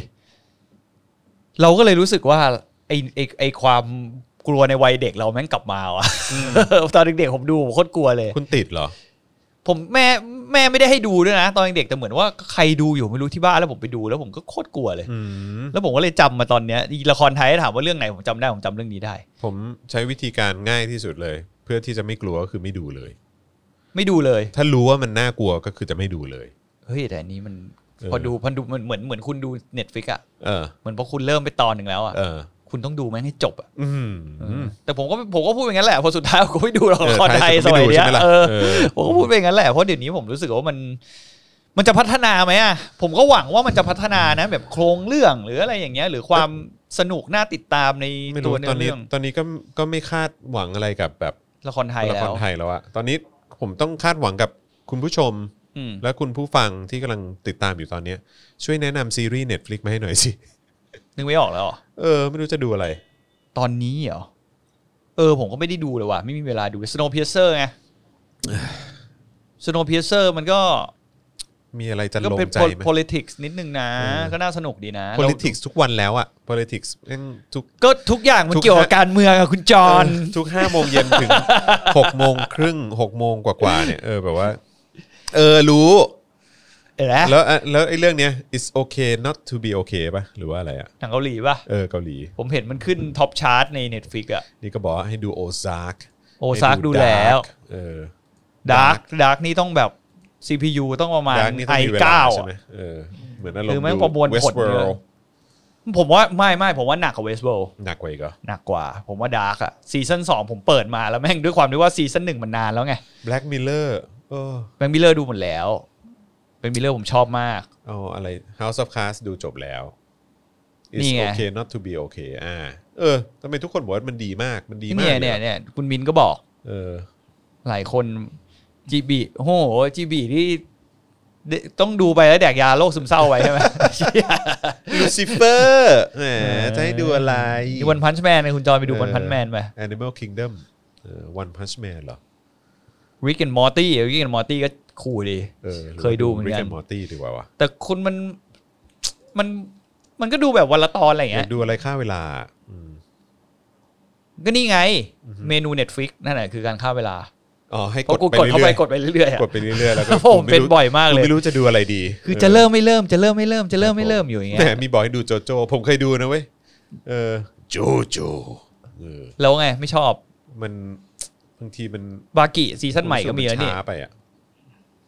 เราก็เลยรู้สึกว่า ไอไอไอความกลัวในวัยเด็กเราแม่งกลับมาว่ะ ตอนเด็กๆผมดูผมโคตรกลัวเลย
คุณติดเหรอ
ผมแม่แม่ไม่ได้ให้ดูด้วยนะ ตอนเด็กๆแต่เหมือนว่าใครดูอยู่ไม่รู้ที่บ้านแล้วผมไปดูแล้วผมก็โคตรกลัวเลย
อืม
แล้วผมก็เลยจำมาตอนเนี้ยอีละครไทยถามว่าเรื่องไหนผมจำได้ผมจำเรื่องนี้ได้
ผมใช้วิธีการง่ายที่สุดเลย เพื่อที่จะไม่กลัวก็คือไม่ดูเลย
ไม่ดูเลย
ถ้ารู้ว่ามันน่ากลัวก็คือจะไม่ดูเลย
เฮ้ยแต่อันนี้มัน
เออ
พอดูพันดูมันเหมือนเหมือนคุณดูเน็ตฟิกอะ
เออ
เหมือนพอคุณเริ่มไปตอนหนึ่งแล้วอะ
เออ
คุณต้องดูแม่งให้จบอะ
อืม
แต่ผมก็ผมก็พูดอย่างนั้นแหละพอสุดท้าย ผมก็ไม่ดูหรอก
เอ
ละ
อ
ครไท ยส
สุด
มัย
ก็ไม่ดู
เนี้
ใช่
ย
ไหมล่ะ
เออ
เออ
ผมก็พูดไปอย่างนั้นแหละเพราะเดี๋ยวนี้ผมรู้สึกว่ามัน มันจะพัฒนาไหมอ่ะผมก็หวังว่ามันจะพัฒนานะ แบบโครงเรื่องหรืออะไรอย่างเงี้ย หรือความสนุกน่าติดตามใน
ไม่
ตั
รู้
วเนื้
ตอ
อน
นี้
เรื่อง
ตอนนี้ก็ก็ไม่คาดหวังอะไรกับแบบ
ละครไทย
ละ
แล้
คร
ว
ไทยแล้วอะตอนนี้ผมต้องคาดหวังกับคุณผู้ชม
อืม
และคุณผู้ฟังที่กำลังติดตามอยู่ตอนเนี้ยช่วยแนะนำซีรีส์ Netflix มาให้หน่อยสิ
นึกไม่ออกแล้วเหรอ
เออ ไม่รู้จะดูอะไร
ตอนนี้เหรอเออ ผมก็ไม่ได้ดูเลยว่ะไม่มีเวลาดู Snowpiercer ไง Snowpiercer มันก็
มีอะไรจะ
ก็
ลง
เป็น
ใจไหม
politics นิดนึงนะ
เออ
ก็น่าสนุกดีนะเรา
politics ทุกวันแล้วอะ politics แม่งทุก
ก็ทุกอย่างมัน
ทุก
เกี่ยวกับการเมืองอะคุณจอห์น
เออทุกห้าโมงเย็น ถึง หกโมงครึ่งหกโมงกว่าๆเนี่ยเออแบบว่า เออ รู้
เห็นไหม
แล้วอ่ะแล้วไอ้เรื่องเนี้ย it's okay not to be okay ป่ะ หรือว่าอะไรอะ
หนังเกาหลีป่ะ
เออเกาหลี
ผมเห็นมันขึ้นท็อปชาร์ตใน Netflix อะ
นี่ก็บอกว่าให้ดูโอซา k
โอซากดูแล้ว
เออ
ดาร์ก
Dark
ดาร์กนี่ต้องแบบ CPU ต้องประมาณ
ดาร์กนี่ต้อง
ไอ
มีเวลา
เก้า
ใช่ไหมเออเหมือนอารม
หรือ
ณ์
ไม่
ดู
ประมวลผล
Westworld
เยอะ ผมว่าไม่ไม่ผมว่าหนักกว่าเวสเ r l d
หนักกว่าอีกเหรอ
หนักกว่า ผมว่าดาร์กอะซีซั่นสองผมเปิดมาแล้วแม่งด้วยความที่ว่าซีซั่นหนึ่งมันนานแล้วไง
Black Mirror เออ
แบงค์มิลเลอร์ดูหมดแล้วแบงค์มิลเลอร์ผมชอบมาก
เอาอะไร House of Cards ดูจบแล้ว
นี่
It's
ไง
okay not to be okay อ่า เออทำไมทุกคนบอกว่ามันดีมาก มันดีมาก
เนี่ย
ล
เนี่ย
อะ
เนี่ยคุณมินก็บอก
เออ
หลายคนจีบีโอ้โหจีบีที่เดต้องดูไปแล้วแดกยาโรคซึมเศร้าไปใช่ไหม
Lucifer แหมจะให้ดูอะไร
มีวันพันช์แมนเนี่ยคุณจอยไปดู
เออ
วันพันช์แมนไป
Animal Kingdom เออ One Punch Man เหรอ
ริกแอนมอร์ตี้ริกแอนมอร์ตี้ก็คู่ดี
เออ
เคยดูเหมือนกัน
มอร์ตี้ดีกว่าวะ
แต่คุณมันมันมันก็ดูแบบวันละตอนอะไรอย่า
อ
ง
ยาก
เงี้ย
ดูอะไรค่าเวลาอืม
ก็นี่ไง เมนู Netflix นั่นแหละคือการฆ่าเวลา
อ๋อให้
เพ
กด
ราะกู
ไป
กดเข้าไป
เรื่อย
กดไปเรื่อย
ๆกดไป
ๆอะ
เรื่อยๆแล้วก็
ผมเป็นบ่อยมาก
กู
เลย
ไม่รู้จะดูอะไรดี
คือจะเริ่มไม่เริ่มจะเริ่มไม่เริ่มจะเริ่มไม่เริ่มอยู่อย่าง
แหม
เงี้ย
มีบอกให้ดูโจโจ ผมเคยดูนะเว้ยเออโจโจเออ
แล้วไงไม่ชอบ
มันบางทีมัน
บากิซีซั่นใหม่ก็มีแล้วนี่
ช้าไปอ่ะ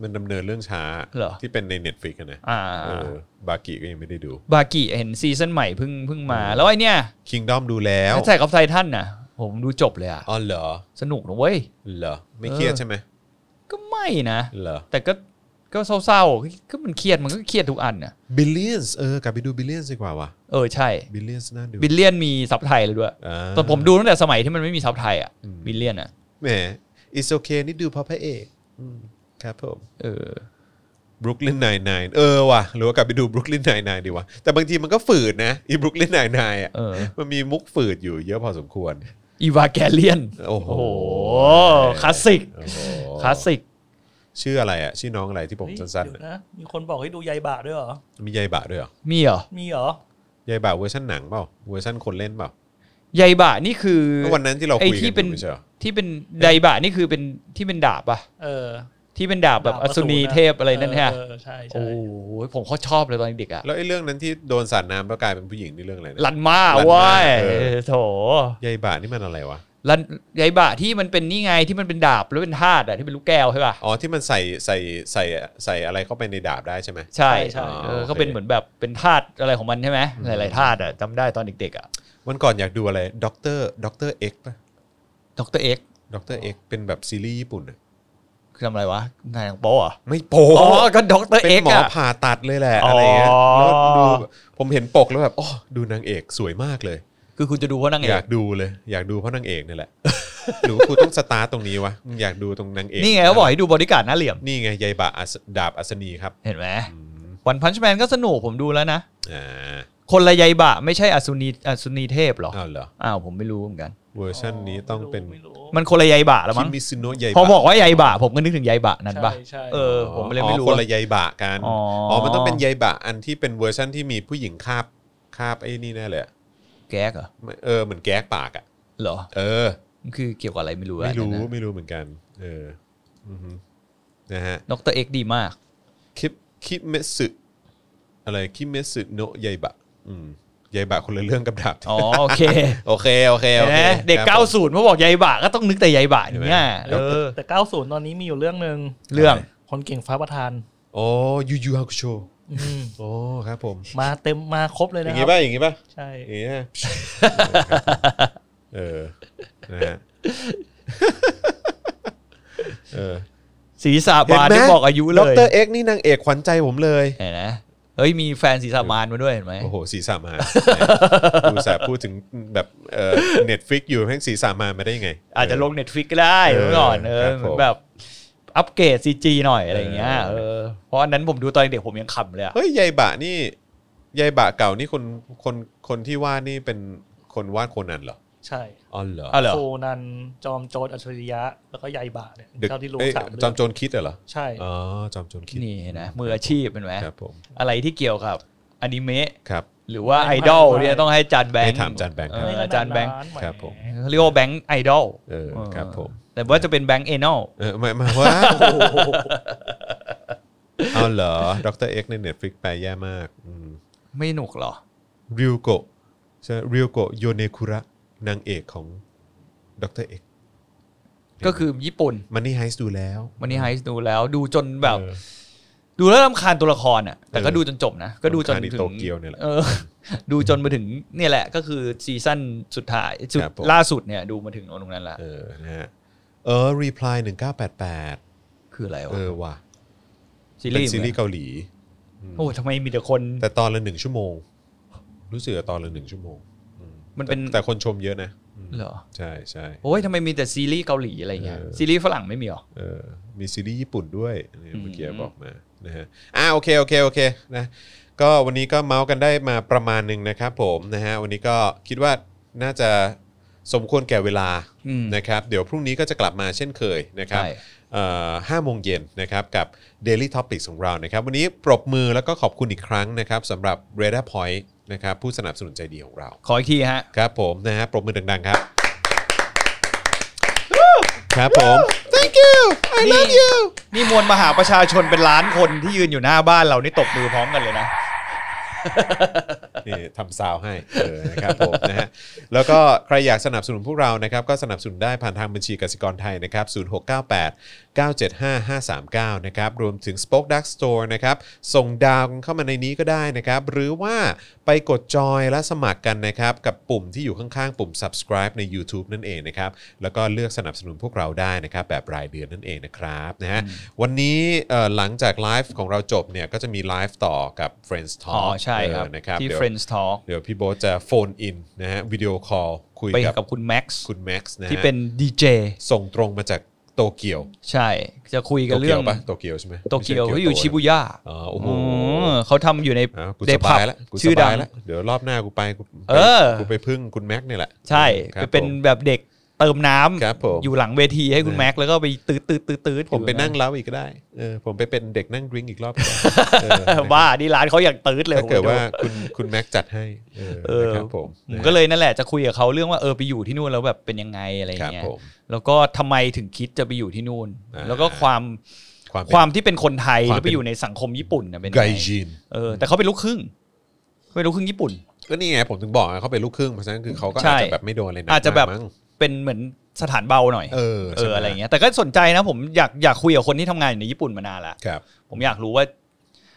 มันดำเนินเรื่องช้า
เหรอ
ที่เป็นใน Netflix อะนะ
อ่า
เออบากิก็ยังไม่ได้ดู
บากิเห็นซีซั่นใหม่เพิ่งเพิ่งมา แล้วไอเนี้ย
Kingdom ดูแล้ว
แท็กกับไททันน่ะ ผมดูจบเลยอ่ะ
อ๋อเหรอ
สนุกนะเว้ย
เหรอ ไม่เครียด
เออ
ใช่ไหม
ก็ไม่นะ
เหรอ
แต่ก็ก็เศร้าๆก็มันเครียดมันก็เครียดทุกอันน่ะ
Billions เออกลับไปดู Billions ดีกว่าวะ
เออใช่
Billions น่าดู
บิลเลียนมีซับไทยเลยด้วย
อ่า
แต่ผมดูตั้งแต่สมัยที่มันไม่มีซับไทยอ่ะ
อืม
บิลเลียนอ่ะ
แหม It's okay นี่ดูเพราะพระเอกอืมครับผม
เออ
Brooklyn Nine Nine เออว่ะหรือว่ากลับไปดู Brooklyn Nine Nine ดีวะแต่บางทีมันก็ฝืดนะอี Brooklyn Nine Nine อ่ะ
เออ
มันมีมุกฝืดอยู่เยอะพอสมควร
อีวาแกเลียน
โอ้โห
โอ้โหคลาสสิก
โอ้โห
คลาสสิก
ชื่ออะไรอ่ะ ชื่อน้องอะไรที่ผม
เฮ้ย
สั้นๆ
เดี๋ยว
น่ะ
นะมีคนบอกให้ดูยายบาด้วยเหรอ
มียายบะด้วยเหรอ
มีเหรอ
มีเหรอ
ยายบะเวอร์ชันหนังเปล่าเวอร์ชันคนเล่นเปล่า
ไยบะนี่คือ
แล้ววันนั้นที่เรา
ไอ้
คุย
ที่
กัน
เป็น
อยู่ไม่ใช่เหรอ
ที่เป็นไดบะนี่คือเป็นที่เป็นดาบอะ
เออ
ที่เป็นดาบแบบ
ดา
อสุนี
ะ
เทพอะไรนั่นฮะ
เออใช่
โอ้
ใช่
โหผมเขาชอบเลยตอนเด็กอะ
แล้วไอ้เรื่องนั้นที่โดนสาดน้ำแล้วกลายเป็นผู้หญิงนี่เรื่องอะไรนะ
ลันมา
ลันมา
เว้ย
เออ
เออโถ
ยายบะนี่มันอะไรวะ
ลันไยบะที่มันเป็นนี่ไงที่มันเป็นดาบแล้วเป็นธาตุอะที่เป็นลูกแก้วใช่ป่ะ
อ๋อที่มันใส่ใส่ใส่ใส่อะไรเข้าไปในดาบได้ใช่ไหม
ใช่
ใช่ใช่
เออ
โอเค
เขาเป็นเหมือนแบบเป็นธาตุอะไรของมันใช่ไหมหลายๆธาตุอะจำได้ตอนเด็กๆอะ
วันก่อนอยากดูอะไรด็อกเตอร์ด็อกเตอร์เอ็กป่ะ
ดรเอ็ก
ด็อกเตอร์เอ็กเป็นแบบซีรีส์ญี่ปุ่นน่ะ
คือทำอะไรวะนายของโป๊ะเหรอ
ไม่โป๊ะ
อ๋อก็ดร
เป็น
เอ็ก
หมอ
อะ
ผ่าตัดเลยแหละอะไรเงี้ย
อ๋อ
แล้วดูผมเห็นปกแล้วแบบอ๋อดูนางเอกสวยมากเลย
คือคุณจะดูเพราะนางเอ
อยาก กดูเลย อยากดูเพราะนางเอกนี่แหละ หรือว่ากูต้องสตาร์ทตรงนี้วะมึงอยากดูตรงนางเอก
นี่ไงเขาบอกให้ดูบอดี้การ์ดหน้าเหลี่ยม
นี่ไงยายบะอัศดาบอัศนีครับ
เห็นไหม
อืม
วันพันช์แมนก็สนุกผมดูแล้วนะ
อ่า
คนละไยบะไม่ใช่อสุนีอสุนีเทพเหรอ
อ้าวเหรอ
อ้าวผมไม่รู้เหมือนกัน
เวอร์ชันนี้ต้องเป็น
ไม่รู้
มันคนละไยบะแล้ว
คิ
มั้ง
มิซุโนะยายบะ
พอบอกว่าไยบะผมก็นึกถึงไยบะนั้นปะ
ใช่ใช่
เออ ผมเลยไม่รู้
อ๋อคนละยายบะกัน
อ๋ออ๋
อมันต้องเป็นยายบะอันที่เป็นเวอร์ชันที่มีผู้หญิงคาบคาบไอ้นี่แน่เลยอะ
แก๊กเหรอ
เออเหมือนแก๊กปากอ่ะ
เหรอ
เออ
มันคือเกี่ยวกับอะไรไม่รู้อะ
ไม่รู้
อันนั้นน่ะ
ไม่รู้เหมือนกัน เอออือฮึนะฮะ
ดรเอกดีมาก
คิปคิเมสึอะไรคิเมสึโนะยายบะ อืมยายบะคนละเรื่องกับดาบ
อ๋อโอเค
โอเค โอเค โอเค
นะเด็ก
ครับผม
90เขาบอกไยบะก็ต้องนึกแต่ไยบะอย่างเนี่ยเออ
แต่ 90 ตอนนี้มีอยู่เรื่องหนึ่ง
เรื่อง
คนเก่งฟ้าประทาน
โอ้ยูยูฮากุโช
อืม
โอ้ครับผม
มาเต็มมาครบเลย
อ
นะ
ย่าง
ค
งี้
รับ
ป่ะ อย่างงี้ป่ะ
ใช่
อย่างงี้ ฮะเออ นะฮะ เออ
ศีรษะบานที่บอกอายุเล
ด็อก
ย
เตอร์เอ็กซ์นี่นางเอกขวัญใจผมเลย
เห็นไหมเฮ้ยมีแฟนศีรษะบานมาด้วยเห็นไหม
โอ้โห สีสามาดูแสบพูดถึงแบบเอ่อเน็ตฟิกอยู่แม่งสีสามามาได้ยังไง
อาจจะลง Netflix ก็ได้
เออ
เมื่อก่อนเอ
ครั
อบ
ผม
แบบอัปเกรด CG หน่อยอะไรอย่างเงี้ย
เอ
เอ
อ
อเพราะอันนั้นผมดูตอนเด็กผมยังขำเลยอะ
เฮ้ยยายบะนี่ยายบะเก่านี่คนคนคนที่วาดนี่เป็นคนวาดโคนันเหรอ
ใช่
อ๋อเหรอ
อ้าวเหรอ
โคนันจอมโจรอัจฉริยะ แล้วก็ยายบาเนี่ย
เด็ก
เท่าที่รู้
เอ้ย
สามเรื่
จอ
อ
ม
ง
โจรคิดเหรอ
ใช่
อ๋อ จอมโจรคิด
นี่นะมืออาชีพเป็นไหม
ครับผม
อะไรที่เกี่ยวกับอนิเมะ
ครับ
หรือว่าไอดอลเนี่ยต้องให้จานแบง
ให้
ค์
ถามจานแบงค์
เอ
ครับ
อ
ไม่
จานแบงค์
นานๆแห
ครับผม
เขาเรียกว่าแบงค์ไอดอล
เออครับผม
แต่ว่าจะเป็นแบงค์เอนอล
เออหมายหมายว่าเอาเหรอดรเอ็กในเน็ตฟลิกไปแย่มากอืม
ไม่หนุกเหรอ
ริวโกะใช่ริวโกะโยเนคุระนางเอกของดรเอ็ก
ก็คือญี่ปุ่น
มันนี่ไฮส์ดูแล้ว
มันนี่ไฮส์ดูแล้วดูจนแบบ
เออ
ดูแล้วรำคาญตัวละครอ่ะ แต่ก็
เออ
ดูจนจบนะ ก็ดูจน
รำคาญ
ถึ
ใน
ง
โตเกียวเนี่ยแหละ
ออ ดูจนมาถึงเนี่ยแหละ ก็คือซีซั่นสุดท้ายสุด
ครับผม
ล่าสุดเนี่ยดูมาถึงตรงนั้นละ
เออนะฮะเออรีพลายหนึ่งเก้าแปดแปด
คืออะไรวะ
เออว่ะ
ซี
เป็
รี
น
ส์
ซีรีส์เกาหลี
โอ้ทำไมมีแต่คน
แต่ตอนละหนึ่งชั่วโมง รู้สึกว่าตอนละหนึ่งชั่วโมงอืม
มันเป็น
แต่คนชมเยอะนะอืม
เหรอ
ใช่ใช่
โอ้ยทำไมมีแต่ซีรีส์เกาหลีอะไรเงี้ย
เออ
ซีรีส์ฝรั่งไม่มีหรอ
เออมีซีรีส์ญี่ปุ่นด้วยเนี่ยเมื่อกี้
อืม
บอกมานะฮะอ่าโอเค โอเค โอเคนะก็วันนี้ก็เมาส์กันได้มาประมาณหนึ่งนะครับผมนะฮะวันนี้ก็คิดว่าน่าจะสมควรแก่เวลา
อืม
นะครับ เดี๋ยวพรุ่งนี้ก็จะกลับมาเช่นเคยนะครับ
ใช่
เอ่อห้าโมงเย็นนะครับกับ Daily Topics ของเรานะครับ วันนี้ปรบมือแล้วก็ขอบคุณอีกครั้งนะครับสำหรับ r a d a r Point นะครับผู้สนับสนุนใจดีของเรา
ขออีกทีฮะ
ครับผมนะฮะปรบมือดังๆครับ ครับผม t thank you I
นี่
love you
นี่มวลมหาประชาชนเป็นล้านคนที่ยืนอยู่หน้าบ้านเรานี่ตบมือพร้อมกันเลยนะ
นี่ทำซาวให้เออนะครับผมนะฮะแล้วก็ใครอยากสนับสนุนพวกเรานะครับ ก็สนับสนุนได้ผ่านทางบัญชีกสิกรไทยนะครับ 0698 975 539 นะครับ รวมถึง Spoke Dark Store นะครับ ส่งดาวกันเข้ามาในนี้ก็ได้นะครับ หรือว่าไปกดจอยและสมัครกันนะครับ กับปุ่มที่อยู่ข้างๆ ปุ่ม subscribe ใน YouTube นั่นเองนะครับ แล้วก็เลือกสนับสนุนพวกเราได้นะครับ แบบรายเดือนนั่นเองนะครับนะฮะวันนี้เอ่อหลังจากไลฟ์ของเราจบเนี่ยก็จะมีไลฟ์ต่อกับ Friends
อ๋อ
Talk
ใช่ครับ
เออนะครับ
ที่
เดี๋ยว
Friends Talk
เดี๋ยวพี่โบ๊ทจะโฟนอินนะฮะวิดีโอคอลคุย
ไป
กับ
กับคุณแม็กซ์
คุณแม็กซ์นะฮะ
ที่เป็นดีเจ
ส่งตรงมาจากโตเกียว
ใช่จะคุยกัน
โต
เรื่
เกี
อ
ว
ง
ปะโตเกียวใช่ไหม
โตเกียว
ไม่
เขา
ใโ
อยู่ชิบู
นะ
ย่า
อ๋อโอ้โห
อืมเขาทำอยู่ใน
อ่ะกู
ใน
ส
ผั
บา
บ
ยแล้วกูส
ชื่อ
า
บดั
ย
ง
แล้วเดี๋ยวรอบหน้ากูไปกูไป
เออ
กูไปพึ่งคุณแม็กซ์นี่แหละ
ใช่
ครับ
ไปเป็น
ผม
แบบเด็กเติมน้
ครับผม
ำอยู่หลังเวทีให้คุณแม็กซ์แล้วก็ไปตืดตืดตืดตืด
ผมไปนั่งเล้าอีกก็ได้เออผมไปเป็นเด็กนั่งดริ้งอีกรอบก็ ได้เออ
บ้านี่ร้านเขาอย่างตืดเลย
ถ้าเกิด
ผม
ว่าคุณคุณแม็กซ์จัดให้เออ
เออ
นะครับผม
ผมก็เลยนั่นแหละจะคุยกับเขาเรื่องว่าเออไปอยู่ที่นู่นแล้วแบบเป็นยังไงอะไร
ครับ
เงี้ย
ผม
แล้วก็ทำไมถึงคิดจะไปอยู่ที่นู่น
อ่า
แล้วก็ความ
ความเป็น
ความที่เป็นคนไทย
ความเป็น
แล้วไปอยู่ในสังคมญี่ปุ่นนะเป็น
ไก
ยังไง
จีน
เออแต่เขาเป็นลูกครึ่งเขาเป็นลูกครึ่งญี่ปุ่น
ก็นี่ไงผมถึงบอกไงเขาเป็นลูกครึ่งเพราะฉะนั้นคือเขาก็
ใช่
อาจจะแบบไม่โดนอะไรหนัก
อาจจะแบบ
มกมั้ง
เป็นเหมือนสถานเบาหน่อย
เออ
เอ
ใช่หม
ออะไรเงี้ยแต่ก็สนใจนะผมอยากอยากคุยกับคนที่ทำงานอยู่ในญี่ปุ่นมานานละ
ครับ
ผมอยากรู้ว่า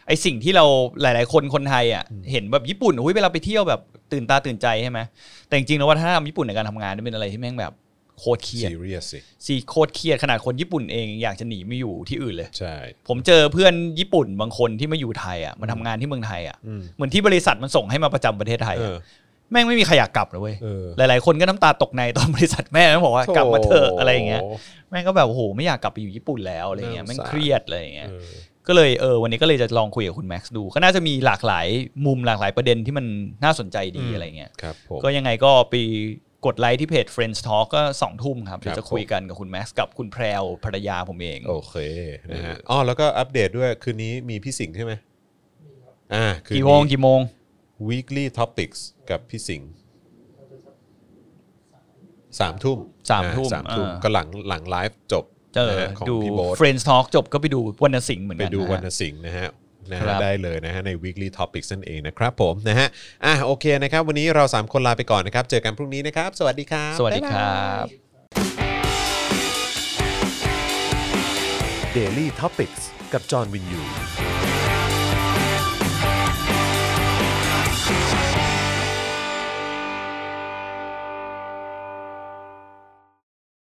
ไอสิ่งที่เราหลาย ๆ คนคนไทยอ่ะ
อืม
เห็นแบบญี่ปุ่นอุ้ยเวลาไปเที่ยวแบบตื่นตาตื่นใจใช่ไหมแต่จริงๆแล้ววัฒนธรรมญี่ปุ่นในการทำงานนี่เป็นอะไรที่แม่งแบบโคตรเครียด
ซีเรียสสิ
ซีโคตรเครียดขนาดคนญี่ปุ่นเองอยากจะหนีมาอยู่ที่อื่นเลย
ใช่
ผมเจอเพื่อนญี่ปุ่นบางคนที่มาอยู่ไทยอ่ะมาทำงานที่เมืองไทยอ่ะ
อืม
เหมือนที่บริษัทมันส่งให้มาประจำประเทศไทย
เอ
อะ
อ
แม่งไม่มีใครอยากกลับเลยเว้ย
เออ
หลาย ๆ คนก็น้ำตาตกในตอนบริษัทแม่แม่บอกว่ากลับมาเถอะอะไรอย่างเงี้ย
โ
แม่งก็แบบโอ้โหไม่อยากกลับไปอยู่ญี่ปุ่นแล้วอะไรเงี้ย
น่าสงสาร
แม่งเครียดอะไรอย่างเงี้ย
เออ
ก็เลยเออวันนี้ก็เลยจะลองคุยกับคุณแม็กซ์ดู ก็น่าจะมีหลากหลายมุมหลากหลายประเด็นที่มันน่าสนใจดีอะไรเงี้ย
ครับผม
ก็ยังไงก็ไปกดไลค์ที่เพจ Friends Talk ก็สองทุ่มครับ
ครั
เดี๋ย
บ
วจะคุยกันกับคุณแม็กซ์กับคุณแพรวภรรยาผมเอง
โอเคนะฮะอ๋อแล้วก็อัปเดตด้วยคืนนี้มีพี่สิงห์ใช่ไหมอ่าคืน
กี่โม
นี้
งกี่โมง
weekly topics กับพี่สิงห์สามทุ่ม
สามทุ่ม
อ่สามทุ่ม
อ่า
ก็หลังหลังไลฟ์จบ
เจอ
นะฮะของ
ดู
พี่โบ๊ท
Friends Talk จบก็ไปดูวรรณสิงห์เหมือน
ไป
กัน
ดู
นะ
วรรณ
ฮะ
สิงห์นะฮะนะ
ครั
ฮะ
บ
ได้เลยนะฮะใน weekly topics นั่นเองนะครับผมนะฮะอ่ะโอเคนะครับ วันนี้เรา 3 คนลาไปก่อนนะครับ เจอกันพรุ่งนี้นะครับ สวัสดีครับ
สวัสดีครับ
Daily Topics กับจอห์นวินยู